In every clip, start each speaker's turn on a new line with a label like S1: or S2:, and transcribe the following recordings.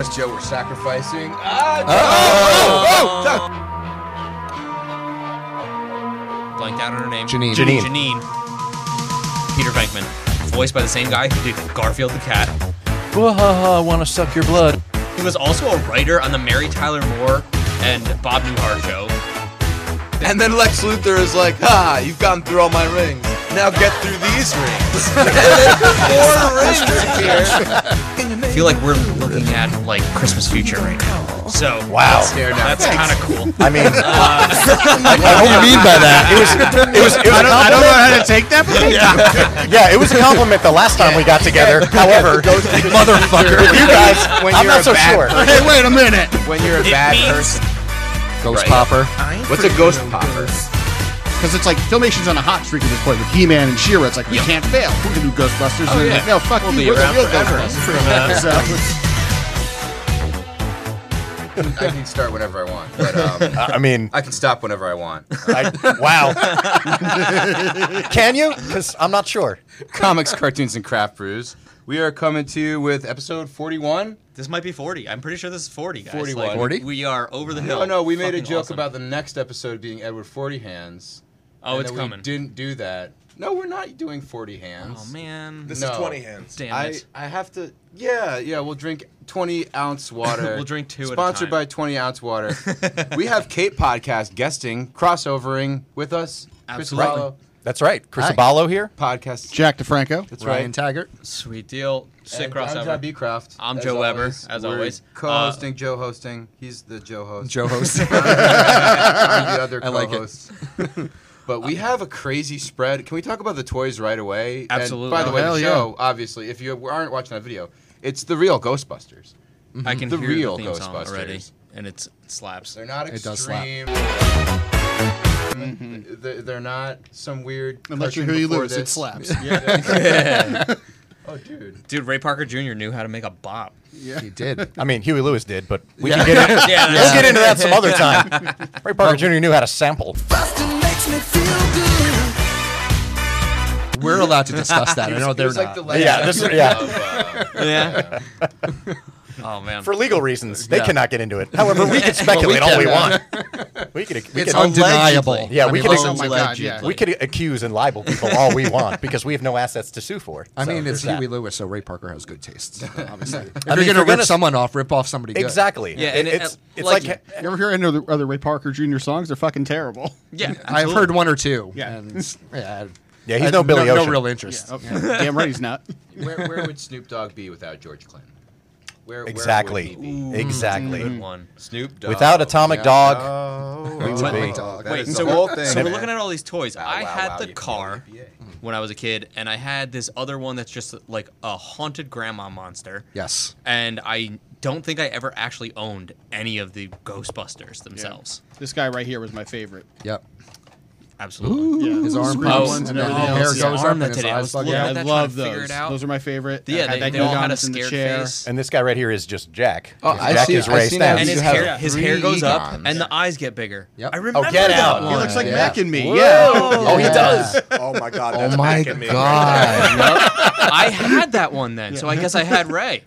S1: As Joe, we're sacrificing. Ah,
S2: Oh!
S1: Joe!
S3: Blanked out on her name.
S2: Janine.
S3: Janine.
S2: Janine.
S3: Peter Venkman. Voiced by the same guy who did Garfield the Cat.
S4: Wahaha, want to suck your blood.
S3: He was also a writer on the Mary Tyler Moore and Bob Newhart show.
S1: And then Lex Luthor is like, "Ha! You've gotten through all my rings. Now get through these rings." and then four rings appear.
S3: I feel like we're looking at like Christmas future right now. So
S2: Wow.
S1: Tear down.
S3: that's kind of cool.
S2: I mean,
S4: What do you mean by that?
S2: it was it was it
S5: I
S2: was a
S5: don't, I don't know
S2: compliment.
S5: how to take that. But
S2: Yeah, it was a compliment the last time we got together. However,
S1: Motherfucker.
S2: you guys,
S1: When
S2: I'm
S1: you're
S2: not
S1: a
S2: so
S1: bad
S2: sure.
S1: person.
S5: hey, wait a minute.
S1: When you're a
S3: It
S1: bad
S3: means-
S1: person.
S4: Ghost
S3: Right.
S4: popper.
S1: What's a ghost popper?
S5: Because it's like Filmation's on a hot streak at this point with He-Man and She-Ra. It's like we
S3: Yeah.
S5: can't fail. We're gonna do Ghostbusters.
S3: Oh,
S5: and they're
S3: yeah.
S5: like, no, fuck
S3: We'll
S5: you.
S3: be
S5: We're
S3: around
S5: the real
S3: forever.
S5: Ghostbusters.
S2: uh,
S5: So,
S1: I can start whenever I want, but um,
S2: I mean,
S1: I can stop whenever I want.
S2: I, wow. Can you? Because I'm not sure.
S1: Comics, cartoons, and craft brews. We are coming to you with episode 41.
S3: This might be 40. I'm pretty sure this is 40, guys.
S1: 41.
S3: Like,
S2: 40?
S3: We are over the hill.
S1: Oh, No, no, we made a
S3: Fucking
S1: joke
S3: awesome.
S1: about the next episode being Edward Forty Hands.
S3: Oh,
S1: and
S3: it's
S1: that
S3: coming.
S1: We didn't do that. No, we're not doing Forty Hands.
S3: Oh man.
S6: This
S1: No.
S6: is 20 hands.
S3: Damn
S1: I,
S3: it.
S1: I have to. Yeah, yeah. We'll drink 20 ounce water.
S3: We'll drink two at a
S1: Sponsored
S3: time.
S1: by 20 ounce water. we have Kate Podcast guesting, crossovering with us. Chris
S3: Absolutely.
S1: Lalo,
S2: That's right. Chris
S5: Hi.
S2: Abalo here.
S1: podcast.
S5: Jack DeFranco.
S1: That's
S4: Ryan
S1: right.
S4: Taggart.
S3: Sweet deal. Sick
S1: And I'm John
S3: crossover.
S1: B. Craft.
S3: I'm
S1: as
S3: Joe Weber,
S1: always.
S3: as
S1: We're
S3: always. Uh,
S1: Co-hosting, Joe hosting. He's the Joe host.
S4: Joe host.
S1: I'm the other
S4: I like it.
S1: co-host. but we have a crazy spread. Can we talk about the toys right away? And
S3: Absolutely.
S1: by the
S3: Oh,
S1: way,
S5: hell
S1: the
S5: yeah.
S1: show obviously, if you aren't watching that video, it's the real Ghostbusters.
S3: I can
S1: The
S3: hear
S1: real
S3: the theme song
S1: Ghostbusters.
S3: already, and it's, it slaps.
S1: They're not
S4: It does slap.
S1: extreme. They're, they're not some weird.
S5: Unless you
S1: cartoon
S5: hear you
S1: before
S5: lose, it
S1: this.
S5: slaps.
S1: oh, dude.
S3: Dude, Ray Parker Jr. knew how to make a bop.
S4: He did.
S2: I mean, Huey Lewis did, but we
S4: Yeah.
S2: can get into,
S3: Yeah,
S2: we'll get into that some other time. Ray Parker Jr. knew how to sample.
S4: We're allowed to discuss that. I know
S1: it
S4: they're
S1: was
S4: not.
S1: like the last
S2: Yeah, this-
S1: episode
S2: yeah.
S1: of, uh,
S3: yeah. oh man.
S2: For legal reasons, they
S4: Yeah.
S2: cannot get into it. However, we can speculate all we want. We could, we
S4: it's
S2: could,
S4: undeniable.
S2: Yeah, we
S4: I
S2: could-
S4: mean,
S5: oh my God, yeah.
S2: we could accuse and libel people all we want because we have no assets to sue for.
S4: I
S2: So
S4: mean, it's
S2: there's that.
S4: Huey Lewis, so Ray Parker has good taste.
S2: mean,
S4: Obviously, if you're
S2: if
S4: gonna
S2: you're
S4: rip
S2: gonna-
S4: someone off, rip off somebody good.
S2: Exactly.
S3: Yeah,
S2: Yeah,
S3: and it-
S2: it's
S3: and
S2: it's
S3: like-
S2: like,
S5: You ever hear any other, other Ray Parker Jr. songs? They're fucking terrible.
S3: yeah,
S4: I've heard one or two.
S5: Yeah.
S4: and, yeah, I-
S2: Yeah, he's
S4: I-
S2: no Billy
S4: no,
S2: Ocean.
S4: real interest.
S5: Oh, Damn right he's not.
S1: where, where would Snoop Dogg be without George Clinton? Where,
S2: exactly,
S1: Where would he be?
S2: exactly.
S3: Good one.
S1: Snoop Dogg.
S2: Without Atomic
S4: Yeah.
S1: Oh.
S2: Dog,
S1: we
S2: would be.
S3: Wait,
S1: the
S3: so
S1: whole
S3: we're,
S1: thing.
S3: so we're
S1: man.
S3: looking at all these toys.
S1: Wow,
S3: I
S1: wow,
S3: had
S1: wow,
S3: the
S1: you
S3: car
S1: feel the EPA.
S3: when I was a kid, and I had this other one that's just like a haunted grandma monster.
S4: Yes.
S3: And I don't think I ever actually owned any of the Ghostbusters themselves.
S5: This guy right here was my favorite.
S4: Yep.
S3: Absolutely.
S5: Yeah,
S4: His arm
S3: Oh,
S5: Scream
S4: pops
S5: ones
S4: and
S5: and
S4: everything.
S5: everything
S4: Hair
S5: else.
S4: goes
S3: Yeah,
S4: up
S3: arm
S4: and
S3: that
S4: his
S3: today. I
S4: eyes
S3: was
S4: fucking
S3: looking
S5: Yeah,
S3: at
S5: I
S3: that,
S5: love
S3: trying to figure
S5: those.
S3: it out.
S5: Those are my favorite. I
S3: Yeah,
S5: had
S3: they,
S5: that
S3: they all had a
S5: Gilgadon in the
S3: scared
S5: chair.
S3: face.
S2: and this guy right here is just Jack.
S1: Oh,
S2: Because
S1: I
S2: Jack
S1: see-
S2: is
S1: I
S2: Ray
S1: see now.
S2: Stantz.
S3: and his
S1: You have
S3: hair, his hair
S1: three
S3: goes up,
S1: Egons.
S3: and the eyes get bigger.
S4: Yep.
S3: I
S4: Oh,
S3: remember.
S2: get
S3: that
S2: out.
S5: He
S3: one.
S5: looks like
S4: Yeah.
S5: Mac and me.
S2: Whoa.
S5: Yeah.
S2: Oh, he
S4: Yeah.
S2: does.
S6: Oh my god.
S4: Oh
S6: That's
S4: my
S6: back at me.
S4: god.
S3: I had that one then, so I guess I had Ray.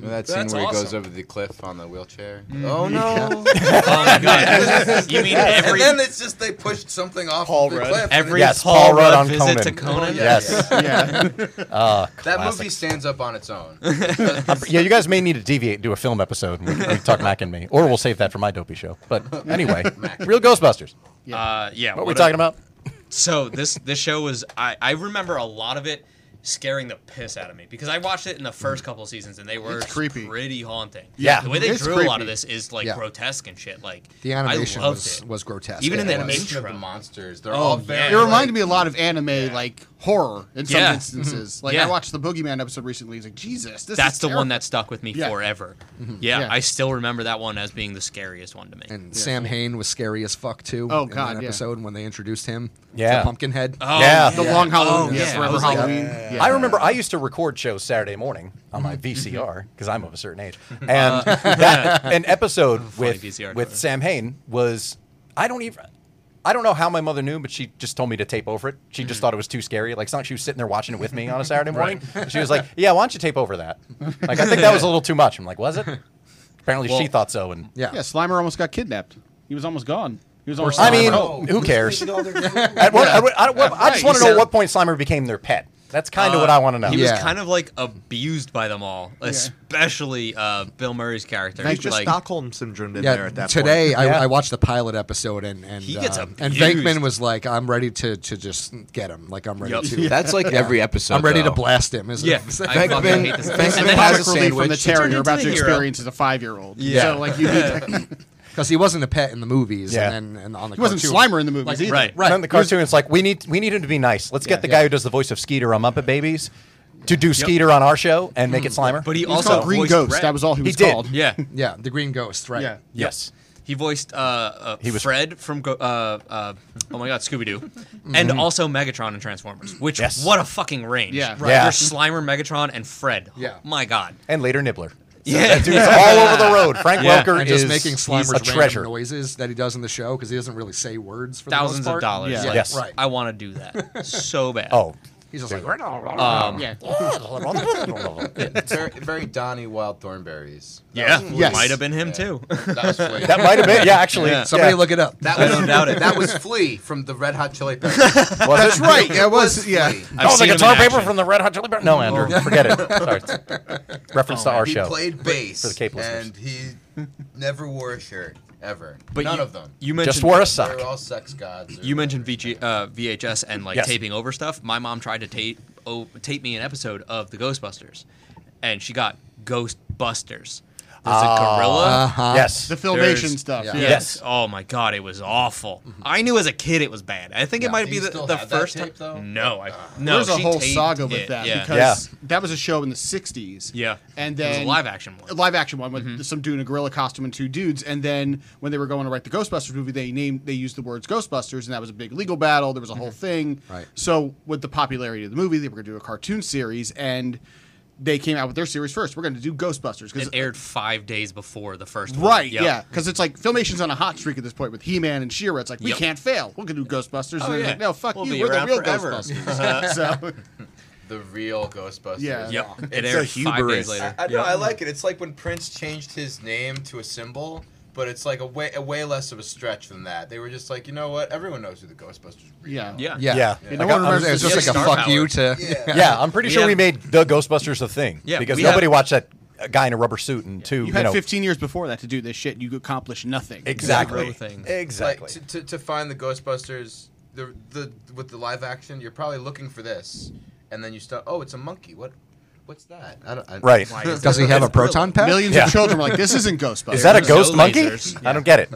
S1: That scene
S3: That's
S1: where he goes
S3: awesome.
S1: over the cliff on the wheelchair. Oh no!
S3: Oh my god! you mean every
S1: and then it's just they pushed something off
S6: Paul
S1: the
S6: Rudd.
S1: cliff. and
S3: every
S1: it-
S2: Yes,
S3: Paul,
S2: Paul Rudd
S3: Rudd
S2: on
S3: visit to
S2: Conan.
S3: Conan?
S2: Yes.
S5: Yeah.
S2: Uh,
S1: that
S2: classic.
S1: movie stands up on its own.
S2: Yeah, you guys may need to deviate and do a film episode and we, we talk Mac and me, or we'll save that for my dopey show. But anyway, real Ghostbusters.
S3: Uh, yeah.
S2: What are we talking about?
S3: So this this show was I I remember a lot of it scaring the piss out of me because I watched it in the first couple seasons and they were
S5: It's creepy.
S3: pretty haunting.
S2: Yeah.
S3: The way they
S5: It's
S3: drew a lot of
S5: creepy.
S3: this is like
S4: Yeah.
S3: grotesque and shit. Like
S4: The animation
S3: I loved
S4: was,
S3: it.
S4: was grotesque.
S3: Even in
S4: Yeah,
S3: the
S4: it was.
S3: animation-
S1: Nation of the
S3: Intro.
S1: monsters. They're
S3: Oh,
S1: all
S3: yeah.
S1: very.
S5: It reminded
S1: like,
S5: me a lot of anime, like horror in some
S3: Yeah.
S5: instances. Like
S3: Yeah.
S5: I watched the Boogeyman episode recently. It's like Jesus, this
S3: That's
S5: is
S3: the one
S5: terrible.
S3: that stuck with me
S5: Yeah.
S3: forever. Yeah,
S5: Yeah.
S3: I still remember that one as being the scariest one to me.
S4: And Sam Hain was scary as fuck too.
S5: Oh,
S4: in that
S5: God, yeah.
S4: episode when they introduced him.
S2: Yeah.
S4: to Pumpkinhead.
S3: oh,
S2: Yeah.
S5: the long Halloween,
S3: Oh,
S5: yeah,
S3: yeah. I
S5: forever
S3: was like,
S5: Halloween. Yeah.
S2: I remember I used to record shows Saturday morning on my VCR because I'm of a certain age, and that, an episode with
S3: VCR
S2: with
S3: photo.
S2: Sam Hain was I don't even. I don't know how my mother knew, but she just told me to tape over it. She just thought it was too scary. Like, it's not like she was sitting there watching it with me on a Saturday morning. She was like, Yeah, why don't you tape over that? Like, I think that was a little too much. I'm like, Was it? Apparently, she
S3: Well-
S2: thought so. And
S4: Yeah.
S5: Yeah, Slimer almost got kidnapped. He was almost gone. He was almost.
S2: I mean,
S5: gone.
S2: who cares?
S1: Sleeping all their-
S2: At what, at what- I, what- I
S5: Right,
S2: just want
S5: he
S2: to know
S5: said-
S2: what point Slimer became their pet. That's kind of what I want to know.
S3: He
S4: Yeah.
S3: was kind of like abused by them all, especially uh, Bill Murray's character.
S7: He's just
S3: like,
S7: Stockholm syndrome in there at that
S4: today
S7: point.
S4: I,
S2: Yeah.
S4: I watched the pilot episode and and
S3: He gets
S4: uh, and
S3: abused.
S4: Venkman was like, "I'm ready to to just get him. Like I'm ready
S3: Yup.
S4: to.
S1: That's like every episode.
S4: I'm ready to
S1: though.
S4: blast him." Isn't
S3: yeah,
S4: it?
S3: I fucking hate
S7: Venkman-
S3: this.
S7: Venkman
S3: guy.
S5: And
S3: And
S5: the
S7: Venkman
S3: then-
S7: has
S5: comic
S7: a
S5: relief from the
S7: sandwich.
S5: terror you're about
S3: He
S5: to
S3: turned into a
S5: experience as a five-year-old.
S3: Yeah.
S5: So like you need to,
S4: because he wasn't a pet in the movies,
S2: Yeah.
S4: and then and on the
S5: he wasn't
S4: cartoon.
S5: Slimer in the movies either.
S3: right.
S2: And then the cartoon, it's like we need we need him to be nice. Let's get the guy who does the voice of Skeeter on Muppet Babies to do Skeeter on our show and make it Slimer.
S3: But he,
S5: He was
S3: also
S5: called Green
S3: voiced
S5: Ghost.
S3: Red.
S5: That was all he
S2: He
S5: was
S2: did.
S5: called.
S3: Yeah,
S4: Yeah, the Green Ghost, right?
S5: Yeah.
S2: yes,
S3: he voiced uh, uh,
S2: was-
S3: Fred from Go- uh, uh, oh my god Scooby Doo, and also Megatron in Transformers. Which
S2: Yes.
S3: what a fucking range!
S5: Yeah.
S2: Yeah.
S3: There's Slimer, Megatron, and Fred.
S4: Yeah.
S3: my god.
S2: and later Nibbler.
S3: Yeah,
S2: Dude's all over the road. Frank
S3: Yeah.
S2: Welker
S4: And just
S2: is
S4: making
S2: he's
S4: Slimer's
S2: a
S4: random
S2: treasure.
S4: noises that he does in the show because he doesn't really say words for the most
S3: thousands of
S4: part.
S3: dollars.
S5: Yeah.
S3: Like,
S2: Yes.
S4: Right.
S3: I want to do that so bad.
S2: Oh,
S4: He's just like,
S5: Yeah.
S2: that
S1: Very, very Donnie Wild Thornberries.
S3: yeah,
S5: Yes.
S3: might have been him too.
S1: That was Flea.
S2: might have been. Yeah, actually,
S3: Yeah.
S4: somebody
S2: yeah.
S4: look it up.
S1: That
S3: I
S1: was,
S3: don't doubt it.
S1: That was Flea from the Red Hot Chili Peppers.
S2: Was it?
S4: right. Yeah, it was.
S1: was
S4: Yeah.
S1: Flea.
S3: I've
S2: oh, the
S3: seen him in
S2: guitar paper
S3: action.
S2: from the Red Hot Chili Peppers. No, Andrew, forget it. Sorry. Reference to our
S1: Oh, He
S2: show.
S1: played bass,
S2: the Cape listeners.
S1: and he never wore a shirt ever.
S3: But
S1: None
S3: you,
S1: of them.
S3: You mentioned
S2: Just wore a
S1: They're
S2: sock.
S1: all sex gods. or-
S3: You mentioned VG, uh, VHS and like
S2: Yes.
S3: taping over stuff. My mom tried to tape oh, tape me an episode of the Ghostbusters, and she got Ghostbusters. There's
S5: Ah.
S3: a gorilla.
S5: Uh-huh.
S2: Yes.
S5: The filmation
S3: There's-
S5: stuff.
S4: yeah.
S5: Yeah.
S2: Yes.
S3: Yes. Oh my god, it was awful.
S5: Mm-hmm.
S3: I knew as a kid it was bad. I think it
S4: Yeah.
S3: might
S1: Do
S3: be
S1: you
S3: the,
S1: still
S3: the
S1: have that
S3: first
S1: tape, though? Ah.
S3: time. No, I no.
S5: There's a
S3: she
S5: whole
S3: taped
S5: saga with
S3: it,
S5: that
S3: yeah.
S5: because
S2: Yeah.
S5: that was a show in the '60s.
S3: Yeah.
S5: and
S3: It was a
S5: then
S3: live action one. Mm-hmm.
S5: a live action one with some dude in a gorilla costume and two dudes. And then when they were going to write the Ghostbusters movie, they named they used the words Ghostbusters, and that was a big legal battle. There was a whole
S3: Mm-hmm.
S5: thing.
S4: Right.
S5: So with the popularity of the movie, they were going to do a cartoon series, and they came out with their series first. We're going to do Ghostbusters because
S3: it aired five days before the first one.
S5: Right,
S3: Yep.
S5: yeah, because it's like Filmation's on a hot streak at this point with He-Man and She-Ra. It's like we
S3: Yep.
S5: can't fail. We're gonna do Ghostbusters.
S3: Oh,
S5: and they're
S3: yeah.
S5: like, no, fuck
S3: We'll
S5: you.
S3: be
S5: We're the
S3: around
S5: real
S3: forever.
S5: Ghostbusters. so
S1: the real Ghostbusters.
S5: Yeah.
S3: Yep. It
S7: It's
S3: aired
S7: a
S3: five days
S7: hubris.
S3: later.
S1: I, I know. I like it. It's like when Prince changed his name to a symbol, but it's like a way a way less of a stretch than that. They were just like, you know what? Everyone knows who the Ghostbusters. Really
S5: yeah,
S3: Yeah.
S4: Yeah.
S2: Yeah.
S4: Like,
S5: no one
S4: I- I was-
S5: remembers
S4: it was
S5: the
S4: just like a
S3: star
S4: fuck
S3: power.
S4: you to.
S1: Yeah.
S2: Yeah, I'm pretty
S3: We
S2: sure we
S3: have-
S2: made the Ghostbusters a thing.
S3: Yeah,
S2: because
S3: we
S2: nobody
S3: have-
S2: watched that a guy in a rubber suit and two.
S5: You
S2: You,
S5: had
S2: know,
S5: 15 years before that to do this shit. and You accomplished nothing.
S2: exactly,
S3: Zero things.
S2: exactly.
S1: Like to, to, to find the Ghostbusters, the the with the live action, you're probably looking for this, and then you start. Oh, it's a monkey. What? What's that? I don't. I,
S2: Right.
S3: Why is
S4: Does he
S3: that-
S4: have a
S3: it's gorilla.
S4: proton pack?
S5: Millions
S2: Yeah.
S5: of children were like, "This isn't Ghostbusters."
S2: Is that a
S3: There's
S2: ghost
S3: no
S2: monkey?
S3: lasers.
S2: I don't get it.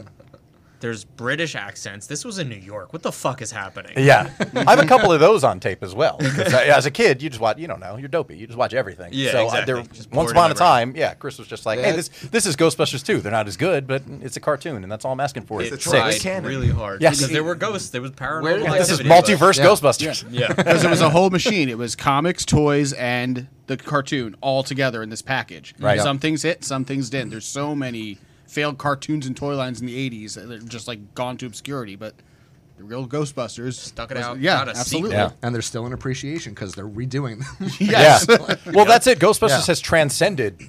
S3: There's British accents. This was in New York. What the fuck is happening?
S2: Yeah, I have a couple of those on tape as well. 'Cause I- As a kid, you just watch. You don't know. You're dopey. You just watch everything.
S3: Yeah,
S2: so uh,
S3: exactly.
S2: there,
S3: Just
S2: once
S3: poured
S2: upon a
S3: it around.
S2: time, yeah, Chris was just like, "Hey,
S1: Yeah.
S2: this this is Ghostbusters 2. They're not as good, but it's a cartoon, and that's all I'm asking for."
S3: It
S2: It's
S3: tried
S2: six.
S7: canon.
S3: really hard.
S2: Yes.
S3: Because there were ghosts. There was paranormal
S1: Where did
S2: Yeah, this is
S3: activity, but-
S2: multiverse
S4: Yeah.
S2: Ghostbusters.
S3: Yeah.
S5: Because it was a whole machine. It was comics, toys, and the cartoon all together in this package.
S2: Right.
S5: Some things hit, some things didn't. There's so many failed cartoons and toy lines in the 80s that are just like gone to obscurity. But the real Ghostbusters
S3: Stuck it
S5: was-
S3: out,
S5: Yeah,
S3: got a
S5: absolutely.
S2: sequel.
S4: And there's still an appreciation because they're redoing them.
S5: Yes.
S2: Yeah. well, that's it. Ghostbusters
S4: Yeah.
S2: has transcended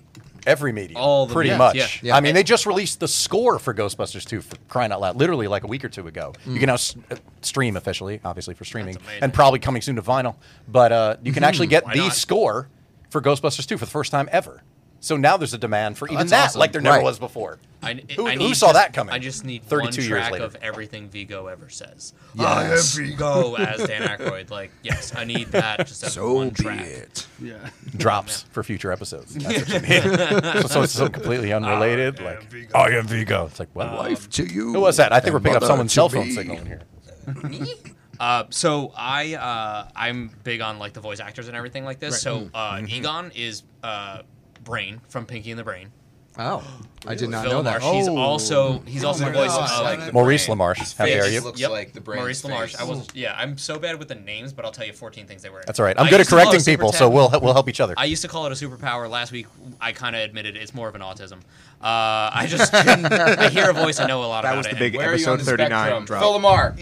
S2: every medium.
S3: All the
S2: pretty
S3: mediums,
S2: much.
S3: yeah.
S4: Yeah.
S2: I mean, they just released the score for Ghostbusters 2 for crying out loud, literally like a week or two ago. You
S4: Mm.
S2: can now s- uh, stream officially, obviously for streaming,
S3: That's amazing.
S2: and probably coming soon to vinyl. But uh, you can
S4: Mm-hmm.
S2: actually get
S3: Why
S2: the
S3: not?
S2: score for Ghostbusters 2 for the first time ever. So now there's a demand for even
S5: that's
S2: that,
S5: awesome.
S2: like there never
S4: Right.
S2: was before.
S3: Oh, I,
S2: who
S3: I
S2: who
S3: need
S2: saw
S3: just-
S2: that coming?
S3: I just need 32 one
S2: 32
S3: track
S2: years later.
S3: of everything Vigo ever says.
S4: Yes.
S3: I am Vigo as Dan Aykroyd. Like, yes, I need that. Just as
S4: so
S3: one
S4: be
S3: track.
S4: it.
S5: Yeah.
S2: drops for future episodes. That's what you mean. so, so it's something completely unrelated. like, I am Vigo. It's like, what?
S3: Um,
S4: Life to you.
S2: Who was that? I think
S4: and
S2: we're picking up
S4: mother
S2: someone's
S4: to
S2: cell phone
S4: me.
S2: signal in here.
S3: Uh, so I uh, I'm big on like the voice actors and everything like this. So uh, Egon is uh, Brain from Pinky and the Brain.
S4: Oh, I did not
S3: Phil
S4: know that.
S3: Marsh, He's
S5: Oh.
S3: also he's also the
S1: my
S3: voice
S1: God.
S3: of
S1: Like-
S2: Maurice
S1: Brain.
S2: LaMarche, how
S3: face
S2: dare
S3: is
S2: you?
S1: looks like the brain's
S3: Maurice LaMarche. I
S1: face.
S3: was yeah. I'm so bad with the names, but I'll tell you 14 things they were. in.
S2: That's all right. I'm
S3: I
S2: good at
S3: used to call
S2: correcting
S3: it a
S2: people,
S3: superta-
S2: so we'll we'll help each other.
S3: I used to call it a superpower. Last week, I kind of admitted it's more of an autism. Uh, I just couldn't- I hear a voice. I know a lot
S7: That
S3: about
S7: was
S3: it.
S7: the big
S1: Where are you on
S7: episode
S1: the
S7: 39
S1: spectrum?
S7: drop.
S1: Phil Lamar.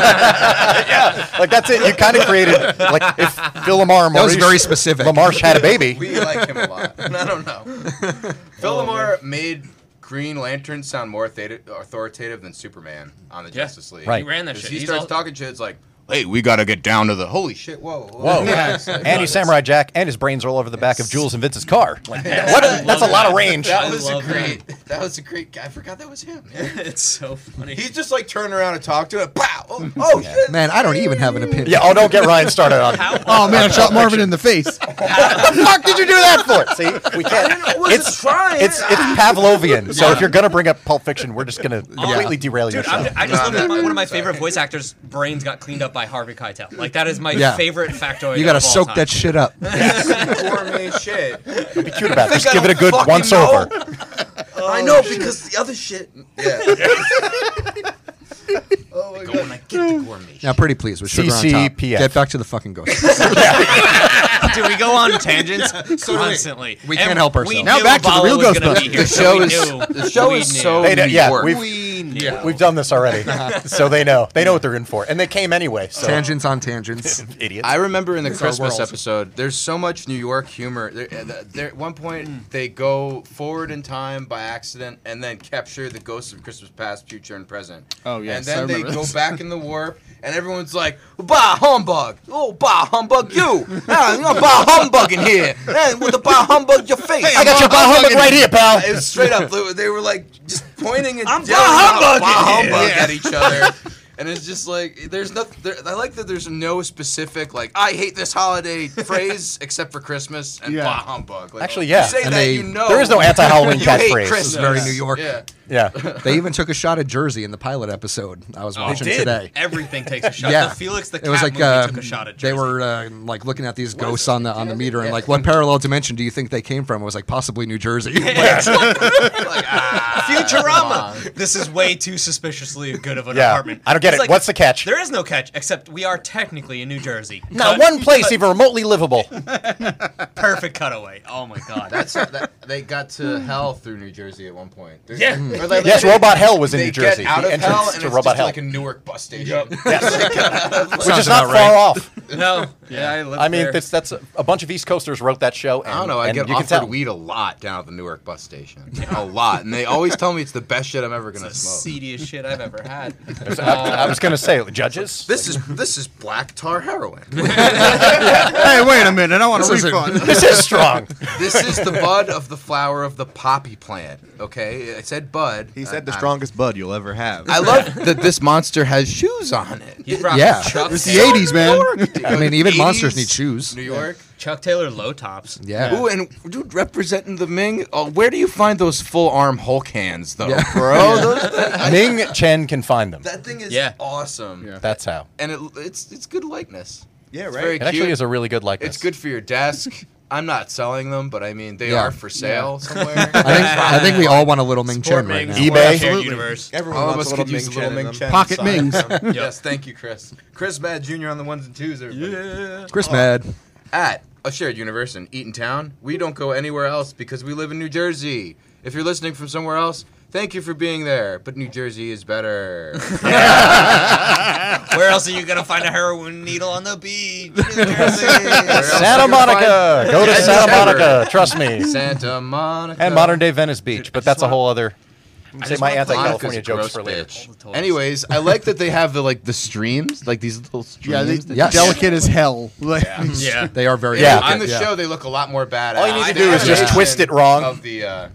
S2: like that's it. You kind of created like if Phil Lamar and
S4: That was
S2: Maurice
S4: very specific.
S2: LaMarche had a baby.
S1: we like him a lot. I don't know. Phil Lamar made Green Lantern sound more theta- authoritative than Superman on the
S3: Yeah.
S1: Justice League.
S2: Right.
S3: He ran that
S1: 'Cause
S3: shit.
S1: He
S3: He's
S1: starts
S3: all-
S1: talking shit. It's like, hey, we gotta get down to the holy shit. Whoa,
S2: Whoa.
S1: Yeah, it's like-
S2: And he's Samurai Jack, and his brains are all over the back of Jules and Vince's car. Like, what? A, that's a lot of range.
S1: That
S3: I
S1: was a
S3: love
S1: great. That. was a great guy. I forgot that was him. man.
S3: it's so funny.
S1: He's just like turning around and talk to it. Pow! Oh, oh shit!
S4: Man, I don't even have an opinion.
S2: Yeah. Oh, don't get Ryan started on.
S3: How-
S5: Oh man, I shot Marvin in the face.
S2: What the fuck did you do that for? See, we can't. It's
S1: trying.
S2: it's it's Pavlovian. So if you're gonna bring up Pulp Fiction, we're just gonna completely derail your
S3: Dude,
S2: show.
S3: I'm, I just learned that my- one of my favorite voice actors' brains got cleaned up by Harvey Keitel. Like that is my
S4: Yeah.
S3: favorite factoid.
S4: You gotta
S3: of all
S4: soak
S3: time.
S4: that shit up.
S1: gourmet shit.
S2: Be cute about it.
S1: think
S2: Just
S1: I
S2: give it a
S1: don't
S2: good
S1: fucking
S2: once
S1: know.
S2: over.
S1: I know because the other shit. Yeah. oh my
S3: Go and I get the gourmet.
S4: Now, pretty please with sugar on top.
S2: CCPF.
S4: Get back to the fucking ghost.
S3: Dude, we go on tangents constantly.
S4: We can't help
S3: We
S4: ourselves.
S5: Now
S3: knew
S5: back to the
S3: Apollo
S5: real
S3: was gonna be
S5: Ghostbusters.
S3: here,
S1: The show
S3: so we
S1: is the
S3: knew.
S1: show
S3: We
S1: is
S3: knew.
S1: so
S2: They know- yeah,
S1: worked.
S2: we've-
S3: We knew.
S2: We've done this already, so they know. They know what they're in for, and they came anyway. So
S4: tangents on tangents.
S2: idiots.
S1: I remember in the
S4: our
S1: Christmas
S4: world.
S1: episode, there's so much New York humor. There, uh, th- there, at one
S5: Mm.
S1: point, they go forward in time by accident and then capture the ghosts of Christmas past, future, and present.
S5: Oh,
S1: And
S5: yes, I
S1: then they
S5: remember
S1: go
S5: this.
S1: back in the warp, and everyone's like, "Bah humbug! Oh, bah humbug! You! Ah, you know, bah humbug in here! Hey, with the bah humbug your face!
S2: I got your
S1: bah
S2: bah humbug
S1: humbug
S2: right
S1: in-
S2: here, pal.
S1: It was straight up. They were- They were like just pointing and
S2: I'm
S1: yelling
S2: bah
S1: out
S2: humbug
S1: bah
S2: in here.
S1: humbug at each other. And it's just like there's nothing. There, I like that there's no specific like I hate this holiday phrase except for Christmas and
S5: Yeah.
S1: bah humbug. Like,
S2: Actually, yeah.
S1: You say
S4: And
S1: that
S4: they-
S1: you know
S2: there is no anti-Halloween
S1: you hate
S2: catchphrase.
S1: Christmas.
S4: Very New York.
S1: Yeah.
S2: Yeah,
S4: They even took a shot at Jersey in the pilot episode I
S3: Oh,
S4: was watching
S2: did?
S4: today.
S3: Everything takes a shot.
S4: Yeah,
S3: The Felix the
S4: it
S3: Cat
S4: was like
S3: movie
S4: uh,
S3: took a shot at
S4: they
S3: Jersey.
S4: were uh, like looking at these ghosts on the on the meter and like what parallel dimension do you think they came from? It was like possibly New Jersey. Like,
S1: Like, ah, come
S3: Futurama. This is way too suspiciously good of an
S2: Yeah.
S3: apartment.
S2: I don't get
S3: It's
S2: it. What's the catch?
S3: There is no catch, except we are technically in New Jersey.
S2: not
S3: Cut-
S2: one place even remotely livable.
S3: perfect cutaway. Oh my god.
S1: That's that, they got to hell through New Jersey at one point. They're-
S3: Yeah.
S1: or they-
S2: Yes,
S1: they-
S2: Robot Hell was in
S1: they
S2: New Jersey.
S1: Get out
S2: the
S1: of
S2: entrance
S1: hell and
S2: to
S1: it's
S2: Robot
S1: just
S2: Hell,
S1: like a Newark bus station.
S2: which is
S4: Sounds
S2: not
S4: about
S2: far
S4: right.
S2: off.
S3: no. Yeah, I lived
S2: I mean,
S3: there.
S2: that's, that's a bunch of East Coasters wrote that show. And,
S1: I don't know. I
S2: and
S1: get
S2: you can
S1: offered
S2: tell.
S1: weed a lot down at the Newark bus station. a lot, and they always tell me it's the best shit I'm ever
S3: the
S1: gonna smoke.
S3: seediest shit I've ever had.
S2: I, I was going to say judges.
S1: This is this is black tar heroin.
S5: hey, wait a minute! I want a
S4: This isn't-
S5: refund.
S2: This is strong.
S1: this is the bud of the flower of the poppy plant. Okay, I said bud.
S8: He
S1: I-
S8: said the
S1: Uh, I-
S8: strongest bud you'll ever have.
S1: I love that this monster has shoes on it.
S3: He rocked
S4: Yeah.
S3: Chuck,
S5: It's the '80s, man.
S4: I mean, even monsters need shoes.
S1: New York.
S3: Chuck Taylor low tops.
S4: Yeah.
S1: Ooh, and dude, representing the Ming. Oh, where do you find those full arm Hulk hands, though,
S4: Yeah.
S1: bro? Those,
S2: Ming Chen can find them.
S1: that thing is
S3: Yeah.
S1: awesome.
S5: Yeah.
S2: That's how.
S1: And it, it's it's good likeness.
S8: yeah,
S1: It's
S8: right.
S1: very
S2: It actually
S1: cute.
S2: is a really good likeness.
S1: It's good for your desk. I'm not selling them, but I mean they
S4: Yeah.
S1: are for sale somewhere.
S4: I think I think we all want a little Ming Chen right now.
S2: eBay.
S3: Shared universe.
S8: Everyone
S1: All of
S8: wants
S1: us
S8: a little
S1: could use
S8: Ming
S1: a little
S8: Chen in
S1: Ming
S8: them.
S1: Chen.
S5: Pocket
S1: sign
S5: Mings.
S1: them. yes, thank you, Chris. Chris Mad Jr. on the ones and twos. Everybody.
S4: Chris Mad.
S1: At a shared universe in Eaton Town, we don't go anywhere else because we live in New Jersey. If you're listening from somewhere else, thank you for being there, but New Jersey is better.
S3: Where else are you gonna find a heroin needle on the beach?
S2: Santa Monica. Go to
S1: Yeah,
S2: Santa
S1: December.
S2: Monica. Trust me.
S1: Santa Monica.
S2: And modern day Venice Beach, but that's a whole other. Say
S3: just
S2: my
S3: wanna-
S1: Monica's
S2: anti-California
S1: a
S2: jokes
S1: gross
S2: for later.
S1: bitch.
S3: All the toys.
S1: Anyways, I like that they have the like the streams, like these little streams.
S5: Yeah, they,
S1: that-
S4: Yes.
S5: delicate as hell. Like,
S3: Yeah.
S4: They are very
S2: Yeah.
S4: delicate,
S1: on the show, they look a lot more badass.
S2: All you need to
S1: The
S2: do is just
S1: animation
S2: twist it wrong.
S1: Of the, uh,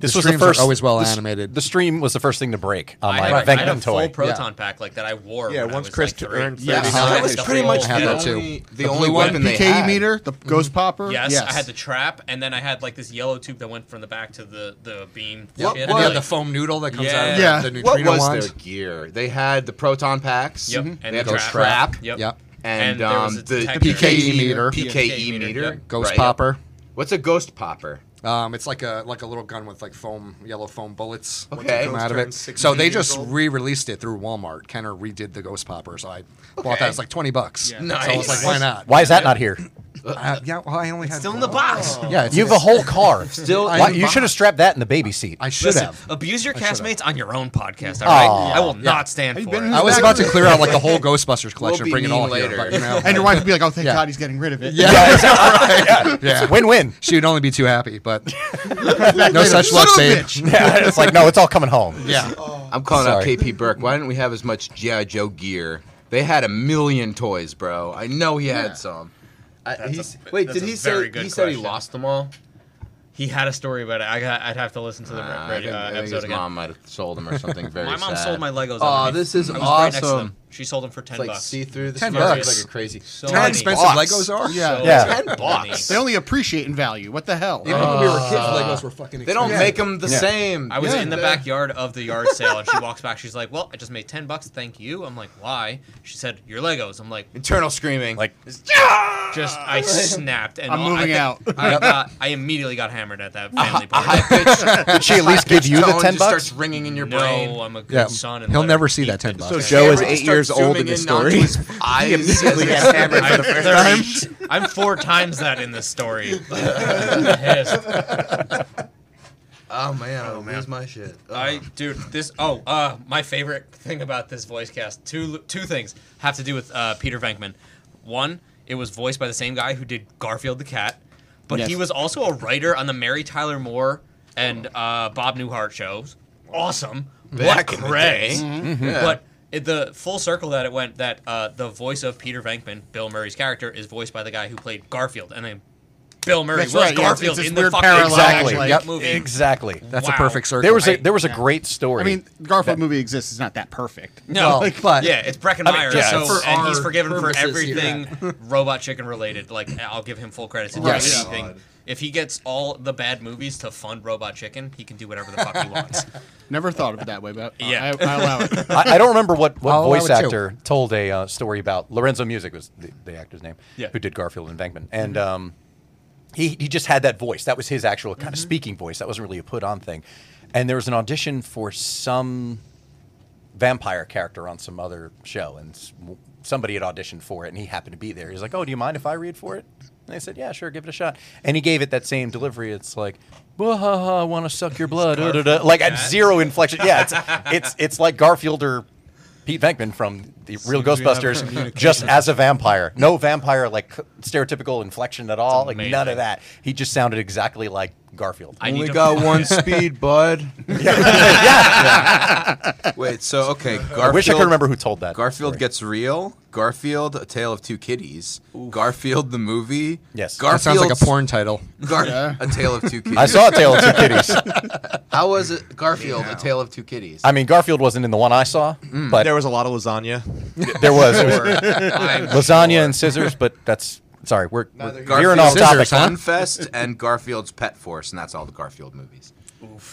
S2: This
S4: The
S2: was the
S4: streams are
S2: first.
S4: always well
S2: the s-
S4: animated.
S2: The stream was the first thing to break on
S3: I
S2: my
S3: had, a- I had a
S2: Venkin
S3: full
S2: toy.
S3: proton pack like that I wore.
S8: Yeah,
S3: when I
S8: once
S3: was,
S8: Chris
S3: like, three.
S8: earned
S5: Yeah.
S8: thirty
S5: So
S8: nine.
S5: that
S1: was pretty much
S4: had
S1: the
S4: that too.
S1: only, the
S4: The
S1: only
S4: blue
S1: weapon they
S5: PKE
S1: had.
S5: E meter, the ghost popper.
S3: Mm-hmm. Yes, I had the trap, and then I had like this yellow tube that went from the back to the the beam.
S4: Yeah.
S3: shit.
S4: And they have
S3: Like,
S4: the foam noodle that comes
S3: Yeah.
S4: out of the-
S5: Yeah.
S4: the
S1: What
S4: neutrino
S1: was
S4: wand.
S1: their gear? They had the proton packs.
S3: Yep, and
S1: Mhm. they
S3: the
S1: had
S3: trap.
S1: trap.
S3: Yep.
S4: Yep.
S1: And,
S3: Mm-hmm. And there was
S1: um,
S3: a
S1: the
S3: detector.
S4: PKE meter.
S1: PKE meter.
S3: Yep.
S4: Ghost
S1: Right.
S4: popper.
S1: What's a ghost popper?
S4: Um, it's like a like a little gun with like foam yellow foam bullets once
S1: Okay.
S4: they come
S8: Ghost
S4: out of it.
S8: turns 16
S4: So they
S8: years
S4: just
S8: old.
S4: re-released it through Walmart. Kenner redid the Ghost Popper, so I
S1: Okay.
S4: bought that. It's like twenty bucks.
S5: Yeah.
S4: So I was like,
S1: Nice.
S4: why not?
S2: Why is that not here?
S4: Uh, yeah, well, I only had
S3: Still in the box.
S4: Oh. Yeah, it's,
S2: You have a whole car. Still,
S4: I-
S2: you should have strapped that in the baby seat.
S4: I should
S3: Listen,
S4: have.
S3: abuse your castmates on your own podcast. All right,
S2: Aw.
S3: I will not stand
S5: Have you
S3: for
S5: been
S3: it.
S5: in
S4: I was about to clear out like the whole Ghostbusters collection,
S1: be
S4: and bring it all
S1: mean
S4: here.
S1: later.
S4: But, you know,
S5: And your wife would be like, "Oh, thank
S4: Yeah.
S5: God, he's getting rid of it."
S4: yeah,
S2: Yeah,
S4: yeah.
S2: Win-win.
S4: She would only be too happy. but no such luck,
S5: Son of a
S4: babe.
S5: bitch.
S2: Yeah, it's like no, it's all coming home.
S4: Yeah.
S1: I'm calling
S2: Sorry.
S1: out KP Burke. Why didn't we have as much GI Joe gear? They had a million toys, bro. I know he had some. I, he's,
S3: a-
S1: wait,
S3: that's
S1: did
S3: a
S1: he
S3: very
S1: say
S3: good
S1: he said he
S3: question.
S1: lost them all?
S3: He had a story about it. I got, I'd have to listen to the
S1: Uh,
S3: re-
S1: I think,
S3: uh,
S1: I think
S3: episode
S1: his
S3: again.
S1: mom might have sold them or something. Very.
S3: my mom
S1: sad.
S3: sold my Legos.
S1: Oh,
S3: underneath.
S1: this is
S3: I was right next to
S1: awesome.
S3: them. She sold them for ten
S1: It's like
S3: bucks.
S1: see through. This
S4: Ten
S1: smells
S4: bucks.
S1: like a crazy.
S3: So
S4: You know how
S3: many.
S4: expensive
S2: Bucks.
S4: Legos are?
S5: Yeah.
S3: So
S2: Yeah.
S3: many.
S1: Ten bucks.
S5: They only appreciate in value. What the hell?
S4: Even when we were kids, Legos were fucking expensive.
S1: They don't
S4: Yeah.
S1: make them the
S2: Yeah.
S1: same.
S3: I was
S1: Yeah.
S3: in the backyard of the yard sale, and she walks back. She's like, "Well, I just made ten bucks. Thank you." I'm like, "Why?" She said, "Your Legos." I'm like,
S1: Internal screaming.
S2: Like
S3: just I snapped, and
S5: I'm
S3: all- I
S5: moving
S3: think-
S5: out.
S3: I got, I immediately got hammered at that family
S1: a
S3: party.
S1: high pitched.
S2: did she at least give you the ten bucks?
S1: starts ringing in your brain.
S3: No, I'm a good
S4: Yeah.
S3: son. And
S4: He'll
S3: let
S4: never
S3: her
S4: see
S3: eat
S4: that ten bucks.
S8: So Joe is
S1: Cameron
S8: eight
S1: starts
S8: years old
S1: zooming
S8: in this
S1: in onto
S8: story.
S1: his eyes
S8: he immediately
S1: as
S8: gets
S1: it-
S8: hammered for
S3: I'm
S8: the first time.
S3: 30. I'm four times that in this story. Pissed.
S1: Oh man, I lose my shit.
S3: I dude, this oh uh my favorite thing about this voice cast two two things have to do with uh, Peter Venkman. One, it was voiced by the same guy who did Garfield the cat, but he
S5: Yes.
S3: was also a writer on the Mary Tyler Moore and uh, Bob Newhart shows. Awesome,
S1: Back
S3: what
S1: in the
S3: cray!
S1: day. Mm-hmm. Yeah.
S3: But it, the full circle that it went that uh, the voice of Peter Venkman, Bill Murray's character, is voiced by the guy who played Garfield, and then Bill Murray
S5: That's
S3: was
S5: right, yeah, it's-
S3: Garfield
S5: it's this
S3: in the
S5: weird
S3: fucking
S5: parallel,
S2: Exactly.
S5: like-
S2: yep.
S3: movie.
S2: Exactly.
S4: That's
S3: Wow.
S4: a perfect circle.
S2: There was a
S3: Right.
S2: there was a great story.
S5: I mean, the Garfield movie exists. It's not that perfect.
S3: No,
S4: Well,
S3: like,
S4: but-
S3: yeah, it's Breckenmeyer,
S2: I mean, yeah,
S3: so
S4: for
S3: and he's
S4: our
S3: forgiven for
S4: purposes here.
S3: everything Robot Chicken related. Like I'll give him full credit to do
S5: Yes.
S3: anything. If he gets all the bad movies to fund Robot Chicken, he can do whatever the fuck he wants.
S5: Never thought of it that way, but uh,
S3: Yeah.
S5: I, I allow it.
S2: I, I don't remember what, what
S4: I'll allow
S2: voice
S4: it too.
S2: actor told a uh, story about Lorenzo Music was the, the actor's name
S3: Yeah.
S2: who did Garfield and Venkman, and um, he he just had that voice. That was his actual kind of speaking voice. That wasn't really a put on thing. And there was an audition for some vampire character on some other show, and s- w- somebody had auditioned for it, and he happened to be there. He's like, "Oh, do you mind if I read for it?" And they said, "Yeah, sure, give it a shot." And he gave it that same delivery. It's like, "Wahaha, I want to suck your blood," uh, da, da, da. like at zero inflection. Yeah, it's it's it's like Garfield or Pete Venkman from the Real
S3: we have
S2: Ghostbusters, just as a vampire. No vampire like c- stereotypical inflection at all. Like none
S3: amazing.
S2: of that. He just sounded exactly like Garfield.
S3: I
S1: only
S3: need to-
S1: got one speed, bud.
S2: yeah,
S1: Wait, so okay, Garfield.
S2: I wish I could remember who told that.
S1: Garfield
S2: story.
S1: gets real. Garfield, a tale of two kitties. Garfield the movie.
S2: Yes.
S1: Garfield
S4: that sounds like a porn title.
S1: Gar-
S5: Yeah.
S1: A tale of two kitties.
S2: I saw a tale of two kitties.
S1: How was it? Garfield, a tale of two kitties.
S2: I mean, Garfield wasn't in the one I saw, but
S8: There was a lot of lasagna.
S2: There was, It was
S3: I'm
S2: lasagna
S3: sure.
S2: and scissors, but that's sorry. We're, we're
S1: Garfield's
S2: veering off topic.
S4: scissors, huh?
S1: Fun Fest and Garfield's Pet Force, and that's all the Garfield movies.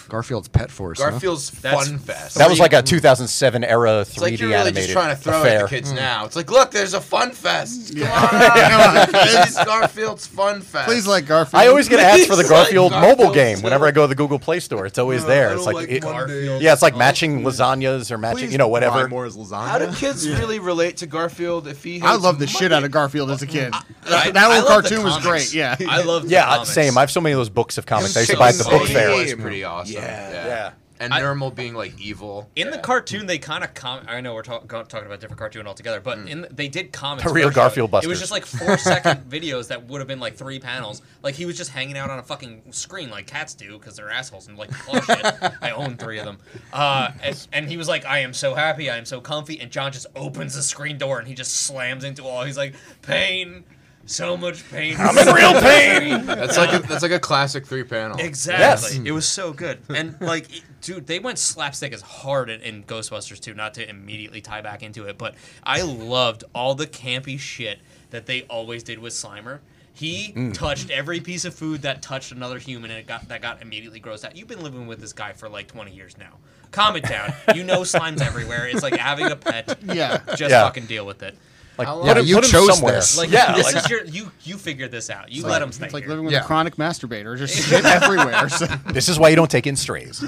S4: Garfield's pet force. huh?
S1: Garfield's
S3: That's
S1: Fun Fest.
S2: That was like a 2007 era 3D
S1: It's like you're really
S2: animated
S1: just trying to throw it
S2: affair.
S1: at the kids now. It's like, look, there's a Fun Fest. Come on, out. This is Garfield's Fun Fest.
S5: Please like Garfield.
S2: I always get ads for the
S1: It's like
S2: Garfield
S1: Garfield
S2: mobile game
S1: too.
S2: whenever I go to the Google Play Store. It's always there.
S1: I
S2: It's
S1: don't
S2: like,
S1: like
S2: it-
S1: Garfield.
S2: yeah, it's like matching lasagnas or matching,
S8: Please
S2: you know,
S8: buy
S2: whatever.
S8: More is lasagna.
S1: How do kids really relate to Garfield if he?
S5: I
S1: hates
S5: love the
S1: money?
S5: shit out of Garfield as a kid.
S3: I-
S5: that that
S3: I
S5: old
S3: love the
S5: cartoon was
S3: comics.
S5: great. Yeah.
S3: I love.
S2: Yeah,
S3: the comics.
S2: same. I have so many of those books of comics I used to
S1: Chicken
S2: buy at the book
S1: Salty
S2: fair.
S1: was pretty awesome. Yeah,
S2: Yeah.
S1: And
S3: I-
S1: Nermal being like evil
S3: In the
S1: Yeah.
S3: cartoon, they kind of com. I know we're talk- go- talking about different cartoon altogether, but in the- they did comics.
S2: The
S3: version
S2: real
S3: of it.
S2: Garfield
S3: It was
S2: Busters.
S3: just like four second videos that would have been like three panels. Like he was just hanging out on a fucking screen, like cats do, because they're assholes and like oh shit, I own three of them. Uh, and, and he was like, I am so happy, I am so comfy, and John just opens the screen door and he just slams into all. He's like, pain, so much pain. I'm in real pain.
S1: That's like a, that's like a classic three panel.
S3: Exactly. It was so good. And like, it- dude, they went slapstick as hard in, in Ghostbusters too. Not to immediately tie back into it, but I loved all the campy shit that they always did with Slimer. He
S2: Mm.
S3: touched every piece of food that touched another human, and it got that got immediately grossed out. You've been living with this guy for like 20 years now. Calm it down. You know slime's everywhere. It's like having a pet.
S5: Yeah.
S3: Just
S2: Yeah.
S3: fucking deal with it.
S2: Like,
S1: How
S2: put
S1: long-
S2: him-
S4: You
S2: put him
S4: chose
S2: somewhere.
S4: this.
S3: Like
S2: yeah,
S3: this
S2: like,
S3: is your you you figured this out. You let him stay
S5: It's like
S3: here.
S5: living with
S4: Yeah.
S5: a chronic masturbator, just shit everywhere. So.
S2: this is why you don't take in strays.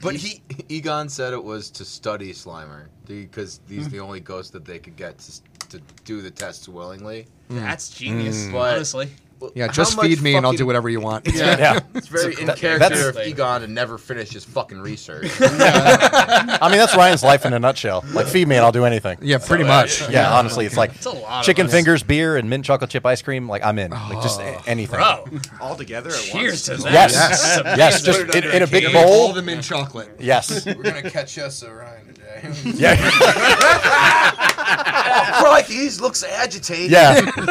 S1: But he E Egon said it was to study Slimer because he's the only ghost that they could get to, to do the tests willingly.
S2: Mm.
S3: That's genius.
S1: But-
S3: Honestly,
S4: Yeah,
S1: How
S4: just
S1: much
S4: feed me and I'll do
S1: fucking-
S4: whatever you want.
S5: Yeah.
S2: Yeah.
S1: It's very in
S2: That-
S1: character
S2: that's-
S1: of Egon to never finish his fucking research.
S2: I mean, that's Ryan's life in a nutshell. Like, feed me and I'll do anything.
S4: Yeah, pretty much.
S2: Yeah, honestly, it's like
S3: a lot of
S2: chicken
S3: us.
S2: fingers, beer, and mint chocolate chip ice cream. Like, I'm in. Like, just a- anything.
S3: Bro,
S7: all together at
S3: cheers to
S7: once.
S3: that.
S2: Yes.
S3: This is amazing.
S2: Yes, just
S7: Put it
S2: in,
S7: under
S2: in
S7: a
S2: a big
S3: cake.
S2: bowl.
S4: All them in chocolate.
S2: Yes.
S1: We're gonna catch us Orion today.
S2: Yeah.
S1: Crikey, he looks agitated.
S2: Yeah.
S1: Gonna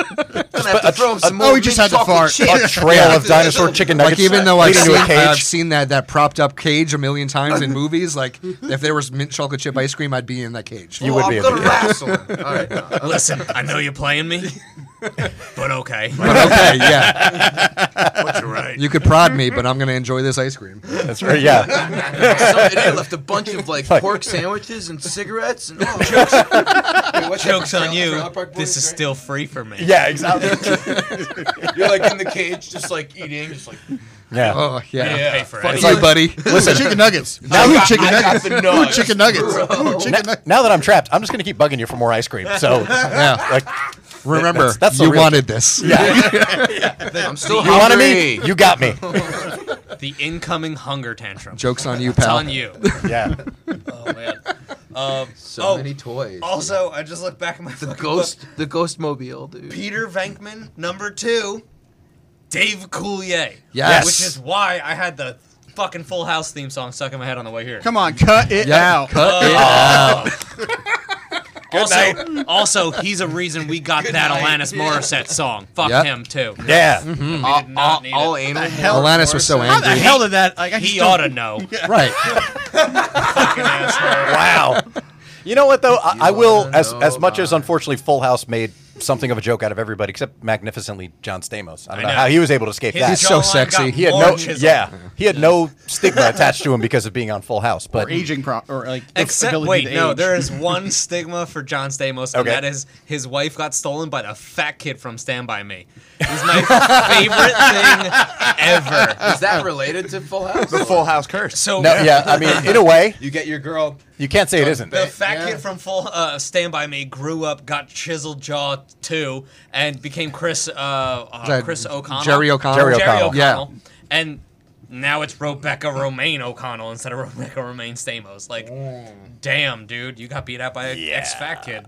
S1: have to throw him some more
S5: oh, he just
S1: mint
S5: had to
S1: chocolate
S5: fart.
S1: chip.
S2: A trail of dinosaur chicken
S4: Like
S2: nuggets.
S4: even though I've
S2: leading
S4: seen,
S2: to a
S4: I've
S2: cage.
S4: seen that that propped up cage a million times in movies, like if there was mint chocolate chip ice cream, I'd be in that cage.
S2: You would
S1: I'm
S2: be a
S1: gonna
S2: big-
S1: wrestle him. All right, no.
S3: Listen, I know you're playing me, but okay.
S4: But okay, yeah,
S3: You're right.
S4: you could prod me, but I'm gonna enjoy this ice cream.
S2: That's right. Yeah.
S1: Some idiot left a bunch of like pork sandwiches and cigarettes and oh, jokes.
S3: Joke's on you. This is still free for me.
S2: Yeah. Exactly.
S1: You're like in the cage, just like eating, just like
S2: Yeah.
S4: Oh yeah,
S3: Yeah. Pay for
S4: It's
S3: it.
S4: like, buddy.
S5: Listen, chicken nuggets. Now
S2: you-
S5: chicken
S1: I got
S5: nuggets.
S1: the nugs.
S5: Ooh, chicken nuggets. Ooh, chicken
S2: Now,
S5: nuggets.
S2: now that I'm trapped, I'm just gonna keep bugging you for more ice cream. So,
S4: Yeah,
S2: like,
S4: remember
S2: That's- that's the
S4: you
S2: real-
S4: wanted this.
S2: yeah.
S1: I'm still
S2: You wanted me. You got me.
S3: The incoming hunger tantrum.
S4: Jokes on you,
S3: It's
S4: pal.
S3: on you.
S2: Yeah.
S3: Oh man. Um,
S1: So
S3: oh,
S1: many toys.
S3: also, I just looked back at my
S1: the
S3: fucking
S1: ghost,
S3: book.
S1: the ghost mobile, dude.
S3: Peter Venkman, number two. Dave Coulier.
S4: Yes.
S3: Which is why I had the fucking Full House theme song stuck in my head on the way here.
S5: Come on, cut it
S4: Yeah,
S5: out.
S4: cut it.
S3: also, also, he's a reason we got that Alanis Morissette song. Fuck
S4: Yep.
S3: him too.
S2: Yeah.
S1: All,
S3: did not
S1: all,
S3: need
S1: all
S3: it.
S1: anal.
S4: Alanis was so
S5: How the
S4: angry.
S5: hell did that? Like, I
S3: He
S5: just
S3: ought
S5: don't-
S3: to know.
S4: Right.
S3: Fucking asshole.
S2: Wow. You know what though? I, I will
S1: wanna
S2: as
S1: know
S2: as much as unfortunately Full House made something of a joke out of everybody except magnificently John Stamos. I don't
S3: I
S2: know,
S3: know.
S2: how he was able to escape
S3: His
S2: that.
S4: He's so
S3: jawline
S4: sexy.
S3: got
S2: he had
S3: more
S2: no
S3: chiseled.
S2: yeah. He had no stigma attached to him because of being on Full House. But
S5: Or aging pro or like the
S3: Except,
S5: ability
S3: wait,
S5: to
S3: no,
S5: age.
S3: there is one stigma for John Stamos, and
S2: Okay.
S3: that is his wife got stolen by the fat kid from Stand By Me. He's my favorite thing ever.
S1: Is that related to Full House?
S7: The Full House curse.
S3: So,
S2: no, yeah, I mean, in a way,
S1: You get your girl.
S2: you can't say it isn't.
S3: the fat
S1: Yeah.
S3: kid from Full uh, Stand By Me grew up, got chiseled jaw too, and became Chris uh, uh,
S4: that
S3: Chris O'Connell.
S4: Jerry O'Connell?
S2: Jerry
S3: Jerry
S2: O'Connell.
S3: O'Connell.
S4: Yeah.
S3: And now it's Rebecca Romaine O'Connell instead of Rebecca Romaine Stamos. Like, damn, dude, you got beat out by an
S2: Yeah.
S3: ex fat kid.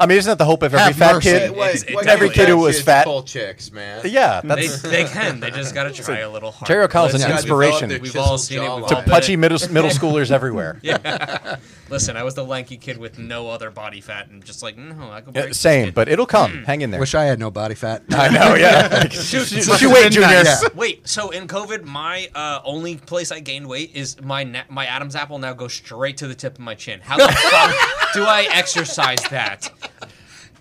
S2: I mean, isn't that the hope of every
S4: Have
S2: fat
S4: mercy.
S2: kid?
S3: Wait,
S1: Why- why
S2: every
S1: can't
S2: kid who
S1: we
S2: was
S1: have
S2: fat-
S1: Full chicks, man.
S2: Yeah,
S3: They,
S2: that's
S3: they can. They just got to try a little harder.
S2: Terry O'Connell's an
S3: Listen,
S1: Yeah,
S2: inspiration
S1: develop their
S3: We've all
S1: chiseled
S3: seen it, we've
S1: jawline.
S3: all been-
S2: pudgy middle middle schoolers everywhere.
S3: Yeah. Listen, I was the lanky kid with no other body fat, and just like, no, I could.
S2: Yeah,
S3: break this
S2: same,
S3: kid.
S2: but it'll
S3: Hmm.
S2: come. Hang in there.
S4: Wish I had no body fat.
S2: I know, yeah. Shoot, you wait, junior.
S4: Yeah.
S3: Wait, so in COVID, my uh, only place I gained weight is my na- my Adam's apple now goes straight to the tip of my chin. How the fuck do I exercise that?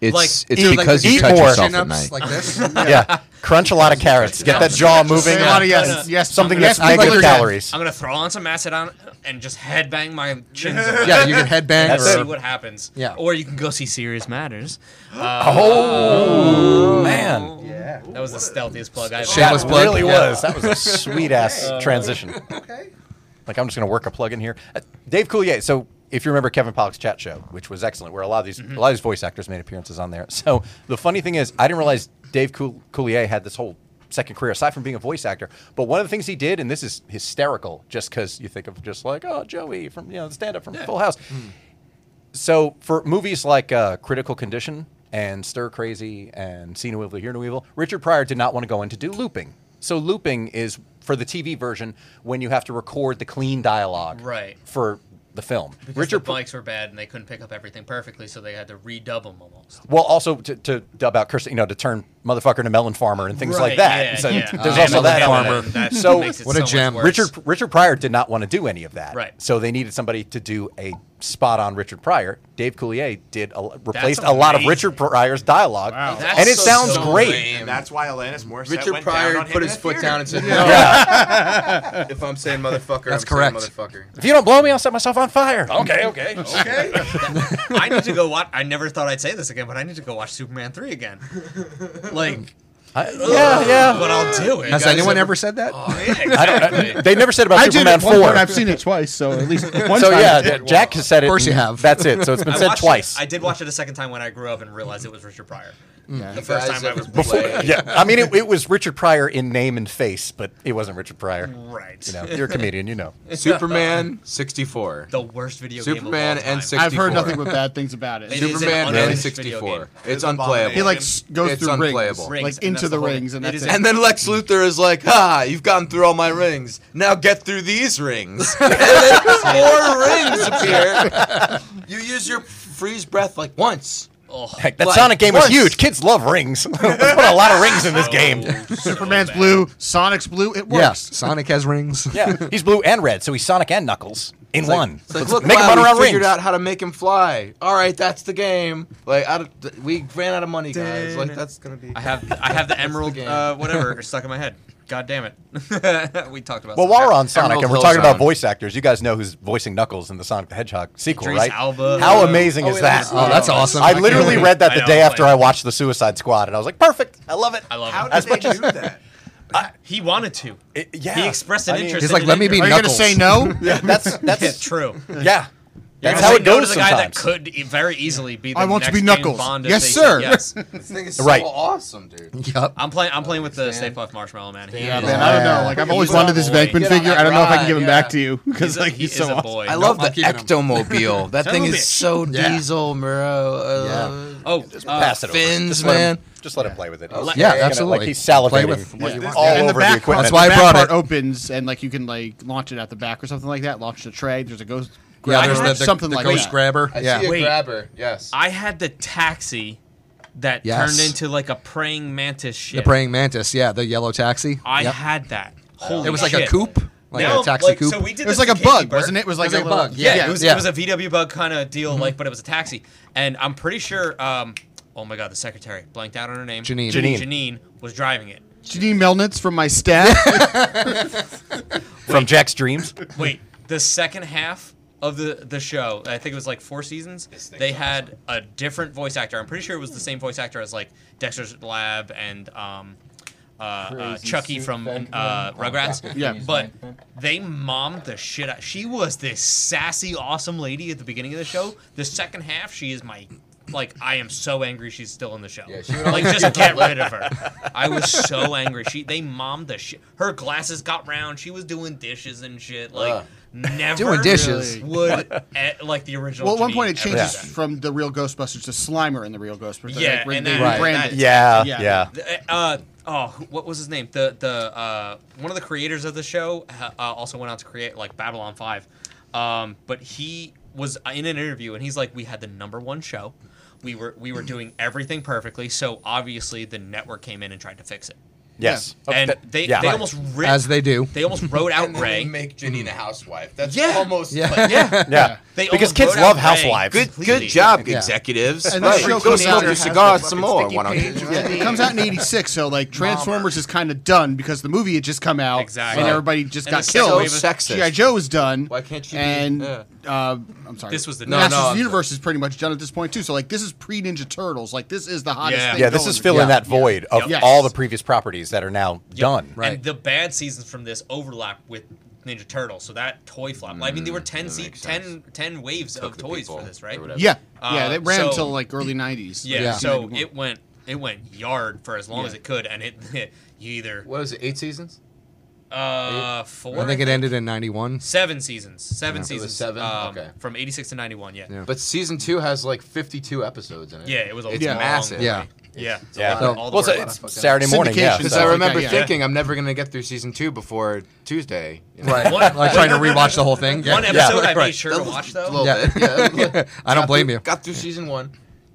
S8: It's
S3: Like,
S8: it's
S4: Dude, like,
S8: because
S4: eat
S8: you touch
S2: more.
S8: yourself at
S4: Chin-ups
S8: night.
S4: like this.
S2: Yeah, crunch a lot of carrots. Get that jaw moving.
S5: Say a lot of
S3: Yeah.
S5: yes, yes,
S2: Something
S5: yes,
S2: that's
S5: people.
S2: negative calories.
S3: I'm gonna throw on some acid on and just headbang my chin.
S4: Yeah, you can headbang.
S2: That's
S4: or,
S3: see what happens.
S4: Yeah.
S3: Or you can go see Serious Matters.
S2: Oh man,
S3: That was the stealthiest plug I've
S4: Shit.
S3: ever.
S4: was
S2: that
S4: blood.
S2: really
S4: Yeah.
S2: was. That was a sweet ass transition. Okay. Like I'm just gonna work a plug in here. Uh, Dave Coulier. So if you remember Kevin Pollock's chat show, which was excellent, where a lot of these a lot of these voice actors made appearances on there. So the funny thing is, I didn't realize Dave Coul- Coulier had this whole second career aside from being a voice actor. But one of the things he did, and this is hysterical, just because you think of just like oh Joey from you know the stand up from Full House. so for movies like uh, Critical Condition and Stir Crazy and See No Evil, Hear No Evil, Richard Pryor did not want to go in to do looping. So looping is for the TV version when you have to record the clean dialogue
S3: Right.
S2: for the film.
S3: Richard
S2: Richard
S3: the mics were bad and they couldn't pick up everything perfectly, so they had to redub them almost.
S2: well, also to, to dub out curse, you know, to turn motherfucker into melon farmer and things like
S3: Right,
S2: that.
S3: yeah,
S2: so
S3: yeah.
S2: there's
S3: Uh,
S2: also
S3: Melon
S2: that
S3: Farmer.
S2: element.
S3: That
S2: so
S3: makes it
S4: What a
S3: so much
S4: gem.
S3: worse.
S2: Richard Richard Pryor did not want to do any of that.
S3: Right.
S2: So they needed somebody to do a spot on Richard Pryor. Dave Coulier did a, replaced
S3: That's
S2: a lot of
S3: amazing.
S2: Richard Pryor's dialogue,
S5: Wow.
S3: That's
S2: and it
S3: so-
S2: sounds
S3: so
S2: great.
S1: lame.
S7: And that's why Alanis Morissette
S1: Richard
S7: went
S1: Pryor
S7: down on
S1: put
S7: him
S1: his
S7: in a
S1: foot
S7: theater.
S1: down and said, "No,
S2: Yeah.
S1: if I'm saying motherfucker,
S4: That's
S1: I'm
S4: correct.
S1: saying motherfucker."
S2: if you don't blow me, I'll set myself on fire.
S3: Okay, okay, okay. I need to go watch. I never thought I'd say this again, but I need to go watch Superman three again. Like
S2: I, yeah, yeah.
S3: but I'll do it.
S4: Has anyone ever said that?
S3: Oh, yeah, exactly.
S2: They never said about
S5: I did it
S2: Superman
S5: at one
S2: four.
S5: point. I've seen it twice, so at least one
S2: so
S5: time.
S2: yeah, Jack has said it.
S4: Of course you
S2: and
S4: have.
S2: That's it. So it's been
S3: I
S2: said
S3: watched
S2: twice.
S3: It. I did watch it a second time when I grew up and realized it was Richard Pryor. The
S1: You
S3: first
S1: guys
S3: time I
S1: ever
S3: was
S1: Before-
S3: like,
S2: yeah, I mean it, it was Richard Pryor in name and face, but it wasn't Richard Pryor.
S3: right.
S2: You know, you're a comedian, you know.
S1: Superman 64.
S3: The worst video
S1: Superman
S3: game of all time.
S1: and 64.
S5: I've heard nothing but bad things about it.
S3: It is an
S1: Superman and
S3: unfinished
S1: 64.
S3: video
S1: It's
S7: It's
S1: unplayable.
S7: abominable.
S5: He like s- goes
S1: It's
S5: through
S1: unplayable.
S5: rings,
S3: Rings,
S5: like
S3: and
S5: into
S3: that's
S5: the
S3: the whole-
S5: rings,
S3: it
S5: and that's
S3: is
S5: it.
S3: a-
S7: And then Lex Luthor is like, "Ha! You've gone through all my rings. Now get through these rings." And then four rings appear.
S1: You use your freeze breath like once.
S3: Oh,
S2: Heck, that
S1: Like,
S2: Sonic game was
S1: once.
S2: huge. Kids love rings. they put a lot of rings in this
S3: so-
S2: game.
S3: oh, so
S5: Superman's
S3: bad.
S5: blue, Sonic's blue. It
S4: Yeah,
S5: works.
S4: Sonic has rings.
S2: Yeah, he's blue and red, so he's Sonic and Knuckles in one.
S1: It's like,
S2: Let's
S1: look,
S2: make
S1: wow,
S2: him run
S1: we
S2: around
S1: figured
S2: rings.
S1: out how to make him fly. All right, that's the game. Like, I don't- th- we ran out of money, guys. Like, that's gonna be.
S3: I have I have the emerald
S1: game.
S3: uh, whatever stuck in my head. God damn it. we talked about
S2: Well,
S3: some
S2: while we're
S3: crap.
S2: on Sonic
S1: Emerald
S2: and we're
S1: Hill
S2: talking about
S1: Zone.
S2: voice actors, you guys know who's voicing Knuckles in the Sonic the Hedgehog sequel,
S3: Idris
S2: right?
S3: Elba.
S2: How amazing
S1: Oh,
S2: is
S1: wait,
S2: that?
S1: that's-
S4: Oh, that's awesome.
S2: I
S4: can't
S2: literally
S4: believe-
S2: read that
S3: I
S2: the
S3: know,
S2: day after
S3: like-
S2: I watched the Suicide Squad, and I was like, perfect. I love it.
S3: I love
S7: How
S3: him.
S7: did
S2: As
S7: they
S2: much
S7: do
S2: as-
S7: that?
S3: he wanted to.
S2: It- yeah.
S3: He expressed an
S2: I mean,
S3: interest.
S4: He's
S3: in
S4: like,
S3: it
S4: let me
S3: anyway.
S4: be
S5: Are you gonna
S4: Knuckles.
S5: say no?
S2: That's that's
S3: Yeah, true.
S2: Yeah.
S3: You're
S2: That's
S3: gonna
S2: how
S3: say
S2: it
S3: no
S2: goes
S3: to the guy that
S2: sometimes.
S3: could e- very easily be. The
S5: I want to
S3: next
S5: be
S3: James
S5: Knuckles.
S3: Bond if
S5: Yes,
S3: they said
S5: sir.
S3: Yes.
S1: This thing is
S2: Right.
S1: so awesome, dude.
S4: Yep.
S3: I'm playing. I'm playing with the
S1: Stan.
S3: Safe Life Marshmallow Man. He
S1: Yeah,
S3: is-
S5: Man, I don't know. Like I've always
S1: He's
S5: wanted this
S1: a boy.
S5: Venkman
S1: Get on
S5: figure.
S1: that
S5: I don't know if I
S1: ride,
S5: can give him
S1: yeah.
S5: back to you because
S3: He's, a,
S5: like
S3: he
S5: he's
S3: is
S5: so
S3: a
S5: awesome.
S3: boy.
S1: I love
S4: I'm
S1: the
S4: keeping him.
S1: ectomobile. That
S3: Son
S1: thing
S3: of a
S1: is
S3: bitch.
S1: so
S4: Yeah.
S1: diesel, Muro. Uh,
S3: Oh, uh,
S2: Pass it over.
S1: Fins,
S2: Just let him-
S1: man.
S2: Just let him play with it. He's-
S3: Yeah,
S2: he's gonna-
S4: absolutely.
S2: Like he's
S4: Play
S2: salivating
S4: with what you want.
S2: all
S5: and
S2: over
S5: the,
S2: the,
S5: back
S2: equipment.
S4: That's why I
S5: the back
S4: brought
S5: part
S4: it.
S5: opens and like you can like launch it at the back or something like that. Launch the tray. There's a ghost.
S4: Yeah,
S5: grabber,
S4: there's the, the,
S5: something
S4: the
S5: like
S4: ghost
S5: that.
S4: grabber.
S1: I see
S4: Yeah.
S1: a
S3: Wait.
S1: grabber. Yes.
S3: I had the taxi that
S4: Yes.
S3: turned into like a praying mantis shit.
S4: The praying mantis. Yeah, the yellow taxi.
S3: I
S4: Yep.
S3: had that. Holy
S4: It was like
S3: shit.
S4: a coupe, like
S3: No,
S4: a taxi
S3: like,
S4: coupe.
S3: So we did
S5: It was
S3: this
S5: like a
S3: to
S5: bug,
S3: Katie Burke.
S5: wasn't it? It was Mm-hmm. like
S4: was
S5: a
S4: like a
S5: little-
S4: bug,
S3: Yeah,
S4: Yeah,
S3: it was
S4: yeah.
S3: it was a VW bug kind of deal, like, but it was a taxi. And I'm pretty sure, um, oh my god, the secretary blanked out on her name.
S4: Janine.
S2: Janine.
S3: Janine was driving it.
S5: Janine Melnitz from my staff.
S2: From Jack's Dreams.
S3: Wait, the second half of the the show, I think it was like four seasons. They had a different voice actor. I'm pretty sure it was the same voice actor as like Dexter's Lab and um, uh, uh,
S1: Crazy
S3: Chucky
S1: Sue
S3: from
S1: Beckman.
S3: uh, Rugrats.
S5: Yeah.
S3: but they mommed the shit out. She was this sassy, awesome lady at the beginning of the show. The second half, she is my. Like I am so angry she's still in the show.
S1: Yeah, she would
S3: like just get rid of her. I was so angry. She they mommed the shit. Her glasses got round. She was doing dishes and shit. Like
S1: Ugh.
S3: never
S4: Doing dishes.
S3: would eh, like the original.
S5: well, at one
S3: Janine
S5: point it
S3: ever
S5: changes
S3: did
S5: from the real Ghostbusters to Slimer in the real Ghostbusters.
S3: Yeah,
S5: like, re-
S3: and
S5: they
S3: that-
S5: rebranded.
S3: that-
S2: Yeah,
S5: Yeah.
S2: yeah.
S3: that. The, eh, Uh, oh, who- what was his name? The the uh, one of the creators of the show uh, uh, also went out to create like Babylon Five, um, but he was in an interview and he's like, "We had the number one show, we were we were doing everything perfectly, so obviously the network came in and tried to fix it,
S2: Yes. Oh,
S3: and
S2: that-
S3: they
S2: yeah.
S3: they
S2: Right.
S3: almost ri-
S4: As they do.
S3: they almost wrote out
S1: and then they
S3: Ray.
S1: make Janine a housewife. That's
S3: Yeah.
S1: almost
S4: Yeah.
S1: like
S3: yeah,
S2: Yeah.
S3: They
S2: because
S3: almost
S2: kids
S3: wrote
S2: love
S3: out Ray.
S2: Housewives.
S1: Good,
S3: Completely.
S1: good job,
S4: Yeah.
S1: executives.
S5: And this show
S1: Go
S5: comes out
S1: smoke your
S5: as
S1: cigar
S5: the
S1: some more. Why don't you?
S5: Yeah, it comes out in '86, so like Transformers is kind of done because the movie had just come out,
S3: Exactly.
S5: and everybody just
S3: And
S5: got
S3: it's
S5: killed.
S1: so sexist.
S5: GI Joe is done.
S1: Why can't you be-
S5: And
S1: yeah.
S5: uh, I'm sorry.
S3: This was the-
S5: no,
S3: No,
S5: Masters
S1: no,
S5: of
S1: I'm
S5: the Universe is pretty much done at this point too. So like, this is pre Ninja Turtles. Like, this is the hottest.
S3: Yeah.
S5: thing
S2: yeah, this is filling
S5: going.
S2: that void of
S3: Yes.
S2: all the previous properties that are now done.
S4: Right.
S3: And the bad seasons from this overlap with Ninja Turtles, so that toy flop. I mean, there were 10,
S1: Mm, that
S3: se-
S1: makes
S3: 10, 10 waves
S1: Took
S3: of
S1: the
S3: toys
S1: people
S3: for this, right?
S1: or whatever.
S5: Yeah,
S3: Uh,
S5: yeah, they ran
S3: so-
S5: until like early '90s.
S3: Yeah,
S4: Yeah.
S3: So
S5: 1991.
S3: it went it went yard for as long
S5: Yeah.
S3: as it could, and it you either
S1: What was it? Eight seasons?
S3: uh four
S4: I think it ended in 91.
S3: seven seasons, seven
S1: It was
S3: seasons,
S1: seven?
S3: um,
S1: Okay.
S3: from eighty six to ninety one. Yeah.
S4: Yeah.
S3: yeah,
S1: But season two has like 52 episodes in it.
S3: it was a
S1: It's
S3: long
S1: massive.
S3: way.
S4: Yeah.
S3: yeah,
S2: Yeah.
S3: all the-
S4: So-
S3: all the
S2: Well, so
S3: work.
S2: it's Saturday morning. Yeah.
S5: Syndication.
S1: Because
S5: So-
S1: I
S2: So-
S1: remember
S5: Yeah.
S1: thinking I'm never gonna get through season two before Tuesday. you know?
S4: Right.
S3: One-
S4: like trying to rewatch the whole thing. Yeah.
S3: one
S4: Yeah.
S3: episode I made
S4: Right.
S3: sure
S1: That
S3: to
S1: was
S3: watch
S1: a
S3: though.
S1: little bit, yeah.
S4: I don't
S1: Got
S4: blame
S1: through-
S4: you.
S1: Got through season one.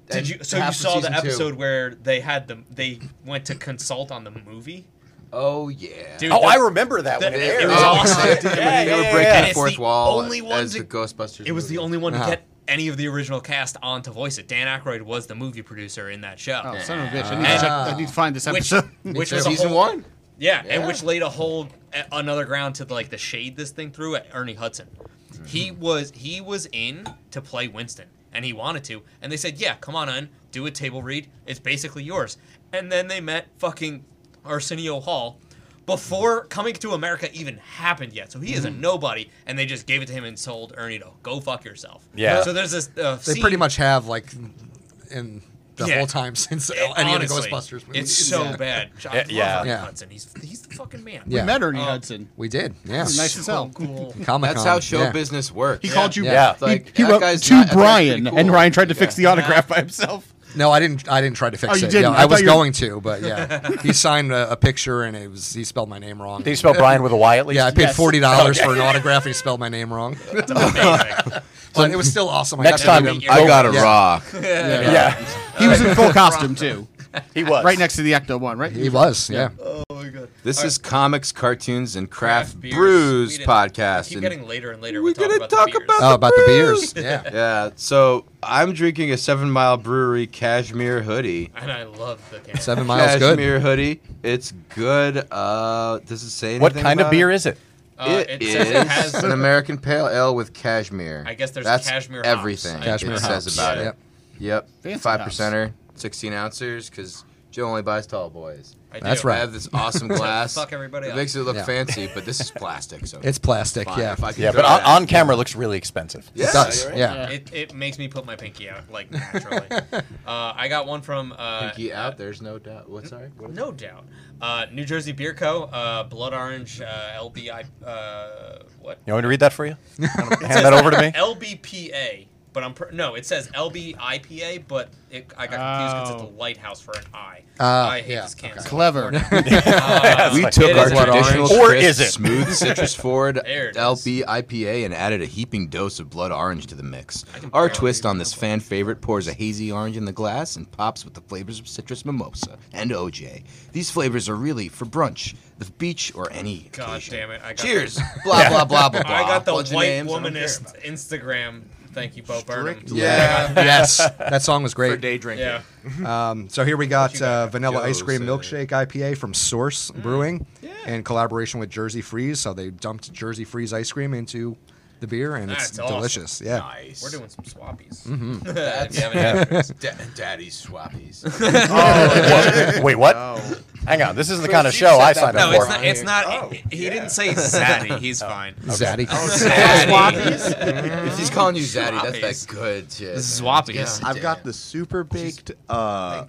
S3: Did
S1: and
S3: you? So you
S1: half of
S3: saw the
S1: season two.
S3: episode where they had the they went to consult on the movie.
S1: Oh yeah.
S3: Dude,
S2: Oh,
S3: the-
S2: I remember that
S3: the-
S2: when it
S3: it- it
S2: aired.
S3: was
S1: Oh,
S3: awesome.
S1: shit.
S3: Yeah,
S2: yeah,
S1: they were
S2: yeah,
S1: breaking
S2: yeah.
S1: the
S3: It's
S1: fourth
S3: the
S1: wall
S3: only one
S1: as
S3: to-
S1: the Ghostbusters.
S3: It was the
S1: movie.
S3: only one to
S4: Uh-huh.
S3: get any of the original cast on to voice it. Dan Aykroyd was the movie producer in that show,
S5: Oh, son of a bitch! I need,
S3: Ah.
S5: to, check, I need to find this
S3: which
S5: episode.
S3: which
S4: too.
S3: was a
S1: season
S3: whole-
S1: one.
S3: Yeah, and
S1: Yeah.
S3: which laid a whole a- another ground to like the shade this thing threw at Ernie Hudson. He was he was in to play Winston, and he wanted to, and they said, "Yeah, come on in, do a table read. It's basically yours." And then they met fucking Arsenio Hall before coming to America even happened yet. So he is a nobody, and they just gave it to him and told Ernie to go fuck yourself.
S2: Yeah.
S3: So there's this. Uh,
S4: They
S3: scene-
S4: pretty much have like in the
S3: Yeah.
S4: whole time since
S3: it-
S4: any of
S3: honestly,
S4: the Ghostbusters movies.
S3: It's so
S4: Yeah.
S3: bad. I
S2: Yeah,
S3: love
S2: yeah.
S3: Ernie
S4: Yeah.
S3: Hudson. He's he's the fucking man.
S4: Yeah.
S5: We met Ernie
S3: Oh.
S5: Hudson.
S4: We did, yeah.
S5: He was nice as hell.
S3: Cool.
S4: Comic
S1: That's how show business works.
S5: He called you.
S2: Yeah.
S5: He,
S1: Like,
S5: he
S1: that
S5: wrote
S1: guy's
S5: to
S1: not- that's pretty
S5: Brian,
S1: cool.
S5: and Ryan tried to fix the autograph by himself.
S4: No, I didn't. I didn't try to fix
S5: Oh,
S4: it.
S5: you didn't?
S4: Yeah,
S5: I
S4: I,
S5: thought
S4: was
S5: you were-
S4: going to, but yeah, he signed a, a picture and it was he spelled my name wrong.
S2: Did you spell Brian with a Y at least?
S4: Yeah, I paid
S5: Yes.
S4: forty dollars for an autograph and he spelled my name wrong.
S3: Amazing.
S4: but it was still awesome. I
S2: Next
S4: got to
S2: time,
S4: meet him.
S2: I
S7: I got a
S4: Yeah.
S7: rock.
S2: yeah.
S5: He was in full costume too,
S2: he was
S5: right next to the Ecto one. Right.
S4: He was, yeah.
S1: This is comics, cartoons, and craft,
S3: Beers. We
S1: brews
S3: didn't-
S1: podcast.
S3: Keep
S1: and-
S3: getting later and later.
S1: We're
S3: We talk
S1: gonna
S3: about the
S1: talk
S3: beers.
S1: about-
S4: Oh, about the
S1: Brews.
S4: beers, yeah.
S1: yeah. So I'm drinking a Seven Mile Brewery cashmere hoodie.
S3: and I love the camera.
S4: Seven miles good.
S1: cashmere hoodie. It's good. Uh, does it say anything?
S2: What kind of
S1: about
S2: beer
S1: It?
S2: is it?
S3: Uh,
S1: it
S3: it
S1: is
S3: says it has
S1: an American pale ale with cashmere.
S3: I guess there's
S1: That's
S3: cashmere hops.
S1: Everything
S3: I-
S4: Cashmere
S1: it
S4: hops.
S1: says about
S4: Yep.
S1: it. Yep.
S5: Fancy
S1: Five
S5: hops.
S1: percenter, sixteen ounces, because Joe only buys tall boys.
S3: I do.
S4: That's
S1: I
S4: right.
S1: have this awesome glass.
S3: Fuck everybody
S1: It
S3: up.
S1: makes it look
S4: Yeah.
S1: fancy, but this is plastic, so
S4: It's plastic,
S1: fine.
S4: yeah.
S1: If I can
S2: Yeah,
S1: throw
S2: but on,
S1: that-
S2: on camera it looks really expensive.
S1: Yeah,
S4: It does,
S1: you're right.
S4: yeah.
S3: It, it makes me put my pinky out like naturally. uh, I got one from uh,
S1: Pinky out. There's no doubt. What's sorry? What is
S3: no doubt uh, New Jersey Beer Co. Uh, Blood Orange uh, LBI uh, what
S2: You want me to read that for you? Hand that over to me.
S3: LBPA. But I'm pr- no. It says LBIPA, but it, I got confused because it's a lighthouse for an I.
S4: Ah,
S3: I hate
S4: yeah,
S3: this can. so
S5: Clever.
S3: much.
S1: we
S2: Like,
S1: took
S3: it
S1: our
S3: is what
S1: traditional
S2: orange- Or
S1: crisp,
S2: is it?
S1: smooth citrus forward
S3: There it is.
S1: LB IPA and added a heaping dose of blood orange to the mix.
S3: can
S1: Our
S3: barely
S1: twist on
S3: read
S1: this
S3: that.
S1: fan favorite pours a hazy orange in the glass and pops with the flavors of citrus mimosa and OJ. These flavors are really for brunch, the beach, or any
S3: God
S1: occasion.
S3: damn it, I got
S1: Cheers. Blah, blah, blah, blah, blah.
S3: I got the
S1: Bunch of
S3: white
S1: names I don't care about.
S3: womanist Instagram. Thank you, Bo Burnham.
S1: Yeah.
S4: yes, that song was
S1: For
S4: great.
S1: day drinking.
S3: Yeah.
S4: Um, so here we got uh, vanilla ice
S1: Joe
S4: cream
S1: said
S4: milkshake IPA from Source Brewing in collaboration with Jersey Freeze. So they dumped Jersey Freeze ice cream into the beer, and it's
S3: That's awesome.
S4: delicious. Yeah,
S1: Nice.
S3: We're doing some swappies.
S1: That's-
S3: If you haven't had it.
S1: Da- daddy's swappies.
S2: Wait, what? Hang on. This isn't the kind of show I signed
S3: No,
S2: up
S1: Or-
S3: it's
S2: for.
S3: not. It's not he he didn't say zaddy. He's fine.
S4: Zaddy.
S3: Zaddy.
S1: if he's calling you zaddy, that's
S3: Swappies.
S1: that good shit.
S3: Swappies.
S8: I've got the super baked. Uh,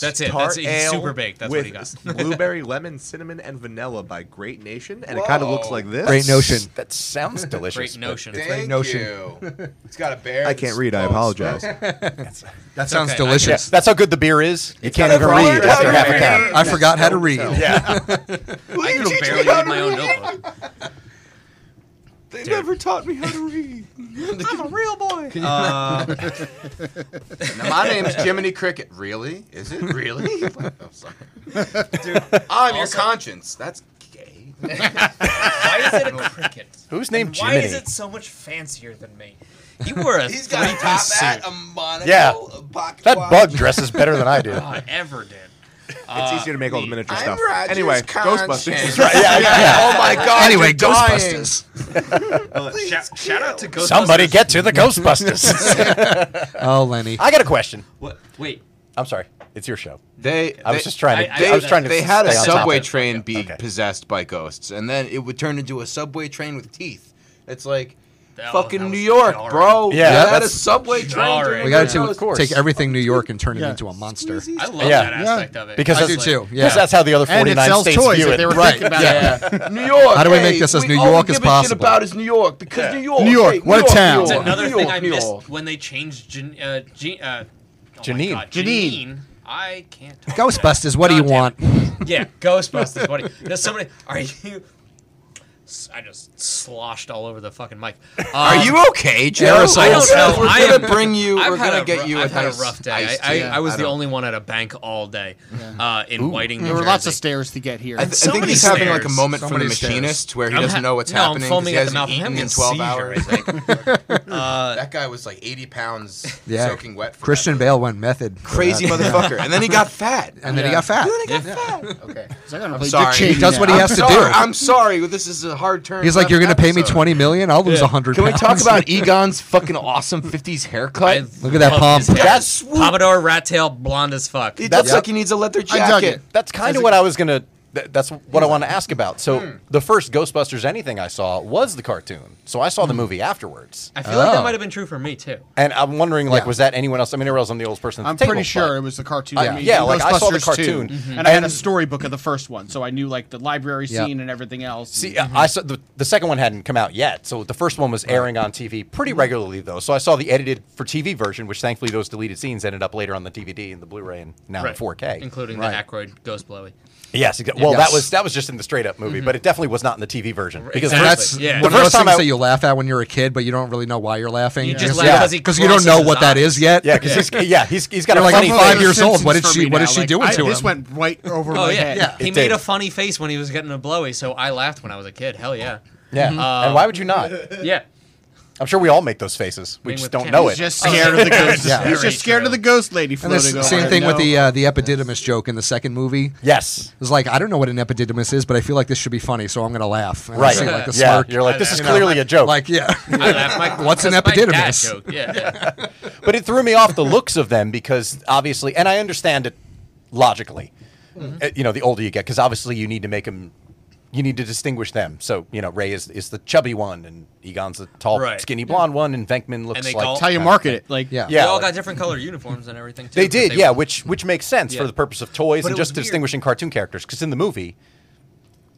S3: That's it.
S8: tart
S3: That's it. He's
S8: ale
S3: super baked. That's
S8: with
S3: what he got.
S8: blueberry, lemon, cinnamon, and vanilla by Great Nation, and it kind of looks like this.
S4: Great notion.
S2: That sounds delicious.
S3: Great
S2: but
S3: notion.
S1: Thank
S4: notion.
S1: you. It's got a bear.
S8: I can't read. I apologize.
S4: That sounds
S3: okay.
S2: Yeah,
S4: delicious.
S2: that's how good the beer is. You can't even
S1: Brian,
S2: read after
S1: how
S2: half a
S1: good
S2: can.
S4: I forgot how to read.
S2: Yeah.
S3: I can barely read my own notebook.
S8: They never taught me how to read.
S3: I'm a real boy. Uh,
S1: Now, my name's Jiminy Cricket. Really? Is it really? I'm sorry. Dude, I'm your
S3: Also-
S1: conscience. That's gay.
S3: why is it a cricket?
S2: Who's named
S3: Why
S2: Jiminy?
S3: is it so much fancier than me? You wore a
S1: He's got a
S3: three-piece
S1: top hat,
S3: suit.
S1: a monocle,
S2: Yeah.
S1: a pocket
S2: That
S1: watch.
S2: bug dresses better than I do.
S3: I ever did. Uh,
S8: It's easier to make all the miniature
S1: Uh, I'm
S8: stuff.
S1: Roger's
S8: anyway,
S1: conscience.
S8: Ghostbusters.
S2: Right, yeah, yeah.
S1: Oh my god.
S4: Anyway,
S1: you're dying.
S4: Ghostbusters.
S3: Shout, shout out to Ghostbusters.
S2: Somebody get to the Ghostbusters.
S4: Oh, Lenny.
S2: I got a question.
S3: What? Wait.
S2: I'm sorry. It's your show.
S1: They,
S2: I was
S1: they-
S2: just trying to.
S3: I-
S2: I,
S3: I-
S2: was trying to.
S1: They had a
S2: stay on top
S1: subway
S2: of it.
S1: train be
S2: Okay.
S1: possessed by ghosts, and then it would turn into a subway train with teeth. It's like
S3: That- that
S1: fucking
S3: was
S1: New York,
S3: jarring.
S1: bro.
S2: Yeah,
S1: Yeah, had a
S2: that's
S1: subway train.
S3: jarring.
S1: during
S4: We got
S1: the
S2: Yeah,
S4: to
S2: of course.
S4: take everything New York and turn it
S5: Yeah.
S4: into a monster.
S3: I love
S2: Yeah.
S3: that aspect of it.
S2: Because
S4: I
S3: It's
S4: do
S3: like-
S4: too.
S2: Because
S4: Yeah.
S2: that's how the other
S5: and it
S2: 49
S5: sells
S2: states
S5: toys
S2: view
S5: if
S2: it.
S5: they were
S2: right.
S5: thinking about
S2: yeah.
S5: it.
S1: New York.
S4: How do we make
S1: hey,
S4: this as
S1: we-
S4: New
S1: all we
S4: York as
S1: give a shit
S4: possible?
S1: about is New York because New York.
S5: New York,
S1: hey,
S5: what a
S1: New York,
S5: town.
S1: New
S5: It's
S3: It's
S1: York,
S3: another
S1: New
S3: thing
S1: York,
S3: I
S1: New
S3: missed
S1: York.
S3: when they changed Jan- uh, Jean, uh, oh my
S2: Janine.
S3: God,
S5: Janine.
S3: Janine. I can't. Talk
S4: Ghostbusters,
S3: today.
S4: what do you
S3: God damn
S4: want?
S3: it. yeah, Ghostbusters. What do you? Does somebody? Are you? S- I just sloshed all over the fucking mic.
S1: Are
S3: Um,
S1: you okay, Joe?
S4: Aerosols.
S1: I don't know.
S4: No,
S1: We're
S3: I
S1: gonna
S3: am-
S1: bring you.
S3: I've
S1: we're
S3: had
S1: gonna
S3: a
S1: get
S3: ru-
S1: you.
S3: I've
S1: a
S3: had
S1: nice
S3: a rough day.
S1: iced
S3: I,
S1: tea.
S3: I, I was the
S1: don't-
S3: only one at a bank all day uh, in Whiting, New
S5: There were lots of
S3: Jersey.
S5: stairs to get here.
S1: I, th-
S3: so
S1: I think
S3: many
S1: he's having like a
S3: stairs.
S1: moment
S4: So
S1: from the
S4: many stairs.
S1: machinist where he
S3: I'm
S1: doesn't
S3: ha-
S1: know what's
S3: no, I'm
S1: happening. 'cause
S3: foaming
S1: he
S3: at
S1: hasn't
S3: the mouth. I'm
S1: eaten
S3: having
S1: in
S3: a
S1: 12
S3: seizure. uh,
S1: hours. Like, that guy was like 80 pounds
S4: Yeah.
S1: soaking wet. for
S4: Christian
S1: that.
S4: Bale went method. for
S1: Crazy
S4: that.
S1: motherfucker. And then he got fat.
S4: And then he
S5: Yeah.
S4: got fat.
S1: Then he got fat. Okay.
S5: So I gotta
S1: I'm
S5: play Dick
S1: sorry.
S5: Cheney
S4: He does
S5: now.
S4: what he
S1: I'm
S4: has to
S1: sorry.
S4: do.
S1: I'm sorry. This is a a hard turn.
S4: He's like,
S1: left
S4: "You're going to pay me
S1: episode."
S4: twenty million? I'll lose a hundred.
S9: Can we talk
S4: pounds."
S9: about Egon's fucking awesome '50s haircut?
S3: I
S4: Look at that
S3: love
S4: pomp.
S3: his hair.
S9: That's-
S3: Commodore Rat Tail, blonde as fuck.
S9: He looks like he needs a leather
S5: I dug
S9: jacket.
S5: it.
S2: That's kind of what I was gonna. th- That's what I want to ask about. So the first Ghostbusters anything I saw was the cartoon. So I saw the movie afterwards,
S3: I feel like
S4: Oh.
S3: that might have been true for me too.
S2: and I'm wondering like,
S4: Yeah.
S2: was that anyone else? I mean, I realize I'm the oldest person. At the
S5: I'm
S2: table,
S5: pretty sure
S2: but-
S5: it was the cartoon.
S2: I-
S5: I mean,
S2: yeah, like, I saw the
S5: Ghostbusters 2.
S2: cartoon.
S5: and, I had a
S2: And-
S5: storybook of the first one, so I knew like the library
S4: Yeah.
S5: scene and everything else.
S2: See,
S4: Mm-hmm.
S2: I saw the, the second one hadn't come out yet, so the first one was airing on TV pretty
S4: Mm-hmm.
S2: regularly though. So I saw the edited for TV version, which thankfully those deleted scenes ended up later on the DVD and the Blu-ray and now in 4K.
S3: including the
S4: Right.
S3: Ackroyd Ghost Blowy.
S2: yes, exactly. Well,
S4: Yes.
S2: that was that was just in the straight up
S4: Mm-hmm.
S2: movie, but it definitely was not in the TV version because
S4: And
S3: Exactly.
S4: that's
S3: Yeah.
S4: one
S2: The
S4: of
S2: first
S4: those
S2: time
S4: things
S2: I-
S4: that you laugh at when you're a kid, but you don't really know why you're laughing.
S3: You just
S2: laugh
S4: yeah.
S2: 'cause
S3: he
S4: you don't
S3: crosses
S4: know
S3: his
S4: what that
S3: eyes.
S4: is yet.
S2: yeah, because he's yeah he's he's got
S4: You're
S2: a
S4: like,
S2: funny
S4: I'm
S5: Like,
S4: five
S2: face.
S5: the
S4: years old. What
S5: Simpsons
S4: did
S5: for
S4: she-
S5: me
S4: what is
S5: now.
S4: she
S5: Like,
S4: doing
S5: I-
S4: to
S5: This
S4: him?
S5: went right over
S3: Oh
S5: my
S3: yeah,
S5: head.
S3: he made
S2: It did.
S3: a funny face when he was getting a blowy, so I laughed when I was a kid. Hell yeah,
S2: Yeah,
S4: Mm-hmm.
S2: and why would you not?
S4: Uh,
S3: yeah.
S2: I'm sure we all make those faces. We
S3: Being
S2: just
S3: with
S2: don't
S3: Ken.
S2: know
S3: He's
S2: it.
S5: Just scared of the ghost.
S2: Yeah.
S5: He's
S3: Very
S5: just scared
S3: true.
S5: of the ghost lady
S4: And
S5: floating
S4: this
S5: over.
S4: same
S5: him.
S4: thing with
S5: No.
S4: the uh, the epididymis joke in the second movie.
S2: yes.
S4: It's like I don't know what an epididymis is, but I feel like this should be funny, so I'm going to laugh. And I
S2: Right.
S4: see, like the
S2: yeah.
S4: smirk.
S2: You're like, this is
S4: you know,
S2: clearly a joke.
S4: Like yeah,
S3: I laughed. My,
S4: What's an
S3: that's my dad
S4: epididymis?
S3: joke, Yeah, yeah.
S2: but it threw me off the looks of them because obviously, and I understand it logically.
S3: Mm-hmm.
S2: Uh, You know, the older you get, because obviously you need to make them, you need to distinguish them. So you know, Ray is is the chubby one, and Egon's the tall,
S3: Right.
S2: skinny blonde one, and Venkman looks
S3: they
S2: like
S3: call-
S5: That's how you market it. Like
S4: yeah,
S2: Yeah,
S3: they all
S2: like-
S3: got different color uniforms and everything. Too,
S2: They
S3: 'cause
S2: did, yeah,
S3: were-
S2: which which makes sense
S3: Yeah.
S2: for the purpose of toys
S3: But
S2: and
S3: it was
S2: just
S3: weird.
S2: distinguishing cartoon characters. Because in the movie,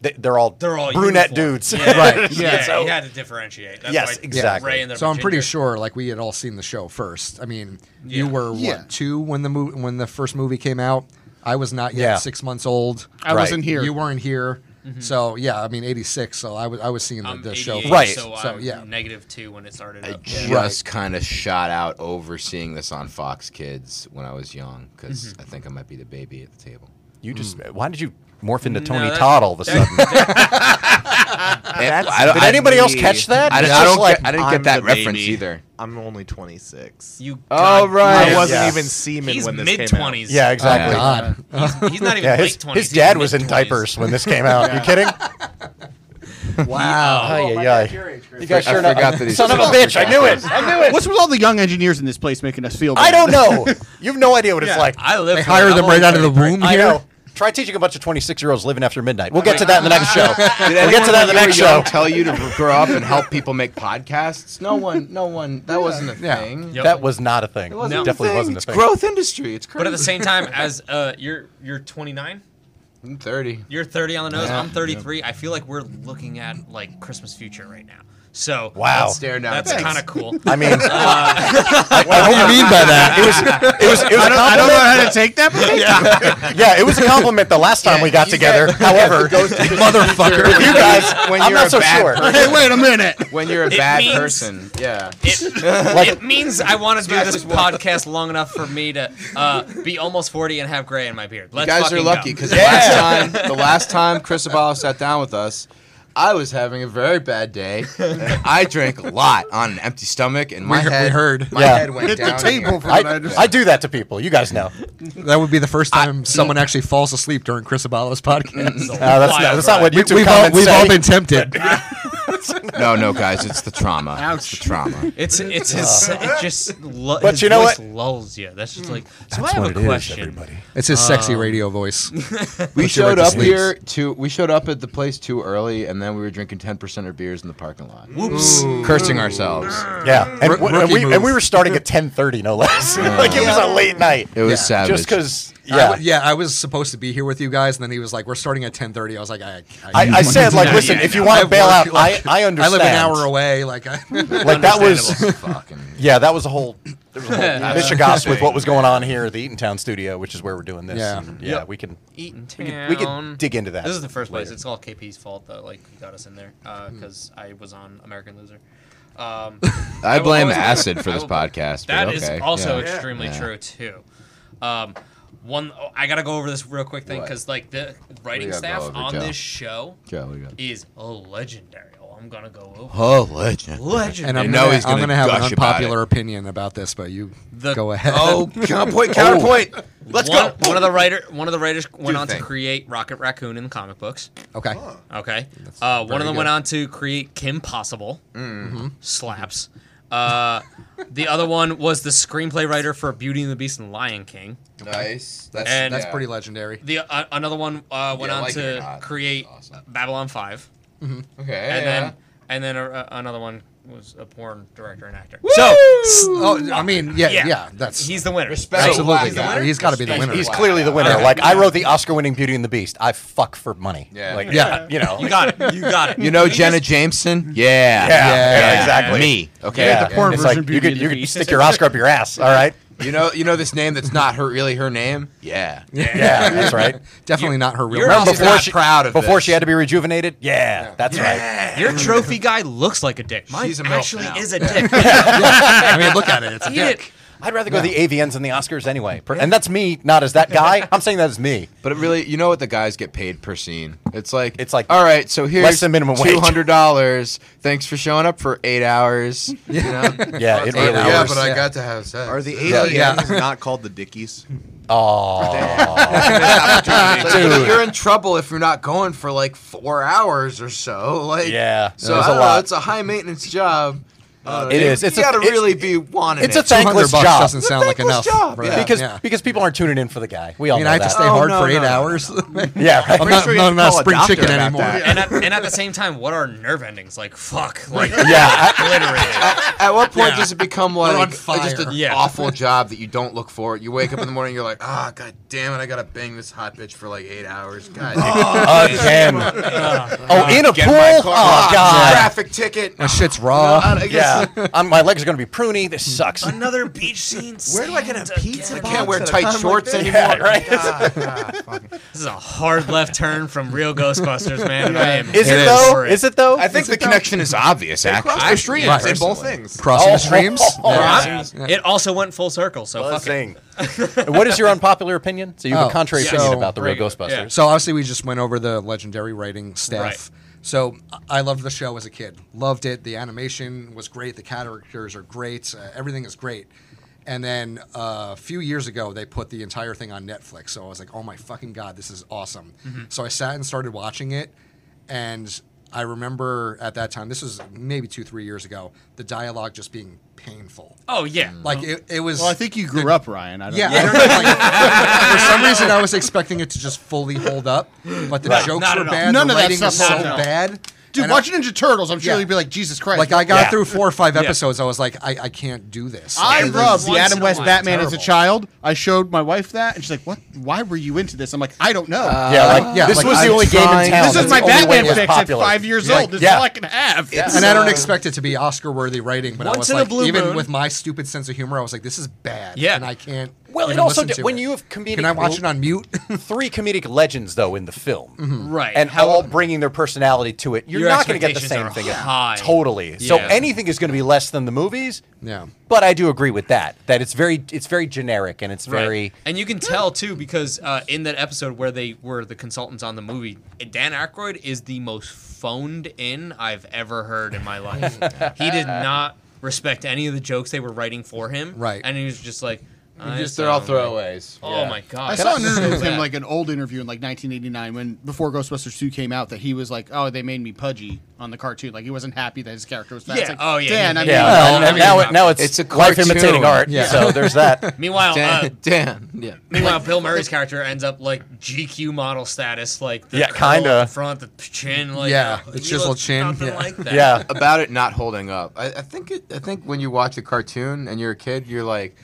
S2: they, they're all
S3: they're all
S2: brunette
S3: uniform.
S2: dudes,
S3: Yeah.
S4: Right.
S3: Yeah,
S2: Yeah, so-
S3: you had to differentiate. That's
S2: Yes,
S3: why
S2: exactly.
S3: Ray and their
S4: So I'm pretty
S3: Virginia-
S4: sure, like we had all seen the show first. I mean, you
S3: Yeah.
S4: were what
S5: Yeah.
S4: two when the mo- when the first movie came out. I was not yet
S2: Yeah.
S4: six months old.
S5: I
S2: Right.
S5: wasn't here.
S4: You weren't here. So yeah, I mean '86. So I was I was seeing the,
S3: I'm
S4: the show.
S3: 88,
S4: first.
S2: Right.
S3: So,
S4: So,
S3: I'm
S4: yeah.
S3: negative two when it started.
S1: I
S3: up.
S1: just kind of shot out over seeing this on Fox Kids when I was young because
S3: Mm-hmm.
S1: I think I might be the baby at the table.
S2: you just why did you morph into
S3: No,
S2: Tony
S3: that-
S2: Todd all of a
S3: that-
S2: sudden?
S8: That's
S1: I don't-
S2: Did anybody else catch that?
S1: I,
S2: It's
S1: I
S2: just
S1: don't.
S2: like,
S1: get, I didn't
S8: I'm
S1: get that
S8: the
S1: reference
S8: baby.
S1: either.
S8: I'm only 26.
S3: You.
S1: All
S3: God,
S1: right.
S8: I wasn't
S2: Yes.
S8: even semen
S3: He's
S8: when this
S3: mid
S8: came out.
S3: twenties.
S2: yeah, exactly.
S4: God.
S3: He's not even
S2: Yeah,
S3: late
S2: his,
S3: twenties.
S2: his dad was in diapers when this came out. You kidding?
S1: Oh,
S3: Oh.
S4: Wow.
S2: Ay, ay, ay. You guys
S1: I
S2: sure enough-
S1: forgot that he's
S2: son of a
S1: still-
S2: bitch. I knew it. I knew it.
S5: What's with all the young engineers in this place making us feel?
S2: I
S5: bad?
S2: don't know. You have no idea what it's like.
S3: I live.
S4: They
S3: for it.
S4: hire
S3: I'm
S4: them
S3: only
S4: right out of the
S3: 33.
S4: womb
S2: I
S4: here.
S2: know. Try teaching a bunch of 26 year olds living after midnight. We'll get to that in the next show. we'll get to that in the
S1: When you
S2: next
S1: were young,
S2: show.
S1: Tell you to grow up and help people make podcasts. No one. No one. That wasn't a
S4: Yeah.
S1: thing.
S3: Yep.
S2: That was not a thing.
S1: It wasn't a
S2: Definitely
S1: thing.
S2: wasn't a
S1: It's
S2: thing.
S1: growth industry. It's crazy.
S3: But at the same time, as uh, you're you're 29,
S1: I'm 30.
S3: you're 30 on the nose. I'm 33. I feel like we're looking at like Christmas future right now. So
S2: Wow.
S1: Staring down.
S3: that's
S1: at
S3: kind of cool.
S2: I mean,
S1: Uh,
S4: What do you mean by that?
S2: it was it was it was a
S5: I don't know
S2: compliment.
S5: how to take that. But
S2: Yeah, it was a compliment the last time we got together. However,
S4: Motherfucker.
S2: you guys,
S1: when
S2: I'm
S1: you're
S2: not
S1: a
S2: so
S1: bad
S2: sure.
S1: person.
S5: hey, wait a minute.
S1: When you're a
S3: It
S1: bad
S3: means-
S1: person. Yeah.
S3: It, it means I want to do this podcast long enough for me to uh, be almost 40 and have gray in my beard. Let's
S1: You guys are
S3: fucking
S1: lucky
S3: go.
S1: because last time, the last time Chris Abalo sat down with us, I was having a very bad day. I drank a lot on an empty stomach, and my
S4: We- we
S1: head
S4: heard.
S1: My
S2: Yeah.
S1: head went
S5: Hit the
S1: down.
S5: table
S1: here.
S5: for what I
S2: I,
S5: just.
S2: I do that to people. You guys know. Uh,
S4: That would be the first time someone actually falls asleep during Chris Abalo's podcast.
S2: No, that's not, that's not what YouTube
S4: we've all,
S2: comments
S4: we've
S2: say.
S4: all been tempted.
S1: No, no, guys, it's the trauma. It's the trauma.
S3: It's it's his, it just lu-
S2: But
S3: his
S2: you know
S3: voice
S2: what?
S3: lulls you. That's just like so. I have a question.
S4: It's his sexy radio voice.
S1: We
S4: Puts you right
S1: showed
S4: to
S1: up
S4: sleep.
S1: here too. We showed up at the place too early, and then we were drinking ten percent of beers in the parking lot,
S3: Whoops.
S1: cursing ourselves.
S2: Yeah, and,
S4: Rook-
S2: w- and
S4: rookie
S2: we and we
S4: move.
S2: were starting at 10:30 no less. like it was a late night.
S1: It was
S4: Yeah,
S1: savage.
S2: Just because,
S4: I
S2: yeah.
S4: w- yeah, I was supposed to be here with you guys, and then he was like, "We're starting at 10.30. I was like, "I,
S2: I, I said, like,
S3: Yeah,
S2: listen,
S3: yeah,
S2: if you
S3: no.
S2: want to
S4: I
S2: bail
S4: work,
S2: out, I,
S4: like-
S2: I
S4: I
S2: understand.
S4: live an hour away." Like, I,
S2: Like that was,
S1: fucking
S2: yeah, that was a whole, there was a whole Michigas with what was going on here at the Eatontown studio, which is where we're doing this.
S4: Yeah.
S2: and yeah, we can
S3: Eaton
S2: we can we can dig into that.
S3: This is the first place. It's all KP's fault though. Like he got us in there
S2: Hmm.
S3: because I was on American Loser. Um,
S1: I
S3: will
S1: blame
S3: always-
S1: acid for
S3: I
S1: this
S3: will-
S1: podcast. but
S3: That is
S1: okay,
S3: also
S1: yeah.
S3: extremely
S1: Yeah.
S3: true too. Um, one, oh, I gotta go over this real quick thing
S1: What?
S3: because like the
S1: do
S3: writing
S1: you gotta go
S3: staff
S1: over,
S3: on
S1: Joe?
S3: this show
S1: Joe, what do you got?
S3: is legendary. Well, I'm gonna go over.
S7: Oh, legend.
S3: Legend.
S4: And I'm
S7: You know
S4: gonna,
S7: he's
S4: I'm
S7: gonna
S4: gonna have an
S7: gush about
S4: unpopular opinion about this, but you
S3: The-
S4: go ahead.
S7: Oh, counterpoint, counterpoint. Let's
S3: one,
S7: go.
S3: One of the writer, one of the writers
S1: the
S3: went on
S1: thing.
S3: to create Rocket Raccoon in the comic books.
S4: okay.
S3: Okay. Uh, one of them
S4: good.
S3: went on to create Kim Possible.
S1: Mm-hmm.
S3: Slaps. Uh, the other one was the screenplay writer for Beauty and the Beast and Lion King.
S1: Nice. That's,
S3: And-
S4: That's
S1: yeah.
S4: pretty legendary.
S3: The uh, another one uh, went
S1: Yeah,
S3: on
S1: like it or
S3: to
S1: not,
S3: create
S1: that's awesome.
S3: Babylon Five,
S1: Okay.
S3: and
S1: yeah.
S3: then and then uh, another one was a porn director and actor.
S2: So
S4: Oh, I mean, yeah, yeah. that's
S3: he's the winner.
S1: Respect.
S4: absolutely.
S1: He's the winner?
S4: he's got to be the
S1: He's-
S4: winner.
S2: he's clearly the winner. Like I wrote the Oscar-winning Beauty and the Beast. I fuck for money.
S1: Yeah.
S2: Like
S4: Yeah.
S2: you know.
S3: You got it. You got it.
S9: You know Jenna Jameson? Yeah.
S2: Yeah, yeah, exactly.
S9: Me. Okay.
S2: yeah.
S5: the porn
S2: it's
S5: version
S2: like
S5: Beauty
S2: you could
S5: and the
S2: you could
S5: Beast.
S2: stick your Oscar up your ass. All right.
S1: You know, you know this name that's not her really her name. Yeah.
S2: Yeah, that's right.
S4: Definitely not her real.
S3: you're
S4: name.
S2: Remember
S3: also
S2: before
S1: not
S2: she
S1: proud of
S2: before
S1: this.
S2: she had to be rejuvenated. Yeah, that's right.
S3: Your trophy guy looks like a dick. Mine
S1: She's a milf
S3: actually
S1: now.
S3: is a dick.
S4: I mean, look at it. It's a
S3: Eat it.
S4: dick.
S2: I'd rather go to the AVNs and the Oscars anyway, Per- and that's me, not as that guy. I'm saying that as me.
S1: But it really, you know what the guys get paid per scene? It's like
S2: It's like
S1: all right, so here's
S2: than minimum wage.
S1: two hundred dollars. Thanks for showing up for eight hours. You know?
S2: Yeah, it really
S1: yeah,
S2: is.
S1: but I got to have sex.
S8: Are the
S1: Yeah.
S8: aliens not called the Dickies?
S1: Like,
S2: Dude.
S1: You're in trouble if you're not going for like four hours or so. Like
S2: Yeah,
S1: so I
S2: there's a
S1: don't know,
S2: lot.
S1: it's a high maintenance job. Uh,
S2: It
S1: you-
S2: is. It's
S1: you
S2: a-
S1: gotta
S2: it's-
S1: really be wanting.
S2: it's
S1: it.
S2: a thankless
S4: 200 bucks
S2: job.
S4: doesn't sound like enough.
S1: thankless job,
S4: for
S1: yeah.
S4: that.
S2: because
S4: yeah.
S2: because people aren't tuning in for the guy. We all
S4: I mean,
S2: know
S4: I have to
S2: that.
S4: stay
S1: Oh,
S4: hard
S1: no,
S4: for eight
S1: no, no,
S4: hours.
S2: yeah, right.
S4: I'm not,
S8: sure you
S4: not,
S8: can
S4: not
S8: call a
S4: spring
S8: doctor
S4: chicken
S8: about
S4: anymore.
S8: that.
S3: and, at, and at the same time, what are nerve endings? Like, fuck. Like,
S2: yeah, I-
S3: obliterated.
S1: At what point does it become
S4: on
S1: like
S4: fire.
S1: just an
S3: Yeah.
S1: awful job that you don't look for? You wake up in the morning, you're like, ah, god damn it, I gotta bang this hot bitch for like eight hours. God,
S2: Oh,
S1: damn.
S2: again.
S3: Uh,
S2: oh, in a pool. Oh God. Oh,
S1: traffic ticket.
S4: When shit's raw.
S1: I guess-
S2: Yeah, I'm, my legs are gonna be pruny. This sucks.
S3: Another beach scene. Where do I get a pizza?
S1: I can't wear tight shorts anymore.
S2: Yeah, right.
S3: This is a hard left turn from real Ghostbusters, man. and I am
S2: Is it
S3: here
S2: though?
S3: for
S2: Is it though?
S9: I think the connection is obvious, actually.
S8: Cross the streams
S4: Right.
S8: in both things.
S4: Crossing
S2: Oh.
S4: the streams.
S2: Oh,
S4: Yeah.
S3: Yeah. It also went full circle, so fuck it.
S2: Buzzing. what is your unpopular opinion? So you have
S4: Oh,
S2: a contrary
S4: yeah.
S2: opinion
S4: so-
S2: about the real
S3: Right, yeah.
S2: Ghostbusters.
S4: So obviously, we just went over the legendary writing staff.
S3: Right.
S4: So I loved the show as a kid. Loved it. The animation was great. The characters are great. Uh, everything is great. And then uh, a few years ago, they put the entire thing on Netflix. So I was like, oh my fucking god, this is awesome.
S5: Mm-hmm.
S4: So I sat and started watching it, and I remember at that time, this was maybe two, three years ago, the dialogue just being painful.
S3: Oh yeah.
S4: Like it, it was.
S5: Well, I think you grew up, Ryan. I don't
S4: Yeah,
S5: know.
S4: I don't know, like, for some reason I was expecting it to just fully hold up, but the
S3: Right.
S4: jokes
S3: Not
S4: were
S3: at all.
S4: bad.
S5: None
S4: the
S5: of that
S4: writing was so
S5: stuff's not at all.
S4: bad.
S5: Dude,
S4: And I-
S5: watching Ninja Turtles, I'm sure
S4: Yeah.
S5: you'd be like, Jesus Christ.
S4: like I got
S2: Yeah.
S4: through four or five episodes, I was like, I, I can't do this.
S5: I
S4: Like,
S5: loved the
S3: once
S5: Adam
S3: in a
S5: West
S3: while.
S5: Batman as a
S4: Terrible.
S5: child. I showed my wife that, and she's like, "What? Why were you into this?" I'm like, "I don't know.
S2: Yeah, Ah. like
S4: yeah,
S2: this
S4: like,
S2: was the
S4: I'm
S2: only game in
S4: trying-
S2: town.
S5: this
S2: Uh, That's
S5: is my
S2: the only way it
S5: Batman
S2: was
S5: fix at
S2: popular.
S5: five years
S4: Yeah.
S5: old. This
S2: Yeah.
S5: is all I can have."
S4: and I don't expect it to be Oscar-worthy writing, but
S3: Once
S4: I was
S3: in a
S4: like,
S3: blue
S4: even
S3: moon.
S4: with my stupid sense of humor, I was like, this is bad.
S3: Yeah.
S4: and I can't.
S2: Well, it
S4: even
S2: also
S4: listen
S2: did-
S4: to
S2: when
S4: it.
S2: you have comedic
S4: Can I watch it on mute?
S2: three comedic legends though in the film,
S3: Right.
S2: and
S3: How-
S2: all bringing their personality to it, you're
S3: Your
S2: not going to get the same
S3: expectations
S2: thing.
S3: are high.
S2: Totally. So
S3: Yeah.
S2: anything is going to be less than the movies.
S4: yeah.
S2: But I do agree with that. That it's very it's very generic and it's
S3: Right.
S2: very
S3: And you can tell too because uh, in that episode where they were the consultants on the movie, Dan Aykroyd is the most phoned in I've ever heard in my life. he did not respect any of the jokes they were writing for him.
S4: Right.
S3: And he was just like, I
S1: Just they're all
S3: sound like-
S1: throwaways.
S3: Oh
S2: Yeah.
S3: my god!
S5: I saw an
S3: So
S5: interview with him,
S3: bad.
S5: like an old interview in like 1989, when before Ghostbusters 2 came out, that he was like, "Oh, they made me pudgy on the cartoon." Like he wasn't happy that his character was fat. It's
S3: Yeah.
S5: like,
S3: Oh, yeah,
S5: Dan,
S3: yeah,
S5: I mean,
S2: yeah.
S3: well,
S2: and
S3: everything
S2: now,
S3: about
S2: it, now it's,
S1: It's a
S2: life
S1: cartoon.
S2: imitating art.
S4: Yeah.
S2: So there's that.
S3: meanwhile, uh,
S1: Damn, damn, yeah.
S3: Meanwhile, Bill Murray's character ends up like GQ model status, like the
S2: Yeah,
S3: curl
S2: kinda.
S3: up front, the chin, like
S4: Yeah,
S3: uh,
S4: the
S3: he
S4: chiseled
S3: looks
S4: chin,
S3: nothing
S4: yeah.
S3: like that.
S2: Yeah.
S1: about it not holding up. I, I think it, I think when you watch a cartoon and you're a kid, you're like,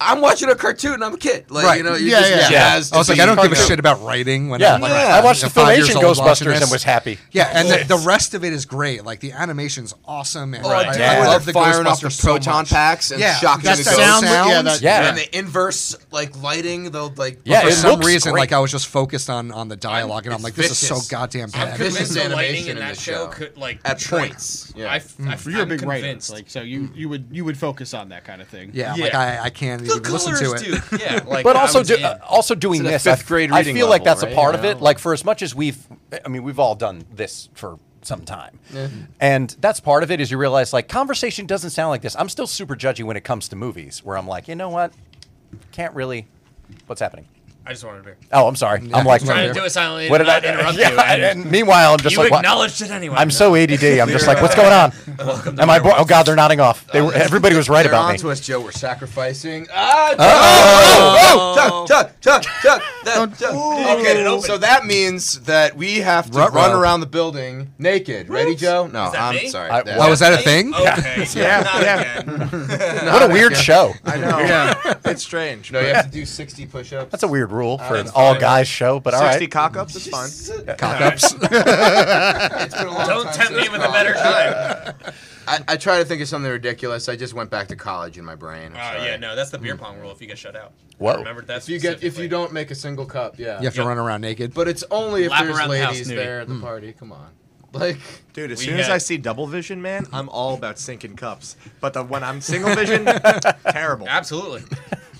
S1: I'm watching a cartoon. and I'm a kid. Like
S4: Right.
S1: you know, you're
S5: Yeah,
S1: just
S5: yeah.
S1: jazzed
S4: I was
S1: to
S4: like, I
S1: be-
S4: don't give a shit about writing. When
S2: Yeah.
S4: I'm like,
S2: I watched the
S4: I'm five years
S2: Filmation
S4: old watching
S2: Ghostbusters and
S4: this.
S2: was happy.
S4: Yeah, and the, the rest of it is great. Like the animation's awesome, and
S1: Oh,
S4: I,
S1: I
S4: I
S1: do.
S2: Yeah.
S1: Where
S4: love
S1: they're
S4: the
S1: firing off the
S4: Ghostbusters so
S1: proton
S4: much.
S1: packs and
S4: Yeah,
S1: shocking
S4: that's
S1: the
S4: that
S1: ghosts.
S4: sound.
S5: Yeah,
S4: sounds-
S5: that,
S2: Yeah.
S1: And the inverse like lighting, they'll like
S2: Yeah,
S4: For
S2: it
S4: some
S2: looks
S4: reason,
S2: great.
S4: like I was just focused on on the dialogue, and I'm
S1: It's
S4: like, this is
S1: vicious.
S4: so goddamn
S3: I'm
S4: bad.
S1: vicious
S3: convinced the lighting
S1: animation
S3: in
S1: in
S3: that
S1: the
S3: show
S1: show.
S3: could like
S1: At
S3: break.
S1: points,
S3: I,
S1: yeah.
S3: f- I, f-
S5: you're a
S3: I'm
S5: big writer,
S3: convinced.
S5: like so you you would you would focus on that kind of thing.
S4: Yeah,
S3: Yeah.
S4: like I, I can't
S3: the
S4: even
S3: colors,
S4: listen to it.
S3: dude. Yeah, like
S2: but
S3: I
S2: also,
S3: was
S2: do,
S3: in.
S2: uh, also doing
S1: It's at a
S2: this, I-
S1: fifth grade
S2: I,
S1: reading
S2: feel like
S1: level,
S2: that's
S1: right?
S2: a part of
S1: Yeah.
S2: it. Like for as much as we've, I mean, we've all done this for sometime. And that's part of it is you realize like conversation doesn't sound like this. I'm still super judgy when it comes to movies where I'm like, you know what? Can't really what's happening?
S3: I just wanted to. be-
S2: Oh, I'm sorry. I'm like
S3: Trying to do it silently.
S2: What
S3: and
S2: did I
S3: not interrupt
S2: yeah,
S3: you? And,
S2: and meanwhile, I'm just
S3: you
S2: like what?
S3: acknowledged it anyway.
S2: I'm so ADD. I'm just like, what's going on? Am I? Bo- oh God, they're nodding off. They
S1: Uh,
S2: were, everybody was right
S1: They're
S2: about
S1: on
S2: me.
S1: to us, Joe. We're sacrificing. Ah,
S7: Oh, Chuck, Chuck, Chuck, Chuck. That, Chuck.
S1: Okay, so that means that we have to
S4: Ruh-roh.
S1: run around the building naked. Ready, Joe? No,
S3: that
S1: I'm
S3: me?
S1: sorry.
S2: I-
S1: That-
S4: Oh, was that a thing?
S3: Okay.
S1: Yeah,
S3: Not
S1: yeah.
S3: again.
S2: What a weird show.
S8: I know. Yeah. It's strange.
S1: no, you have to do 60 push-ups.
S2: That's a weird rule for an
S1: that's
S2: all
S1: fine.
S2: guys show, but all
S8: 60
S2: right.
S8: cock ups is fine.
S4: Cock ups.
S1: It's been a long
S3: Don't
S1: time
S3: tempt me
S1: since
S3: with a better time.
S1: I, I try to think of something ridiculous. I just went back to college in my brain.
S3: Uh,
S1: I'm sorry.
S3: yeah, no, that's the beer pong rule. If you get shut out,
S2: Whoa.
S3: I remembered that.
S1: If you get, if you
S3: specifically.
S1: don't make a single cup, yeah. Hmm.
S4: You have to run around naked.
S1: But it's only if
S3: Lap
S1: there's
S3: around the house
S1: ladies
S3: nude.
S1: there at the party. Come on, like
S8: Dude, as
S3: We
S8: soon as
S3: had-
S8: I see double vision, man, I'm all about sinking cups. But the, when I'm single vision, terrible.
S3: absolutely.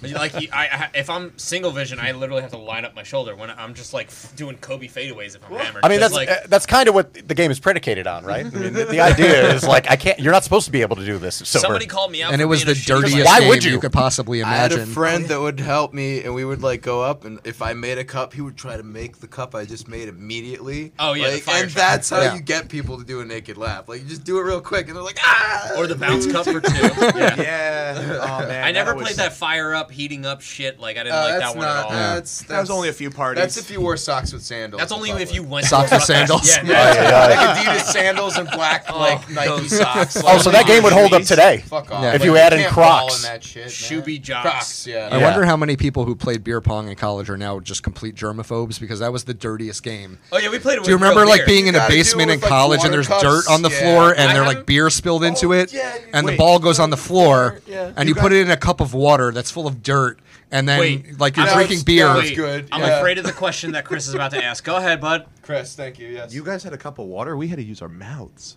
S3: like he, I, I, if I'm single vision, I literally have to line up my shoulder when I'm just like f- doing Kobe fadeaways if I'm hammered.
S2: I mean,
S3: Just like
S2: that's uh, that's kind of what the game is predicated on, right? I mean, the, the idea is like, I can't. You're not supposed to be able to do this. Sober.
S3: somebody called me out,
S4: and
S3: for
S4: it was
S3: being
S4: the
S3: a shitty-
S4: dirtiest
S2: Why
S4: game
S2: would you?
S4: could possibly
S1: I had
S4: imagine.
S1: a friend that would help me, and we would like go up, and if I made a cup, he would try to make the cup I just made immediately.
S3: Oh, yeah, the
S1: Like,
S3: fire
S1: and
S3: shot.
S1: that's how
S4: Yeah.
S1: you get people to do a naked laugh. Like you just do it real quick, and they're like, ah.
S3: or the bounce cup for two. Yeah.
S8: Yeah. Oh, man.
S3: I never
S8: was-
S3: played that fire up, heating up shit. Like I didn't
S1: Uh,
S3: like
S1: that's
S3: that one
S1: not.
S3: at all.
S1: That's, that's
S8: That was only a few parties.
S1: That's if you wore socks with sandals.
S3: That's only if
S1: probably.
S3: you went
S4: Socks
S3: to a
S4: with
S3: fucking-
S4: sandals? Oh,
S3: Yeah, no.
S2: Yeah, yeah, yeah.
S1: like Adidas sandals and black
S3: Oh.
S1: like Oh, Nike
S3: those-
S1: socks.
S2: Oh, so that game would hold up today.
S1: Fuck off.
S4: Yeah.
S2: If you add in
S1: can't ball
S2: Crocs.
S1: in that shit, man.
S3: Shooby jocks.
S1: Crocs, yeah.
S4: I
S2: Yeah.
S4: wonder how many people who played beer pong in college are now just complete germaphobes because that was the dirtiest game.
S3: Oh yeah, we played. it
S4: Do you
S3: with real
S4: remember like
S3: beer.
S4: being in
S1: You
S4: a
S1: gotta do it
S4: basement in
S1: with, like,
S4: college and
S1: water
S4: there's
S1: cups.
S4: dirt on the
S1: Yeah. Oh,
S4: floor and
S3: I
S4: there
S3: haven't-
S4: like beer spilled into it
S1: yeah, you-
S4: and the
S8: wait.
S4: ball goes on the floor
S1: Yeah.
S4: and you, put it in a cup of water that's full of dirt and then
S3: Wait,
S4: like you're
S3: I'm-
S4: drinking
S1: That's-
S4: beer.
S1: that was good.
S3: I'm
S1: yeah.
S3: afraid of the question that Chris is about to ask. Go ahead, bud.
S1: Oh, Chris, thank you. Yes.
S8: You guys had a cup of water. We had to use our mouths.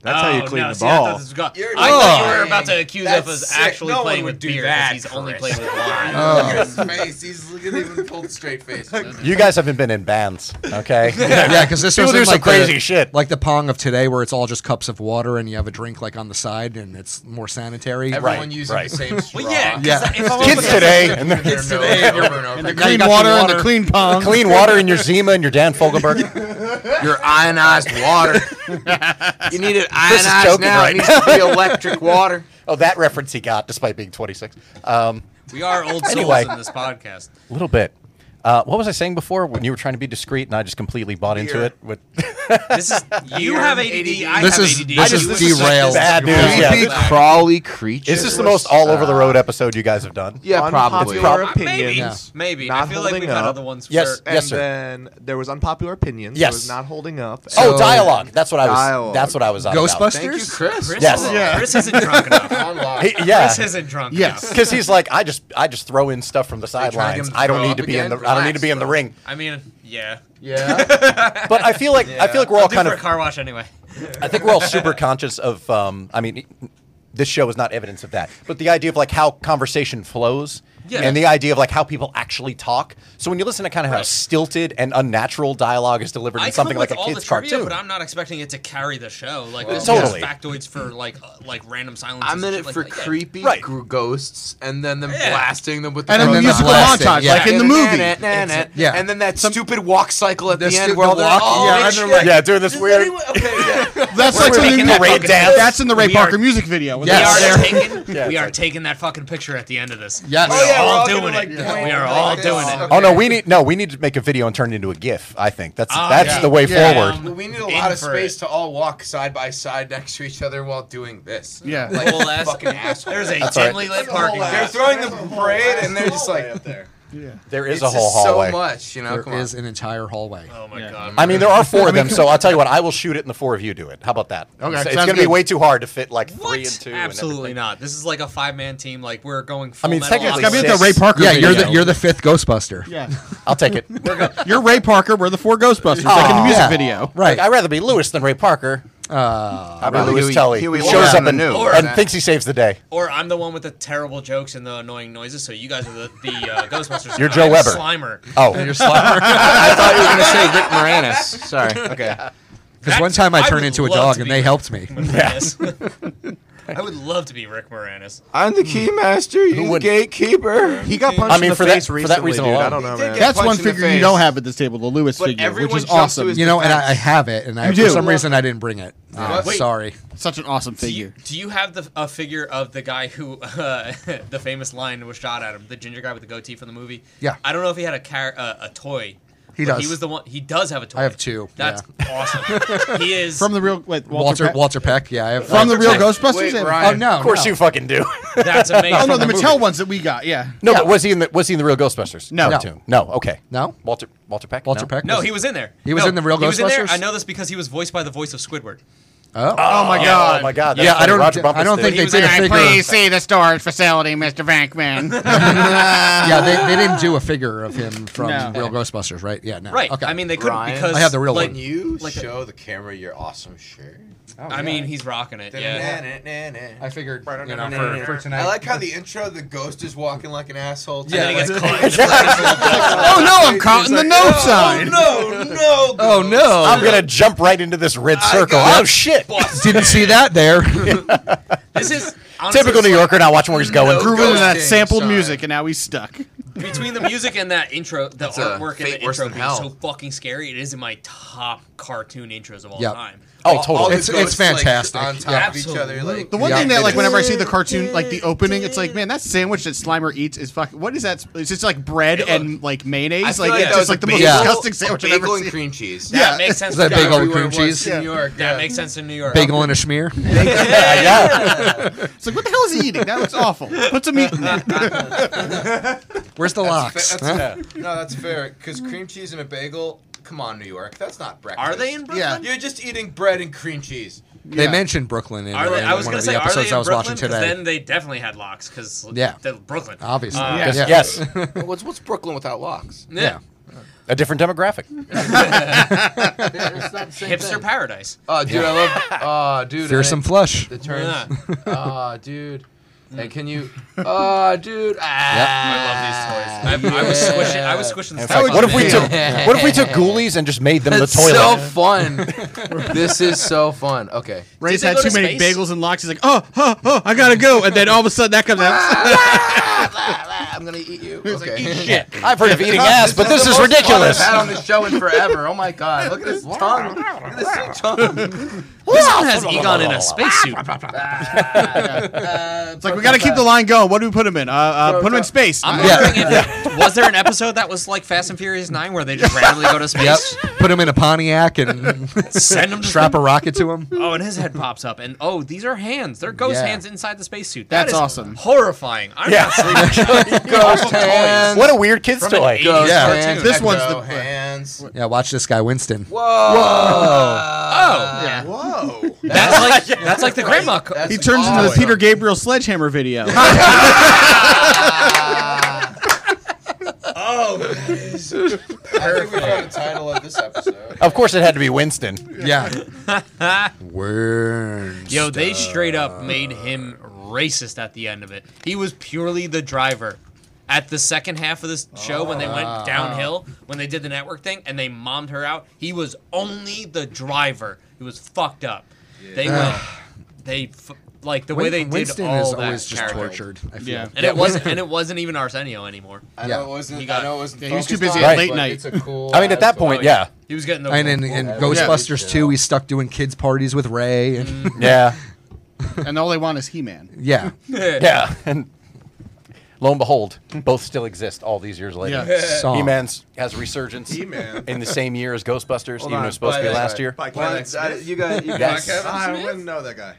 S8: That's how
S3: Oh,
S8: you clean
S3: no,
S8: the
S3: see, I thought
S8: ball.
S3: this was go-
S1: You're
S3: I thought you were
S1: lying.
S3: about to accuse
S1: That's
S3: us of
S1: sick.
S3: actually
S1: No one
S3: playing
S1: would
S3: with
S1: do
S3: beer. 'cause
S1: that,
S3: he's only
S1: Chris.
S3: playing with wine.
S1: Look at his
S2: uh,
S1: face. He's looking even pulled straight face.
S2: you guys haven't been in bands, okay?
S4: yeah, because this
S2: People
S4: was
S2: do some
S4: like
S2: crazy
S4: the,
S2: shit.
S4: like the pong of today, where it's all just cups of water and you have a drink like on the side, and it's more sanitary.
S1: Everyone
S2: Right,
S1: using
S2: right.
S1: the same straw.
S3: Well, yeah, 'cause
S4: Yeah.
S3: if I'm
S2: Kids
S3: up against-
S2: today, and they're-
S1: Kids today. Over and over.
S4: Now you got
S5: Clean
S4: your
S5: water, and
S4: water.
S5: the clean pong.
S2: clean water in your Zima and your Dan Fogelberg.
S1: Your ionized water. you need it
S2: Chris is
S1: ionized
S2: joking
S1: now.
S2: right
S1: it needs to be electric water.
S2: Oh, that reference he got despite being 26. Um,
S3: We are old souls
S2: Anyway.
S3: in this podcast.
S2: a little bit. Uh, what was I saying before when you were trying to be discreet and I just completely bought into
S8: Beer.
S2: it? With
S3: This is you have ADD. I
S4: This
S3: have
S4: is-
S3: ADD.
S4: this is
S3: You-
S4: derailed.
S2: bad news.
S3: Creepy
S2: Yeah,
S3: Creepy
S2: this-
S9: crawly creature.
S2: is this the most all over the road episode you guys have done?
S9: Yeah, probably.
S8: Unpopular
S3: Uh,
S8: opinions.
S4: Yeah.
S3: Maybe. Maybe. I
S8: Not
S3: feel like
S8: holding
S3: we've had
S8: up.
S3: other ones.
S2: Yes.
S3: where-
S8: And
S2: Yes, sir.
S8: then there was unpopular opinions. There
S2: Yes.
S8: was not holding up.
S2: Oh,
S4: So-
S2: dialogue. That's what I was.
S8: Dialogue.
S2: That's what I was on about.
S4: Ghostbusters.
S1: Thank you, Chris.
S3: Chris,
S2: Yes.
S3: is,
S5: Yeah.
S3: Chris isn't drunk enough.
S1: Unlocked.
S2: He- yeah.
S3: Chris isn't drunk
S5: Yes.
S3: enough.
S2: because he's like, I just I just throw in stuff from the
S1: tried him
S2: sidelines.
S1: to
S2: I don't
S1: throw
S2: need
S1: up
S2: to be in the
S1: again?
S2: I don't need to be in the
S1: Relax,
S2: ring.
S3: I mean, yeah.
S1: Yeah.
S2: But I feel like I feel like we're
S3: I'll
S2: all
S3: do
S2: kind
S3: for
S2: of
S3: a car wash anyway.
S2: I think we're all super conscious of. Um, I mean, this show is not evidence of that, but the idea of like how conversation flows.
S3: Yeah.
S2: And the idea of like how people actually talk. So when you listen to kind of how stilted and unnatural dialogue is delivered in
S3: I
S2: something
S3: come with
S2: like a
S3: all
S2: kid's
S3: the trivia,
S2: cartoon,
S3: but I'm not expecting it to carry the show. Like there's
S2: Totally.
S3: just factoids for like uh, like random silences.
S1: I'm in
S3: and
S1: it
S3: shit like
S1: for
S3: that. Yeah.
S1: creepy
S2: Right.
S1: gr- ghosts and then them
S3: Yeah.
S1: blasting them with the
S5: And a
S4: then the
S5: musical
S4: blasting,
S5: montage,
S4: yeah.
S5: like in the movie.
S1: movie.
S4: Yeah.
S1: And then that stupid walk cycle at the,
S4: The
S1: end
S4: stu-
S1: where
S4: the
S1: they're
S4: walk-
S1: all
S4: yeah,
S1: yeah,
S4: and they're like-
S2: yeah, doing this weird.
S1: okay, yeah.
S5: That's like
S2: taking
S5: something
S2: the
S5: that-
S2: raid dance.
S5: That's in the Ray
S3: We
S5: Parker
S3: are-
S5: music video.
S3: We
S4: Yes.
S3: are
S4: There.
S3: taking
S2: Yeah,
S3: we
S2: it's
S3: are
S2: like-
S3: taking that fucking picture at the end of this.
S4: Yes.
S3: we
S4: Oh,
S3: are
S4: yeah,
S1: we're
S3: all
S1: all
S3: doing
S1: gonna,
S3: it.
S1: like, point
S3: We are
S1: like
S3: all
S1: this.
S3: doing it.
S1: Okay.
S2: Oh no, we need no, we need to make a video and turn it into a GIF. I think that's
S3: Oh,
S2: that's
S3: yeah. Um,
S2: the way
S4: Yeah.
S2: forward.
S1: Well, we need a
S3: In
S1: lot of
S3: for
S1: space
S3: it.
S1: to all walk side by side next to each other while doing this.
S5: Yeah.
S1: Like
S3: Well, that's-
S1: fucking assholes.
S3: There's a
S2: all right.
S3: dimly lit parking
S1: They're
S3: lot.
S1: throwing the parade and they're just like
S8: up there.
S2: There is
S1: it's
S2: a whole
S1: just
S2: hallway.
S1: so much, you know.
S4: There
S1: come on.
S4: is an entire hallway.
S3: Oh my god.
S2: I mean, there are four of them, so I'll tell you what. I will shoot it, and the four of you do it. How about that?
S5: Okay,
S2: it's, it's
S5: sounds
S2: going to be
S5: good.
S2: way too hard to fit like
S3: what?
S2: three and two. and
S3: Absolutely
S2: everything.
S3: not. This is like a five man team. Like we're going. Full
S2: mean,
S3: metal
S2: technically
S5: It's gotta be
S3: Alchemist.
S5: at the Ray Parker
S4: Yeah,
S5: video.
S4: you're the you're the fifth Ghostbuster.
S5: Yeah.
S2: I'll take it. Like,
S5: You're Ray Parker. We're the four Ghostbusters, like in the music
S4: Yeah.
S5: video.
S4: Right.
S2: I'd rather be Lewis than Ray Parker. Uh,
S8: How
S2: Or Louis Tully.
S8: Huey
S2: who
S8: Lewis
S2: shows
S8: on
S2: up
S8: the
S2: and,
S8: news.
S3: Or-
S2: and thinks he saves the day.
S3: Or I'm the one with the terrible jokes and the annoying noises. So you guys are the, the uh, Ghostbusters.
S2: You're
S3: I'm
S2: Joe Weber.
S3: Slimer.
S2: Oh,
S4: You're Slimer.
S9: I thought you were gonna say Rick Moranis. Sorry.
S8: Okay.
S4: Because
S3: That-
S4: one time I
S3: would
S4: turned into a
S3: love
S4: dog
S3: to
S4: and
S3: be
S4: they
S3: Rick
S4: helped me.
S3: Moranis. I would love to be Rick Moranis.
S9: I'm the keymaster. You the
S2: wouldn't?
S9: gatekeeper.
S8: He got punched
S2: I mean,
S8: in the
S2: for that-
S8: face
S2: for that
S8: recently,
S2: reason
S8: dude. I
S2: alone.
S8: don't know,
S1: He did
S8: man.
S1: get
S5: That's one
S1: punched in the
S5: figure you
S1: face.
S5: don't have at this table, the Lewis
S1: But
S5: figure, which
S1: everyone
S5: is
S1: jumps to
S5: awesome.
S1: his-
S5: You
S4: You know, and I, I
S1: Facts.
S4: have it, and I,
S5: You
S4: for
S5: do.
S4: some reason I didn't bring it. I'm
S1: Wait.
S4: sorry.
S5: know, such an awesome figure.
S3: Do you have the a figure of the guy who uh, the famous line was shot at him, the ginger guy with the goatee from the movie?
S4: Yeah.
S3: I don't know if he had a car uh, a toy.
S4: He
S3: but
S4: does.
S3: He was the one. He does have a toy.
S4: I have two,
S3: That's awesome. he is
S5: From the real wait,
S4: Walter
S5: Walter,
S4: Walter,
S5: Peck?
S4: Peck. Yeah, I have
S5: from the real
S3: Peck.
S5: Ghostbusters.
S9: Wait,
S5: They have-
S9: Ryan.
S4: Oh no,
S2: Of course
S4: no.
S2: you fucking do.
S3: That's amazing.
S5: Oh no, the
S2: From the
S5: Mattel
S2: movie.
S5: ones that we got. Yeah,
S2: No, but was he in the was he in the real Ghostbusters?
S5: No.
S2: cartoon? no. Okay.
S4: No?
S2: Walter Walter Peck.
S4: Walter
S2: No?
S4: Peck.
S3: No, he was in there.
S4: He was
S3: No,
S4: in the real
S3: he was in there.
S4: Ghostbusters?
S3: I know this because he was voiced by the voice of Squidward.
S4: Oh,
S2: Oh my god. Oh my god. that's
S4: yeah, I
S2: funny.
S4: don't.
S2: Roger
S4: I
S2: Bumpus
S4: don't
S2: did
S4: think
S2: it.
S4: they
S3: was
S4: did a
S3: in it.
S4: figure.
S5: see the storage facility, Mr. Frankman.
S4: Yeah, they, they didn't do a figure of him from
S5: No.
S4: Real Ghostbusters, right? Yeah, no.
S3: Right.
S4: Okay.
S3: I mean, they couldn't
S8: Ryan?
S3: because
S4: I have the real
S3: like,
S4: one.
S1: You
S3: Like a-
S1: show the camera your awesome shirt.
S3: I mean, he's rocking it. Yeah.
S4: I
S1: I
S4: figured you know for, for tonight.
S1: like how the intro the ghost is walking like an asshole.
S3: And then he gets
S1: like,
S3: caught. in the-
S5: oh no, I'm caught in the no sign.
S1: Oh no, no.
S4: oh
S1: ghost."
S4: no!
S2: I'm gonna jump right into this red circle.
S1: got-
S2: Oh shit!
S4: Didn't see that there.
S3: This is honestly,
S2: Typical New
S3: it's like-
S2: Yorker not watching where he's going.
S1: No.
S5: Grooving to that
S1: Ghosting,
S5: sampled
S1: sorry.
S5: music, and now he's stuck.
S3: between the music and that intro, the
S1: a
S3: artwork and
S1: fate
S3: the
S1: worse
S3: intro
S1: than
S3: being
S1: hell.
S3: so fucking scary, it is in my top cartoon intros of all
S4: Yep.
S3: time.
S2: Oh,
S1: All- all the
S2: totally.
S4: It's- it's
S1: ghosts, like,
S4: fantastic.
S1: on top
S3: Yeah.
S1: of each other, like
S5: The one
S4: Yeah,
S5: thing that,
S4: it
S5: like,
S4: is.
S5: whenever I see the cartoon, like the opening, it's like, man, that sandwich that Slimer eats is fucking. What is that? It's just like bread and like
S1: I
S5: mayonnaise.
S1: feel
S5: Like,
S1: that
S5: it's
S1: was
S5: just like the most
S1: bagel-
S4: Yeah.
S5: disgusting sandwich I've
S1: Bagel
S5: ever
S1: and
S5: seen.
S1: cream cheese.
S3: That
S5: Yeah.
S3: makes sense.
S4: Is that
S3: for
S4: bagel
S3: New
S4: and
S3: York.
S4: cream cheese?
S1: In New York,
S3: That
S1: yeah.
S3: makes sense in New York.
S4: Bagel and a schmear.
S5: It's like, what the hell is he eating? That looks awful. Put some meat in that.
S4: Where's the locks?
S1: That's fair- that's- No, that's fair. Because cream cheese and a bagel. Come on, New York. That's not breakfast.
S3: Are they in Brooklyn?
S5: Yeah.
S1: You're just eating bread and cream cheese.
S4: They mentioned Brooklyn in,
S3: Are they,
S4: in
S3: I was
S4: one
S3: gonna
S4: of the
S3: say, are they
S4: episodes
S3: in
S4: I was
S3: Brooklyn?
S4: watching
S3: 'Cause
S4: today.
S3: Then they definitely had locks because
S4: Yeah.
S3: Brooklyn.
S4: Obviously.
S3: Uh,
S5: Yeah.
S4: yeah.
S2: Yes,
S9: What's what's Brooklyn without locks?
S3: yeah.
S2: a different demographic.
S3: Hipster paradise.
S1: Oh, dude, I love. Oh, dude.
S4: Fearsome
S1: I-
S4: flush.
S1: The turns.
S3: Yeah.
S1: Oh, dude. And can you? Oh, dude. Ah.
S3: I love these toys. I, I was squishing. I was squishing the stuff.
S2: Like,
S3: on
S2: what if we
S3: there.
S2: took What if we took Ghoulies and just made them the
S1: It's
S2: toilet?
S1: so fun. this is so fun. Okay.
S5: Ray's
S3: they
S5: had
S3: go
S5: too
S3: to
S5: many
S3: space?
S5: bagels and locks. He's like, oh, oh, oh, I gotta go. And then all of a sudden that comes out.
S1: I'm gonna eat you. Okay.
S5: Shit.
S2: I've heard of eating ass, but this
S1: the
S2: is
S1: most fun
S2: ridiculous.
S1: I've had on this show in forever. Oh my god. Look at his tongue. Look at this tongue.
S3: This one has Egon in a spacesuit. Uh,
S5: It's like, we gotta keep the line going. What do we put him in? Uh, uh, put him in space.
S3: I'm
S5: Yeah.
S3: wondering if was there an episode that was like Fast and Furious Nine where they just randomly go to
S4: Yep.
S3: space,
S4: Put him in a Pontiac and
S3: send them to
S4: strap a
S3: space?
S4: rocket to him.
S3: Oh, and his head pops up, and oh, these are hands. They're ghost
S4: Yeah.
S3: hands inside the spacesuit.
S5: That's
S3: that is
S5: awesome.
S3: Horrifying. I'm
S2: Yeah.
S3: not sleeping.
S1: Ghost hands.
S2: What a weird kids
S3: From an
S2: toy.
S3: 80s
S4: Yeah.
S3: cartoon.
S5: This one's
S1: Echo
S5: the-
S1: hands.
S4: Yeah, watch this guy, Winston.
S3: Oh, yeah.
S1: Whoa.
S3: That's like that's like the grandma. Co-
S1: That's
S5: He turns into the
S1: awesome.
S5: Peter Gabriel sledgehammer video.
S1: I think we found the title of this episode.
S2: Of course, it had to be Winston.
S4: Yeah. Worms.
S3: Yo, they straight up made him racist at the end of it. He was purely the driver. At the second half of this show, when they
S4: Ah.
S3: went downhill, when they did the network thing and they mommed her out, he was only the driver. He was fucked up. They went, they f- like the way they did
S4: Winston
S3: all
S4: is
S3: that
S4: always just
S3: character.
S4: tortured. I feel.
S5: Yeah.
S3: and it wasn't and it wasn't even Arsenio anymore.
S1: I
S4: Yeah.
S1: know it wasn't.
S3: He got-
S1: I know it wasn't.
S5: Yeah, he was too
S1: focused
S5: busy
S1: on
S5: at
S1: it,
S5: late
S1: but
S5: night.
S1: It's a cool.
S2: I mean, at that point, yeah,
S3: Oh, He was getting the
S4: And in, in Ghostbusters 2, we stuck doing kids' parties with Ray.
S3: Mm.
S4: And,
S2: yeah,
S5: and all they want is He-Man.
S4: yeah.
S2: yeah. And lo and behold, both still exist all these years later.
S5: Yeah.
S4: Song.
S2: He-Man's has a resurgence
S8: He-Man.
S2: in the same year as Ghostbusters, even though it was
S1: By
S2: supposed to be
S1: the-
S2: last year.
S8: By
S1: Well,
S8: Kevin
S1: it's- I-
S8: Smith.
S1: you got. You
S2: Yes.
S1: got Kevin
S8: I
S1: Smith?
S8: wouldn't know that guy.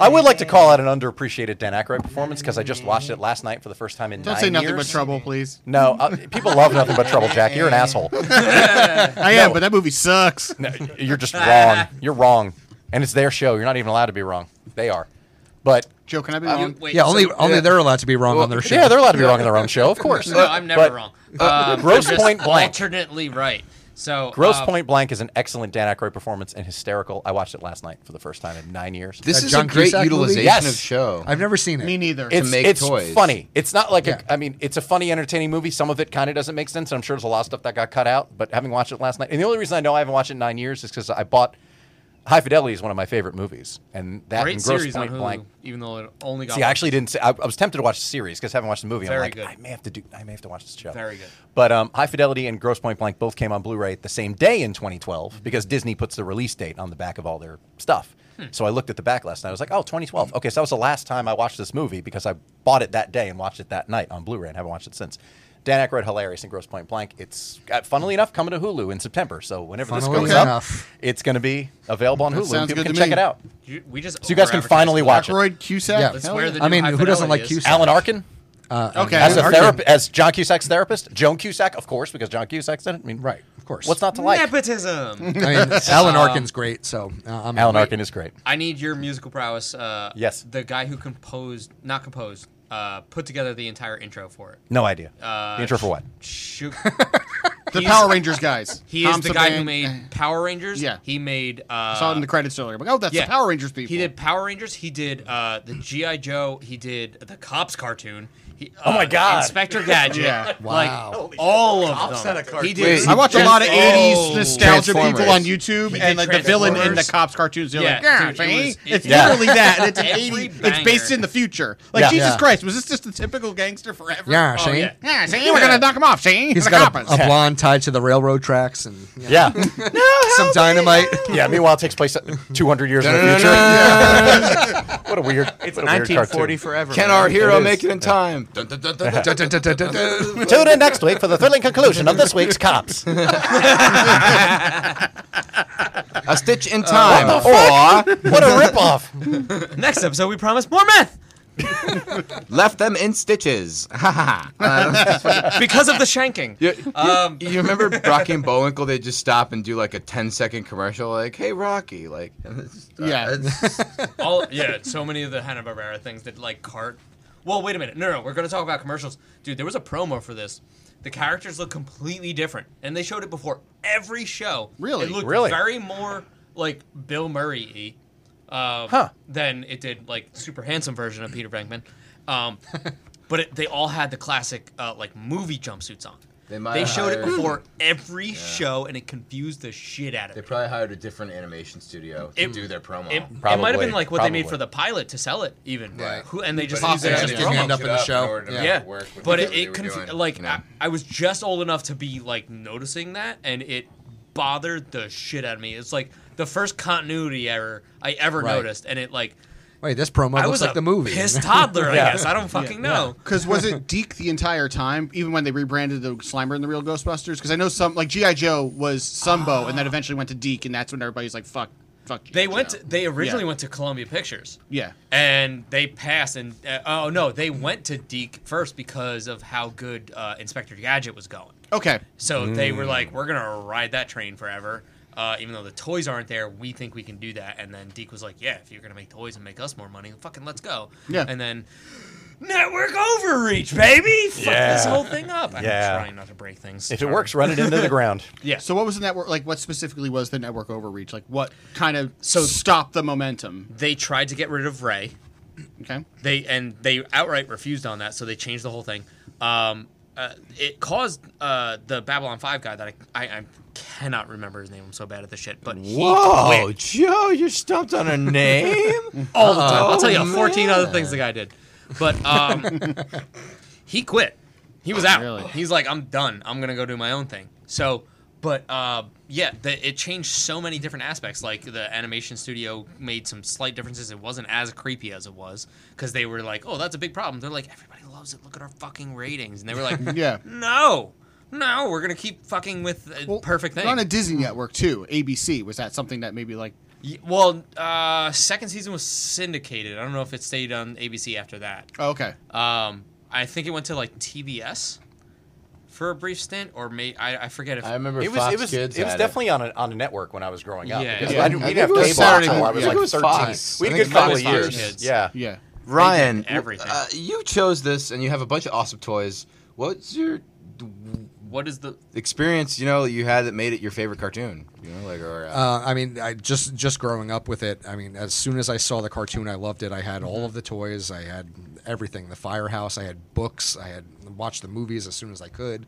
S2: I would like to call out an underappreciated Dan Aykroyd performance because I just watched it last night for the first time in
S5: Don't
S2: nine
S5: say nothing
S2: years.
S5: but trouble, please.
S2: No, uh, people love nothing but trouble, Jack. You're an asshole.
S5: I am, but that movie sucks.
S2: No, you're just wrong. You're wrong, and it's their show. You're not even allowed to be wrong. They are, but
S5: Joe, can I be
S3: Um,
S5: wrong?
S3: wait,
S4: Yeah, only
S3: so-
S4: only they're allowed to be wrong on their show.
S2: yeah, they're allowed to be wrong in their own show, of course.
S3: No, I'm never
S2: But- uh,
S3: wrong. Um,
S2: gross
S3: I'm just
S2: point blank.
S3: Alternately right. So
S2: Gross
S3: uh,
S2: Point Blank is an excellent Dan Aykroyd performance and hysterical. I watched it last night for the first time in nine years.
S1: This
S4: That
S1: is
S4: John
S1: a great
S4: Cusack movie?
S1: utilization
S2: Yes.
S1: of show.
S4: I've never seen it.
S5: Me neither.
S2: it's,
S1: make
S2: it's
S1: toys.
S2: funny. It's not like
S4: Yeah.
S2: a, I mean, it's a funny, entertaining movie. Some of it kind of doesn't make sense, and I'm sure there's a lot of stuff that got cut out. But having watched it last night, and the only reason I know I haven't watched it in nine years is because I bought High Fidelity is one of my favorite movies, and that
S3: great
S2: and Gross
S3: series
S2: Point
S3: on Hulu,
S2: Blank.
S3: even though it only got.
S2: See, I actually didn't. Say, I, I was tempted to watch the series because I haven't watched the movie.
S3: Very
S2: I'm like,
S3: good.
S2: I may have to do. I may have to watch this show.
S3: Very good.
S2: But um, High Fidelity and Gross Point Blank both came on Blu-ray the same day in
S3: Mm-hmm.
S2: 2012 because Disney puts the release date on the back of all their stuff.
S3: Hmm.
S2: So I looked at the back last night. I was like, oh, 2012. Okay, so that was the last time I watched this movie because I bought it that day and watched it that night on Blu-ray and haven't watched it since. Dan Aykroyd, hilarious in Gross Point Blank. It's uh, funnily enough coming to Hulu in September. So whenever this
S4: Funnily
S2: goes
S4: enough.
S2: up, it's going to be available on
S5: That
S2: Hulu.
S5: sounds
S2: People
S5: good
S2: can
S5: to
S2: check
S5: me.
S2: it out.
S3: You, we just
S2: So you guys can
S3: over-advertised
S2: finally
S3: it.
S2: watch it.
S5: Aykroyd, Cusack.
S4: Yeah.
S5: hell
S4: That's
S5: yeah.
S3: where the
S4: I mean,
S3: new High
S4: who doesn't
S3: Fidelity
S4: like
S3: is.
S4: Cusack?
S2: Alan Arkin.
S5: okay.
S2: as a
S4: Arkin.
S2: therapist, as John Cusack's therapist, Joan Cusack, of course, because John Cusack said it. I mean,
S4: Right, of course.
S2: What's not to like?
S3: Nepotism.
S4: I mean, Alan Arkin's great, so uh, I'm
S2: Um, Alan Arkin is great.
S3: I need your musical prowess. Uh,
S2: Yes.
S3: The guy who composed, not composed, uh, put together the entire intro for it.
S2: No idea.
S3: Uh,
S2: the intro for what?
S3: Shoot.
S5: the Power Rangers guys.
S3: He is
S5: Tom
S3: the guy
S5: Saban.
S3: who made Power Rangers.
S5: Yeah.
S3: He made. Uh,
S5: I saw it in the credits earlier. I'm like, oh, that's the Power Rangers people.
S3: He did Power Rangers. He did uh, the GI Joe. He did the Cops cartoon. He,
S2: Oh my
S3: uh,
S2: God.
S3: Inspector Gadget.
S5: Yeah.
S4: Wow.
S3: Like oh, all of them. he did.
S1: Wait,
S5: I watch a lot of
S3: Oh.
S5: 80s nostalgia people
S1: Transformers.
S5: on YouTube,
S3: He did
S5: and like the villain in the
S3: Transformers.
S5: cops cartoons. They're
S3: Yeah,
S5: like, yeah,
S3: dude, it
S5: see?
S3: was-
S5: it's
S3: it- Yeah.
S5: literally that. and It's an
S3: Every
S5: 80. It's based
S3: banger.
S5: in the future. Like
S2: Yeah.
S5: Jesus
S4: Yeah.
S5: Christ, was this just the typical gangster forever?
S4: Yeah,
S3: Oh,
S4: Shane.
S3: yeah.
S5: Yeah, see, we're gonna knock him off. See,
S4: He's
S5: the
S4: got a,
S5: coppers.
S4: a blonde tied to the railroad tracks and you know,
S2: Yeah,
S4: some dynamite.
S2: yeah. Meanwhile, it takes place 200 years in the future. what a weird.
S8: It's
S2: what a weird
S8: 1940
S2: cartoon.
S8: forever.
S1: Can
S8: man.
S1: our hero
S2: is.
S1: make it in time? Dun, dun, dun, dun, dun, dun.
S2: Tune in next week for the thrilling conclusion of this week's Cops.
S1: A stitch in time.
S2: or what a ripoff!
S3: Next episode, we promise more meth
S1: Left them in stitches. Ha ha Uh, ha.
S3: because of the shanking. Um,
S1: You, you- Uh, you remember Rocky and Bullwinkle? They just stop and do like a 10 second commercial, like, "Hey Rocky," like, uh,
S5: Yeah.
S1: it's-
S3: All yeah, so many of the Hanna Barbera things that like cart. Well, wait a minute. No, no, we're gonna talk about commercials, dude. There was a promo for this. The characters look completely different, and they showed it before every show.
S5: Really?
S3: it looked
S2: Really?
S3: very more like Bill Murray, uh,
S2: Huh.
S3: than it did like super handsome version of Peter Venkman. Um, but it, they all had the classic uh, like movie jumpsuits on.
S1: They might
S3: they
S1: have
S3: showed it
S1: hired-
S3: before every show, and it confused the shit out of
S1: they
S3: me.
S1: probably hired a different animation studio to
S3: It-
S1: do their promo.
S3: It, it might
S2: Probably,
S3: have been like what they made
S2: probably.
S3: for the pilot to sell it, even.
S4: Right.
S3: Who, and they just
S4: But
S3: used
S4: it
S3: it
S4: just
S3: as a
S4: didn't end
S3: promo.
S4: up in the show.
S3: Yeah,
S4: Yeah.
S3: but it, it conf- like uh, I, I was just old enough to be like noticing that, and it bothered the shit out of me. It's like the first continuity error I ever
S4: Right.
S3: noticed, and it like
S4: Wait, this promo
S3: I
S4: looks
S3: was
S4: like
S3: a
S4: the movie.
S3: pissed toddler. I guess I don't fucking know.
S5: Because was it Deke the entire time, even when they rebranded the Slimer and the Real Ghostbusters? Because I know some, like G.I. Joe was Sumbo, and then eventually went to Deke, and that's when everybody's like, fuck, fuck G.I.
S3: They went.
S5: Joe.
S3: To, they originally
S5: Yeah.
S3: went to Columbia Pictures.
S5: Yeah.
S3: and they passed and uh, oh no they went to deke first because of how good uh, inspector gadget was going
S5: Okay.
S3: so they were
S2: Mm.
S3: like we're gonna ride that train forever uh, even though the toys aren't there we think we can do that and then deke was like yeah if you're gonna make toys and make us more money fucking let's go
S5: Yeah.
S3: and then network overreach baby fuck this
S2: Yeah.
S3: whole thing up i'm
S2: Yeah.
S3: trying not to break things
S2: If it
S3: Sorry.
S2: works, run it into the ground.
S3: yeah
S5: So what was the network like? What specifically was the network overreach? Like what kind of
S3: So-
S5: stopped the momentum?
S3: they tried to get rid of ray
S5: Okay.
S3: they and they outright refused on that, so they changed the whole thing. Um, uh, it caused uh, the Babylon Five guy that I, I I cannot remember his name. I'm so bad at this shit, but he
S1: Whoa,
S3: quit
S1: Joe, you stumped on a name. Oh,
S3: all the time. I'll tell you 14 other things the guy did, but um, he quit. He was out.
S5: Really?
S3: He's like, I'm done. I'm gonna go do my own thing. So, but uh, yeah, the, it changed so many different aspects. Like the animation studio made some slight differences. It wasn't as creepy as it was because they were like, oh, that's a big problem. They're like, everybody loves it. Look at our fucking ratings, and they were like,
S5: Yeah.
S3: no. No, we're gonna keep fucking with uh, perfect thing.
S5: They're on a Disney network too. ABC was that something that maybe like
S3: Y- Well, uh, second season was syndicated. I don't know if it stayed on ABC after that.
S5: oh, okay.
S4: Uh,
S3: Um, I think it went to like TBS for a brief stint, or may I, I forget if
S1: I remember
S2: It was.
S1: Fox
S2: it was.
S1: Kids.
S2: It was
S1: had
S2: definitely on a, on a network when I was growing up.
S3: Yeah,
S2: because
S3: yeah.
S2: I didn't,
S1: I
S2: we
S1: think
S2: didn't have
S1: it was
S2: cable
S1: Saturday
S2: until I
S1: morning.
S2: was
S1: I think
S2: like
S1: it was
S2: 13.
S1: Fox.
S2: We
S1: I
S2: had
S1: think
S2: a
S1: it
S2: good
S1: was
S2: couple of
S3: Fox
S2: years.
S3: Kids.
S2: Yeah.
S5: Yeah.
S1: Ryan,
S3: everything.
S1: Uh, you chose this, and you have a bunch of awesome toys. What's your
S3: what is the
S1: experience you know that you had that made it your favorite cartoon? You know, like or uh,
S4: Uh, I mean, I just just growing up with it. I mean, as soon as I saw the cartoon, I loved it. I had all
S3: Mm-hmm.
S4: of the toys. I had everything. The firehouse. I had books. I had watched the movies as soon as I could.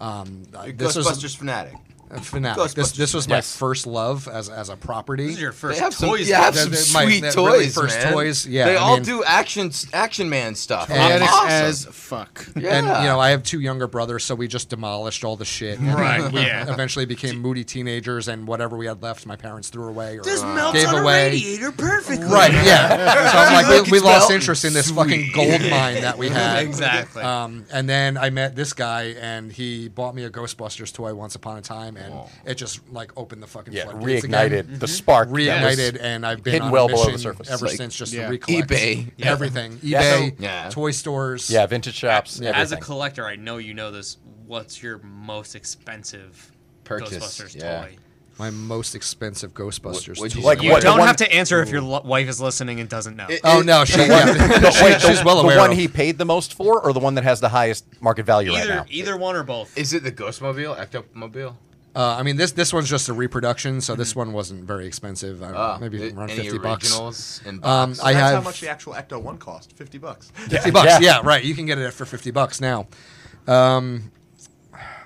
S4: Um, I- this was
S1: Ghostbusters fanatic.
S4: a fanatic. This,
S1: Ghostbusters.
S4: this was my
S2: Yes.
S4: first love as, as a property.
S3: this is your first
S1: They have some,
S3: toys
S1: yeah, have
S4: though.
S1: some
S4: They're- they're my-
S1: sweet
S4: they're
S1: toys,
S4: really first
S1: man.
S4: toys, yeah,
S1: they
S4: I
S1: all
S4: mean-
S1: do action action man stuff.
S4: And-
S5: Fanatics
S1: awesome.
S5: as fuck.
S1: yeah.
S4: And you know, I have two younger brothers, so we just demolished all the shit.
S3: Right, yeah.
S4: Eventually became moody teenagers, and whatever we had left, my parents threw away or
S3: melts
S4: gave away.
S3: perfectly.
S4: Right, yeah. So I'm like,
S1: Look,
S4: we, we
S1: it's
S4: lost
S1: melting.
S4: interest in this fucking gold mine that we had.
S3: Exactly.
S4: Um, and then I met this guy, and he bought me a Ghostbusters toy once upon a time, and it just like opened the fucking
S2: Yeah,
S4: floodgates
S2: reignited
S4: again. mm-hmm.
S2: the spark. that was-
S4: Reignited, and I've been
S2: hidden
S4: on
S2: well
S4: a
S2: below the
S4: mission
S2: surface.
S4: ever
S2: Like,
S4: since just
S5: yeah.
S4: to recollect
S1: eBay.
S3: Yeah.
S4: everything,
S2: Yeah,
S4: eBay,
S2: so-
S1: Yeah.
S4: toy stores,
S2: Yeah, vintage shops.
S3: As a
S2: everything.
S3: collector, I know you know this. What's your most expensive
S1: Purchase,
S3: Ghostbusters
S1: yeah.
S3: toy?
S4: my most expensive Ghostbusters
S1: What'd
S4: toy.
S1: you
S2: Like
S1: You
S2: what, the
S3: don't
S2: one-
S3: have to answer if your lo- wife is listening and doesn't know.
S4: Oh no, she, yeah,
S2: No,
S4: she-
S2: wait, the,
S4: she's well
S2: the
S4: aware.
S2: one
S4: of.
S2: he paid the most for, or the one that has the highest market value right
S3: either
S2: now.
S3: either one or both.
S1: Is it the Ghostmobile? Ectomobile?
S4: Uh, I mean, this this one's just a reproduction, so this one wasn't very expensive. I don't know,
S1: Ah,
S4: maybe
S1: it-
S4: around
S1: any
S4: fifty bucks.
S1: originals in
S4: Um,
S1: box?
S4: I
S8: that's
S4: have
S8: how much the actual Ecto One cost. Fifty bucks.
S4: fifty bucks.
S2: Yeah.
S4: Yeah. right. You can get it for fifty bucks now. Um,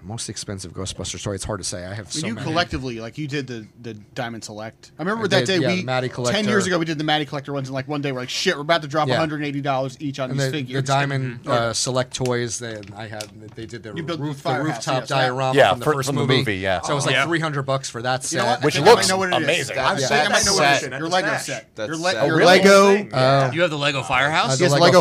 S4: most expensive Ghostbuster toy. It's hard to say. I have so
S5: you
S4: many.
S5: collectively, like you did the the Diamond Select. I remember
S4: I
S5: that day
S4: did, yeah,
S5: we
S4: Matty
S5: ten
S4: Collector.
S5: years ago we did the Matty Collector ones, and like one day we're like, shit, we're about to drop
S4: Yeah.
S5: one hundred and eighty dollars each on
S4: And
S5: these
S4: the,
S5: figures.
S4: the diamond uh, select toys that I had, they did the
S5: You built
S4: roof,
S5: the
S4: the
S5: firehouse,
S4: rooftop
S5: yes, that-
S4: diorama
S2: Yeah,
S4: from the
S2: for-
S4: first
S2: from the
S4: movie.
S2: movie, yeah.
S4: So it was like
S3: Yeah.
S4: three hundred bucks for that set.
S5: You know what? I
S2: Which
S5: think I might
S2: looks
S5: know what it is.
S2: amazing.
S5: I
S1: That's-
S5: think I might
S1: that's
S5: know what it
S1: set.
S5: is. Your Lego
S8: That's
S5: set.
S1: That's
S5: Your, le-
S1: set.
S5: your
S1: Oh,
S2: really?
S5: Lego.
S3: you have the Lego Firehouse.
S4: Uh, the
S5: Yes,
S4: Lego
S5: Lego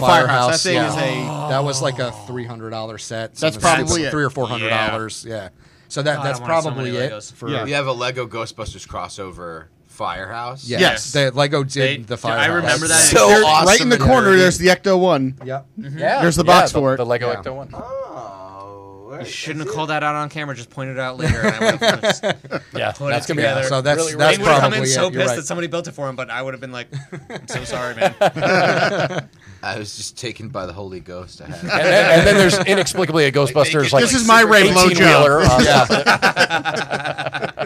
S5: Firehouse.
S4: Firehouse.
S5: That thing
S4: yeah.
S5: is a-
S4: that was like a three hundred dollar set.
S5: That's
S4: Something like
S5: probably it.
S4: three or four hundred dollars. Yeah. So that
S3: God,
S4: that's
S3: I wanted so
S4: probably
S3: many
S4: it.
S3: Legos.
S4: For
S5: Yeah.
S1: you have a Lego Ghostbusters crossover firehouse.
S4: yes,
S5: Yes.
S4: the Lego did
S3: They-
S4: the
S3: I
S4: fire.
S3: remember that.
S1: So
S5: There-
S1: awesome.
S5: right in the
S1: and
S5: corner,
S1: nerdy.
S5: there's the Ecto One.
S4: Yep.
S2: Yeah,
S5: There's the box
S2: yeah,
S5: for it.
S2: The Lego
S4: Mm-hmm. Yeah.
S2: Ecto one.
S1: Oh,
S3: You
S1: right.
S3: shouldn't have called that out on camera. Just point it out later. And I would have just,
S2: Yeah,
S3: Put
S2: that's
S3: it
S2: gonna be
S3: together.
S2: awesome.
S4: So that's
S2: Really, really
S4: that's
S3: they would have come
S4: probably
S3: in
S4: it.
S3: so
S4: You're
S3: pissed
S4: right.
S3: that somebody built it for him, but I would have been like, "I'm so sorry, man."
S1: I was just taken by the Holy Ghost. I had.
S2: And then, and then there's inexplicably a Ghostbusters like
S5: This is my Ray Blow
S2: wheeler.
S4: uh,
S2: uh, yeah.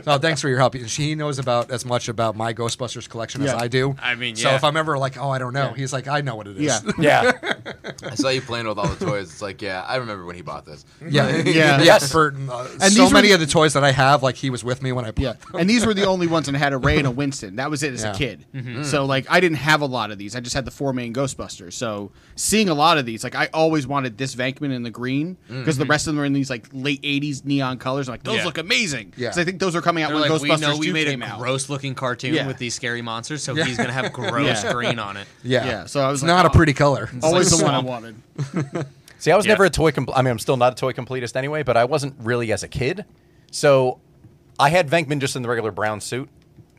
S4: No, thanks for your help. He knows about as much about my Ghostbusters collection
S5: Yeah.
S4: as I do.
S3: I mean,
S4: So
S3: yeah.
S4: if I'm ever like, oh, I don't know, he's like, I know what it is.
S5: Yeah.
S2: yeah,
S1: I saw you playing with all the toys. It's like, yeah, I remember when he bought this.
S4: Yeah.
S5: Yeah.
S4: Yes. For uh,
S5: And
S4: so
S5: these were
S4: many
S5: the-
S4: of the toys that I have, like he was with me when I
S5: Yeah,
S4: bought.
S5: and these were the only ones that had a Ray and a Winston. That was it as
S4: Yeah.
S5: a kid.
S3: Mm-hmm.
S5: So like, I didn't have a lot of these. I just had the four main Ghostbusters. So seeing a lot of these, like, I always wanted this Vankman in the green because the rest of them are in these like late '80s neon colors. I'm like, those
S3: Mm-hmm. Yeah.
S5: look amazing.
S4: Yeah.
S5: 'Cause I think those are coming out
S3: They're
S5: when
S3: like, we
S5: Ghostbusters
S3: know we
S5: 2
S3: made a
S5: came out.
S3: gross-looking cartoon
S5: Yeah.
S3: with these scary monsters, so he's gonna have gross
S5: Yeah.
S3: green on it.
S4: Yeah.
S5: Yeah, so I was
S4: it's
S5: like,
S4: not
S5: oh.
S4: a pretty color.
S5: Always
S3: like
S5: the one I
S3: swamp.
S5: wanted.
S2: See, I was
S3: Yeah.
S2: never a toy. Compl- I mean, I'm still not a toy completist anyway, but I wasn't really as a kid. So I had Venkman just in the regular brown suit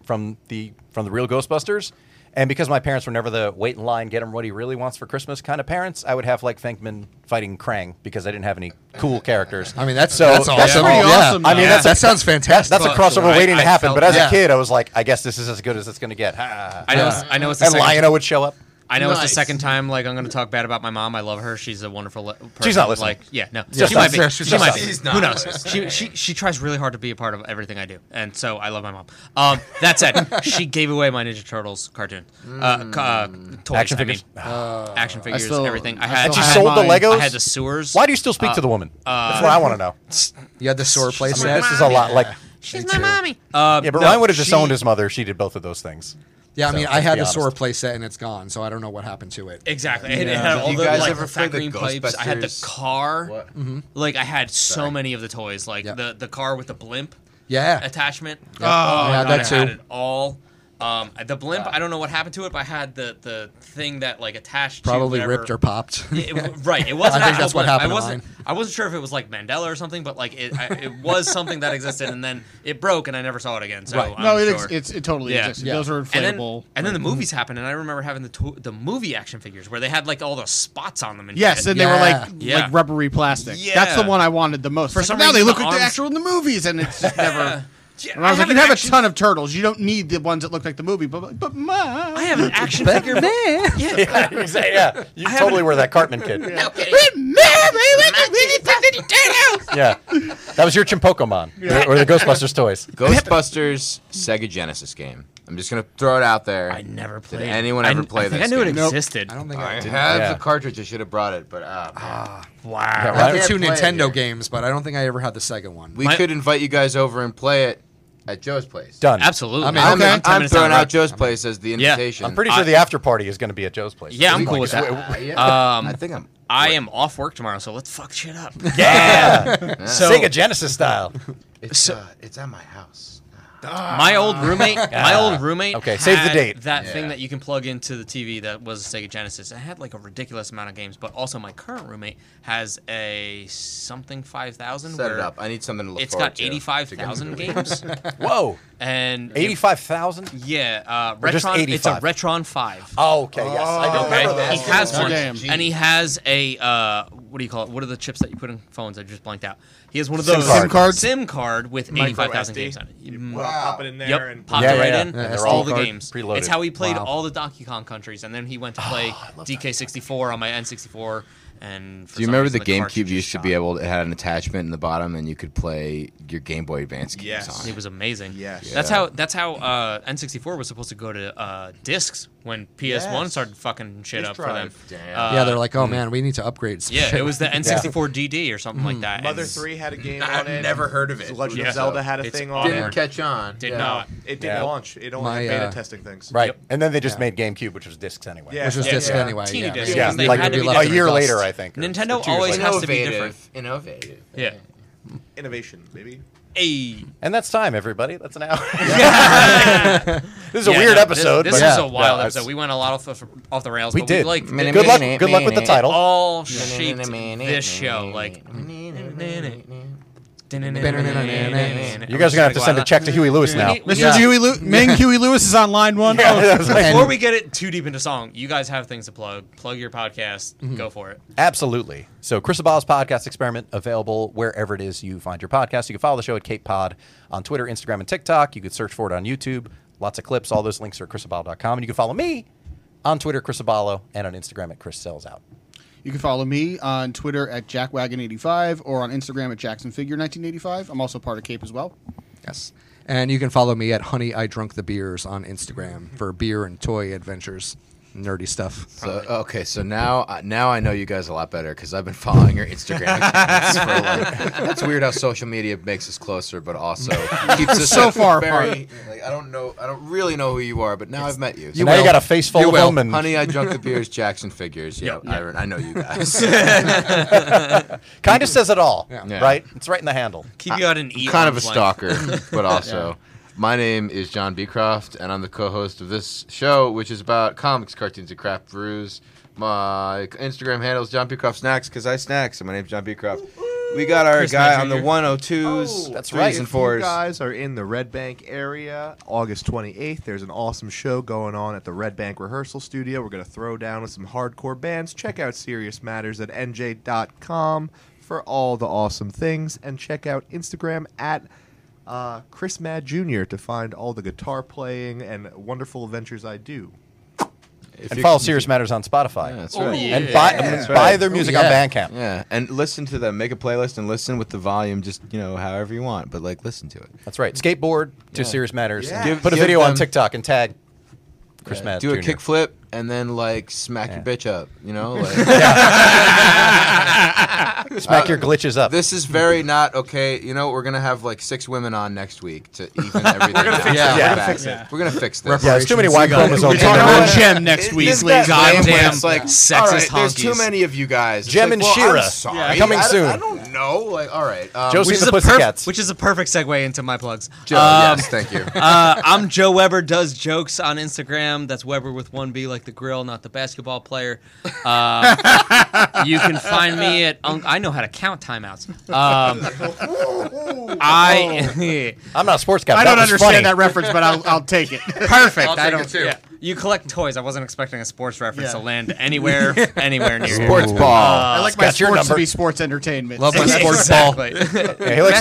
S2: from the from the real Ghostbusters. And because my parents were never the wait in line, get him what he really wants for Christmas kind of parents, I would have like Venkman fighting Krang because I didn't have any cool characters.
S4: I mean, that's
S2: So
S4: that's awesome.
S2: that's pretty
S4: yeah.
S5: awesome,
S4: I mean,
S5: though.
S4: that's, that sounds fantastic.
S2: that's a crossover
S3: I-
S2: waiting to
S3: I
S2: happen.
S3: felt
S2: But as
S4: that.
S2: a kid, I was like, I guess this is as good as it's going to get. Ha.
S3: I know. It's, I know it's the
S2: and
S3: second.
S2: Lion-O would show up.
S3: I know it's
S5: Nice.
S3: the second time. Like I'm gonna talk bad about my mom. I love her. She's a wonderful. Le- person.
S2: She's not listening.
S3: Like yeah, no,
S2: Just
S3: she might
S2: us.
S3: be.
S2: Yeah,
S3: she
S2: she's just
S3: might
S2: us.
S3: be.
S1: She's not
S3: Who knows?
S1: listening.
S3: She she she tries really hard to be a part of everything I do, and so I love my mom. Um, that said, she gave away my Ninja Turtles cartoon, uh, c- uh, toys.
S2: Action
S3: I mean, uh,
S2: figures.
S3: action figures,
S5: still-
S3: everything. I
S5: I
S3: had.
S5: still
S2: She
S5: have
S2: sold the
S5: mine.
S2: Legos.
S3: I had the sewers.
S2: Why do you still speak to the woman? That's what I
S3: uh,
S2: want to know.
S4: You had the sore
S2: I mean,
S4: playset.
S2: this is a lot like.
S3: She's my mommy. Uh,
S2: Yeah, but
S3: no,
S2: Ryan would have just
S3: she-
S2: owned his mother. She did both of those things.
S4: Yeah, I
S2: So,
S4: mean, I
S2: let's
S4: had
S2: be
S4: the
S2: honest.
S4: sore playset and it's gone, so I don't know what happened to it.
S3: Exactly. It- It had all
S1: You
S3: the
S1: guys
S3: like
S1: ever play
S3: fat
S1: the
S3: green pipes. I had the
S1: Ghostbusters?
S3: car.
S1: What?
S3: Like I had so many of the toys. Like
S4: Mm-hmm. Yeah.
S3: the the car with the blimp
S4: Yeah.
S3: attachment. Oh,
S4: yeah,
S3: God,
S4: that
S3: I
S4: too.
S3: had it all. Um, the blimp. I don't know what happened to it, but I had the the thing that like attached.
S4: Probably
S3: to whatever-
S4: ripped or popped.
S3: It- it- right. It wasn't.
S4: I think
S3: actual
S4: that's what
S3: blimp.
S4: happened
S3: I
S4: to
S3: wasn't. I wasn't sure if it was like Mandela or something, but like it, I, it was something that existed, and then it broke, and I never saw it again. So
S4: Right.
S3: I'm
S5: no, it
S3: sure.
S5: ex- it's it totally
S3: Yeah.
S5: existed.
S4: Yeah.
S5: Those are
S3: And then,
S5: inflatable. mm.
S3: and then the movies happened, and I remember having the to- the movie action figures where they had like all the spots on them. And
S5: Yes,
S3: shit.
S5: and they were like
S3: Yeah.
S5: like rubbery plastic.
S3: Yeah.
S5: That's the one I wanted the most.
S3: For
S5: Like,
S3: some
S5: now they
S3: reason,
S5: look
S3: the
S5: like they're
S3: arms-
S5: actual in the movies, and it's just never.
S3: Yeah.
S5: it's And I was
S3: I
S5: like, you
S3: haven't
S5: have a
S3: actually-
S5: ton of turtles. You don't need the ones that look like the movie. But but ma,
S3: I have an action figure. Yeah.
S2: yeah, exactly, yeah. You totally were that Cartman kid. Yeah. that was your Chimpokemon or the Ghostbusters toys.
S1: Ghostbusters Sega Genesis game. I'm just gonna throw it out there.
S3: I never played.
S1: Did
S3: it.
S1: anyone
S3: I,
S1: ever
S3: I
S1: play
S3: think
S1: this
S3: I knew
S1: game?
S3: it existed.
S4: I don't think
S1: I
S4: I
S1: have
S4: did.
S2: Yeah.
S1: the cartridge. I should have brought it, but ah, man.
S3: Wow.
S2: Yeah,
S4: I have
S2: right?
S4: the two
S1: Play it here.
S4: Nintendo games, but I don't think I ever had the Sega one.
S1: we
S3: My-
S1: could invite you guys over and play it at Joe's place.
S2: Done.
S3: Absolutely.
S4: I'm in.
S1: I'm,
S4: Okay.
S1: I'm,
S3: 10 minutes down
S1: throwing
S3: the road.
S1: out Joe's place as the
S3: Yeah.
S1: invitation.
S2: I'm pretty sure the after party is going to be at Joe's place.
S3: Yeah, I'm
S2: We
S3: cool
S2: can
S3: with
S2: just-
S3: that.
S1: Uh, yeah.
S3: Um,
S1: I think I'm.
S3: I am off work tomorrow, so let's fuck shit up.
S2: Yeah,
S3: So
S2: Sega Genesis style.
S1: It's,
S3: so-
S1: uh, it's at my house.
S3: my old
S5: Ah.
S3: roommate, my old roommate.
S2: Okay, save the
S3: had
S2: date.
S3: That
S1: Yeah.
S3: thing that you can plug into the TV that was a Sega Genesis. It had like a ridiculous amount of games, but also my current roommate has a something five thousand.
S1: Set it up. I need something to look
S3: It's
S1: forward
S3: got
S1: to.
S3: eighty-five thousand games,
S2: Whoa,
S3: and
S2: eighty-five thousand.
S3: Yeah, uh,
S2: Or just
S3: Retron. It's a
S2: 85.
S3: Retron Five.
S2: Oh, okay, yes, I know.
S3: Okay,
S2: Remember that.
S3: he has one,
S5: Damn.
S3: and he has a uh, what do you call it? What are the chips that you put in phones? I just blanked out. He has one of
S2: SIM
S3: those
S2: card.
S5: card.
S3: SIM card with eighty-five thousand games on it. Mm,
S8: You pop it in there
S3: Yep,
S8: and
S3: popped
S2: Yeah,
S3: it
S2: yeah,
S3: right
S2: yeah.
S3: in.
S2: Yeah,
S3: That's
S2: SD
S3: all the
S2: card
S3: games.
S2: preloaded.
S3: It's how he played
S4: Wow.
S3: all the Donkey Kong countries, and then he went to play DK64 on my N64. And for
S1: Do you
S3: some
S1: remember
S3: reason
S1: the GameCube
S3: cartridge
S1: used to
S3: shot.
S1: be able? It had an attachment in the bottom, and you could play your Game Boy Advance games
S8: Yes.
S1: on
S3: It was amazing.
S8: Yes.
S3: That's
S1: Yeah.
S3: how that's how uh, N64 was supposed to go to uh, discs when PS1
S8: Yes.
S3: started fucking shit
S8: Disk
S3: up for them.
S8: drive. Damn.
S3: Uh,
S4: yeah, they're like, oh man, we need to upgrade. some
S3: Yeah,
S4: shit."
S3: it was the N64 DD or something
S2: Hmm.
S3: like that.
S8: Mother
S3: and-
S8: Three had a game
S1: I've
S8: on it.
S1: never heard of it.
S8: Legend
S3: Yeah.
S8: of Zelda had a
S3: It's
S8: thing
S1: it.
S8: on
S1: Didn't
S8: it.
S1: catch on.
S3: Did
S1: Yeah.
S3: not.
S8: It didn't
S2: Yeah.
S8: launch. It only
S4: My,
S8: had beta
S4: uh,
S8: testing things.
S2: Right,
S3: Yep.
S2: and then they just made GameCube, which was discs anyway.
S8: Yeah.
S4: which was disc
S8: yeah.
S4: anyway.
S3: Teeny
S4: yeah,
S3: disc.
S4: yeah.
S2: Yeah,
S3: They
S2: like
S3: had to be
S2: a
S3: left in
S2: year
S4: dust.
S2: later, I think. or
S3: Nintendo
S2: two years
S3: always
S2: later.
S3: has to be different.
S1: Innovative.
S3: Yeah.
S8: Innovation, baby.
S3: Hey.
S2: And that's time, everybody. That's an hour. this is
S3: Yeah,
S2: a weird
S3: no,
S2: episode.
S3: This, this
S2: but-
S3: is
S2: Yeah.
S3: a wild
S2: No, it's-
S3: episode. We went a lot off, off the rails.
S2: we
S3: but
S2: did.
S3: We, like
S1: Mini-
S2: good luck.
S1: mini-
S2: Good luck with the
S1: mini-
S2: title.
S3: all shaped this show. Like.
S2: you guys are gonna have to send a check to Huey Lewis now.
S3: need-
S5: Mr.
S4: Yeah.
S5: Huey Lew- Ming Huey Lewis is on line one.
S2: Yeah,
S5: Oh,
S2: I was like,
S3: Before we get it too deep into song, you guys have things to plug. Plug your podcast. Go for it.
S2: Absolutely. So, Chris Abala's podcast experiment available wherever it is you find your podcast. You can follow the show at Cape Pod on Twitter, Instagram, and TikTok. You can search for it on YouTube. Lots of clips. All those links are at chrisabalo.com. And you can follow me on Twitter, Chris Abalo, and on Instagram at Chris Sells Out.
S5: You can follow me on Twitter at jackwagon85 or on Instagram at jacksonfigure1985. I'm also part of Cape as well.
S4: Yes. And you can follow me at Honey I Drunk the Beers on Instagram for beer and toy adventures, nerdy stuff.
S1: So, okay, so now uh, now I know you guys a lot better because I've been following your Instagram. accounts for like, that's weird how social media makes us closer, but also keeps us
S5: So
S1: at
S5: far
S1: very- Like, I don't know, I don't really know who you are, but now I've met you.
S2: So now you
S4: will.
S2: got a face full
S4: You
S2: of
S4: will.
S2: them. And
S1: Honey, I drunk the beers, Jackson figures. Yeah,
S3: Yeah.
S1: I, I know you guys.
S2: kind of says it all, right?
S1: Yeah.
S2: It's right in the handle.
S3: Keep you out an E.
S1: kind of a
S3: arm's length.
S1: stalker, but also. My name is John Beecroft, and I'm the co-host of this show, which is about comics, cartoons, and crap brews. My Instagram handle is John Beecroft Snacks because I snacks, and my name's John Beecroft. We got our
S3: Chris
S1: guy
S3: Knight
S1: on the
S3: Jr..
S1: 102s,
S2: That's
S1: threes
S2: right.
S1: and
S8: If you
S1: fours.
S8: guys are in the Red Bank area, August 28th, there's an awesome show going on at the Red Bank Rehearsal Studio. We're going to throw down with some hardcore bands. Check out Serious Matters at nj.com for all the awesome things. And check out Instagram at uh, Chris Mad Jr. to find all the guitar playing and wonderful adventures I do.
S1: If
S2: And
S1: you-
S2: follow Serious Matters on Spotify.
S1: Yeah, that's
S3: Oh,
S1: right.
S3: yeah.
S2: And buy,
S1: That's
S2: buy
S1: right.
S2: their music
S4: yeah.
S2: on Bandcamp.
S1: Yeah, and listen to them. Make a playlist and listen with the volume, just you know, however you want. But like, listen to it.
S2: That's right. Skateboard to
S1: Yeah.
S2: Serious Matters.
S8: Yeah.
S1: Give-
S2: Put a
S1: give
S2: video on
S1: them-
S2: TikTok and tag Chris Matt.
S1: Do a
S2: Jr..
S1: kickflip and then like smack your
S2: Yeah.
S1: bitch up. You know, like,
S2: Smack your glitches up.
S1: This is very not okay. You know, we're gonna have like six women on next week to even everything. we're gonna
S8: fix
S1: yeah,
S2: Yeah.
S4: it.
S1: We're gonna fix it. We're gonna fix this.
S2: yeah, there's too many Y
S5: We're
S2: chromosomes.
S5: talking
S2: in there.
S5: about Gem next week.
S1: Isn't that lame when
S3: goddamn
S1: it's like,
S3: sexist
S1: all right, There's
S3: honkies.
S1: too many of you guys. It's
S2: Jem
S1: like,
S2: and
S1: well,
S2: Shira.
S1: I'm sorry.
S2: Yeah. Coming
S1: I don't-
S2: soon.
S1: I don't know. Like, all right. Um,
S2: Josie
S1: we-
S3: Which is,
S2: the
S3: a perf-
S2: Pussycats.
S3: which is a perfect segue into my plugs.
S1: Joe,
S3: Um,
S1: yes, thank you.
S3: uh, I'm Joe Weber. Does jokes on Instagram. That's Weber with one B, like the grill, not the basketball player. Uh, you can find me at. Unc I know how to count timeouts. Um, I.
S2: I'm not a sports guy.
S5: I
S2: but
S5: don't
S2: that was
S5: understand
S2: funny.
S5: that reference, but I'll, I'll take it. Perfect.
S3: I don't.
S1: too.
S3: yeah. You collect toys. I wasn't expecting a sports reference
S5: Yeah.
S3: to land anywhere, anywhere near. here.
S1: Sports ball.
S5: I like
S2: Got
S5: my
S2: your
S5: sports to
S2: number.
S5: be sports entertainment.
S4: Love my
S2: sports
S3: exactly.
S2: ball. Yeah, he likes his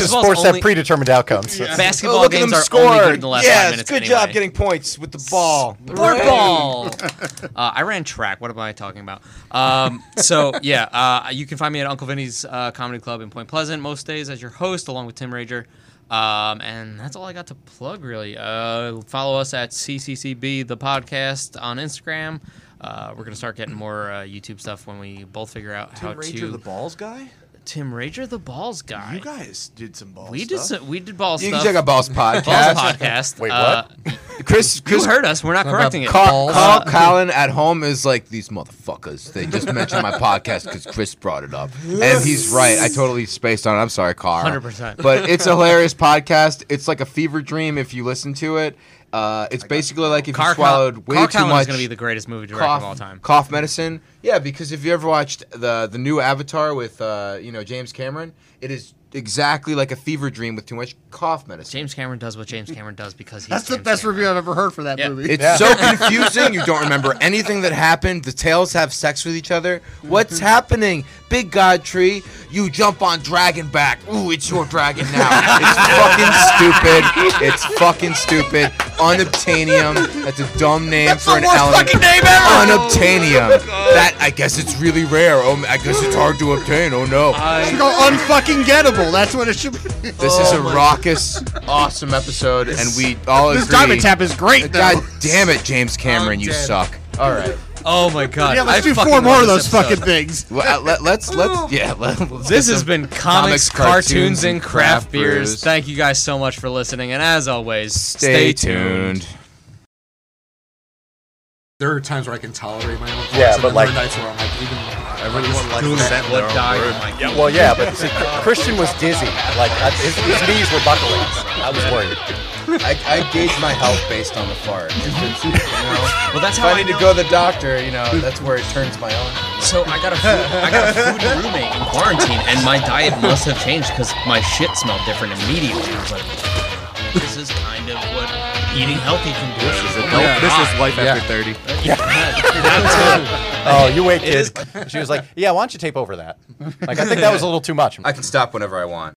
S3: Basketball's
S2: sports
S3: only-
S2: have predetermined outcomes. So-
S3: Basketball
S10: look at
S3: games
S10: them
S3: are
S10: scored.
S3: only good in the last
S10: yes,
S3: five minutes.
S10: good
S3: anyway.
S10: job getting points with the ball.
S3: Sport ball. uh, I ran track. What am I talking about? Um, so yeah, uh, you can find me at Uncle Vinny's uh, Comedy Club in Point Pleasant most days as your host, along with Tim Rager. Um, and that's all I got to plug, really. Uh, follow us at CCCB the podcast on Instagram. Uh, we're gonna start getting more uh, YouTube stuff when we both figure out how to.
S8: Tim Ranger, the balls guy.
S3: Tim Rager the balls guy.
S8: You guys did some balls.
S3: we did some, we did ball
S1: You
S3: stuff.
S1: can check out Boss
S3: Balls
S1: Podcast.
S3: podcast.
S2: Wait, what?
S3: Uh,
S1: Chris,
S3: you
S1: Chris,
S3: heard us. We're not correcting it.
S1: call, call Colin at home is like these motherfuckers. They just mentioned my podcast because Chris brought it up, and he's right. I totally spaced on. it. I'm sorry, Carl.
S3: 100%.
S1: But it's a hilarious podcast. It's like a fever dream if you listen to it. Uh, it's basically like if
S3: Car
S1: you swallowed way
S3: Car
S1: too
S3: Callan
S1: much.
S3: is going to be the greatest movie director
S1: cough,
S3: of all time.
S1: cough medicine. Yeah, because if you ever watched the the new Avatar with uh, you know James Cameron, it is exactly like a fever dream with too much cough medicine.
S3: James Cameron does what James Cameron does because he's
S5: That's the
S3: James
S5: best
S3: Cameron.
S5: review I've ever heard for that
S3: Yeah.
S5: movie.
S1: It's so confusing. You don't remember anything that happened. The tails have sex with each other. What's
S5: Mm-hmm.
S1: happening? Big God Tree, you jump on dragon back. Ooh, it's your dragon now. It's fucking stupid. It's fucking stupid. Unobtainium. That's a dumb name for an element.
S5: Oh
S1: Unobtainium. that I guess it's really rare. Oh, I guess it's hard to obtain. Oh no.
S5: It's go unfucking gettable. That's what it should be.
S1: this is a raucous, awesome episode, and we all
S5: oh This
S1: agree.
S5: diamond tap is great, though. Oh,
S1: God damn it, James Cameron, you suck. All right.
S3: Oh my god!
S5: yeah, let's
S3: I
S5: do
S3: fucking
S5: four more
S3: love
S5: of those
S3: this
S5: fucking
S3: episode.
S5: things.
S1: Well, uh, let, let's let's yeah. Let, us
S3: This has been
S1: Comics,
S3: comics, cartoons,
S1: cartoons,
S3: and craft beers.
S1: brews.
S3: Thank you guys so much for listening, and as always,
S1: stay tuned.
S4: There are times where I can tolerate my own.
S2: Yeah,
S4: thoughts, and
S2: but
S4: then there are
S2: like-
S4: nights where I'm like, even uh,
S8: Everyone likes
S4: doing
S8: to
S4: that.
S8: set
S3: What
S8: their own
S3: died?
S8: word.
S3: Mike?
S2: well, yeah, but see, Christian was dizzy. Like I- his, his knees were buckling. I was worried.
S11: I, I gauge my health based on the fart. If, it's, you know,
S3: Well, that's
S11: if
S3: how
S11: I
S3: I,
S11: need to
S3: know-
S11: go to the doctor, you know, that's where it turns my own.
S3: So I got a food, I got a food roommate in quarantine, and my diet must have changed because my shit smelled different immediately. I was like, this is kind of what eating healthy can do. "Oh, This is
S11: Nope, this is life after 30.
S2: Oh, you wait, kid. She was like, "Yeah, why don't you tape over that?" Like I think that was a little too much.
S11: I can stop whenever I want.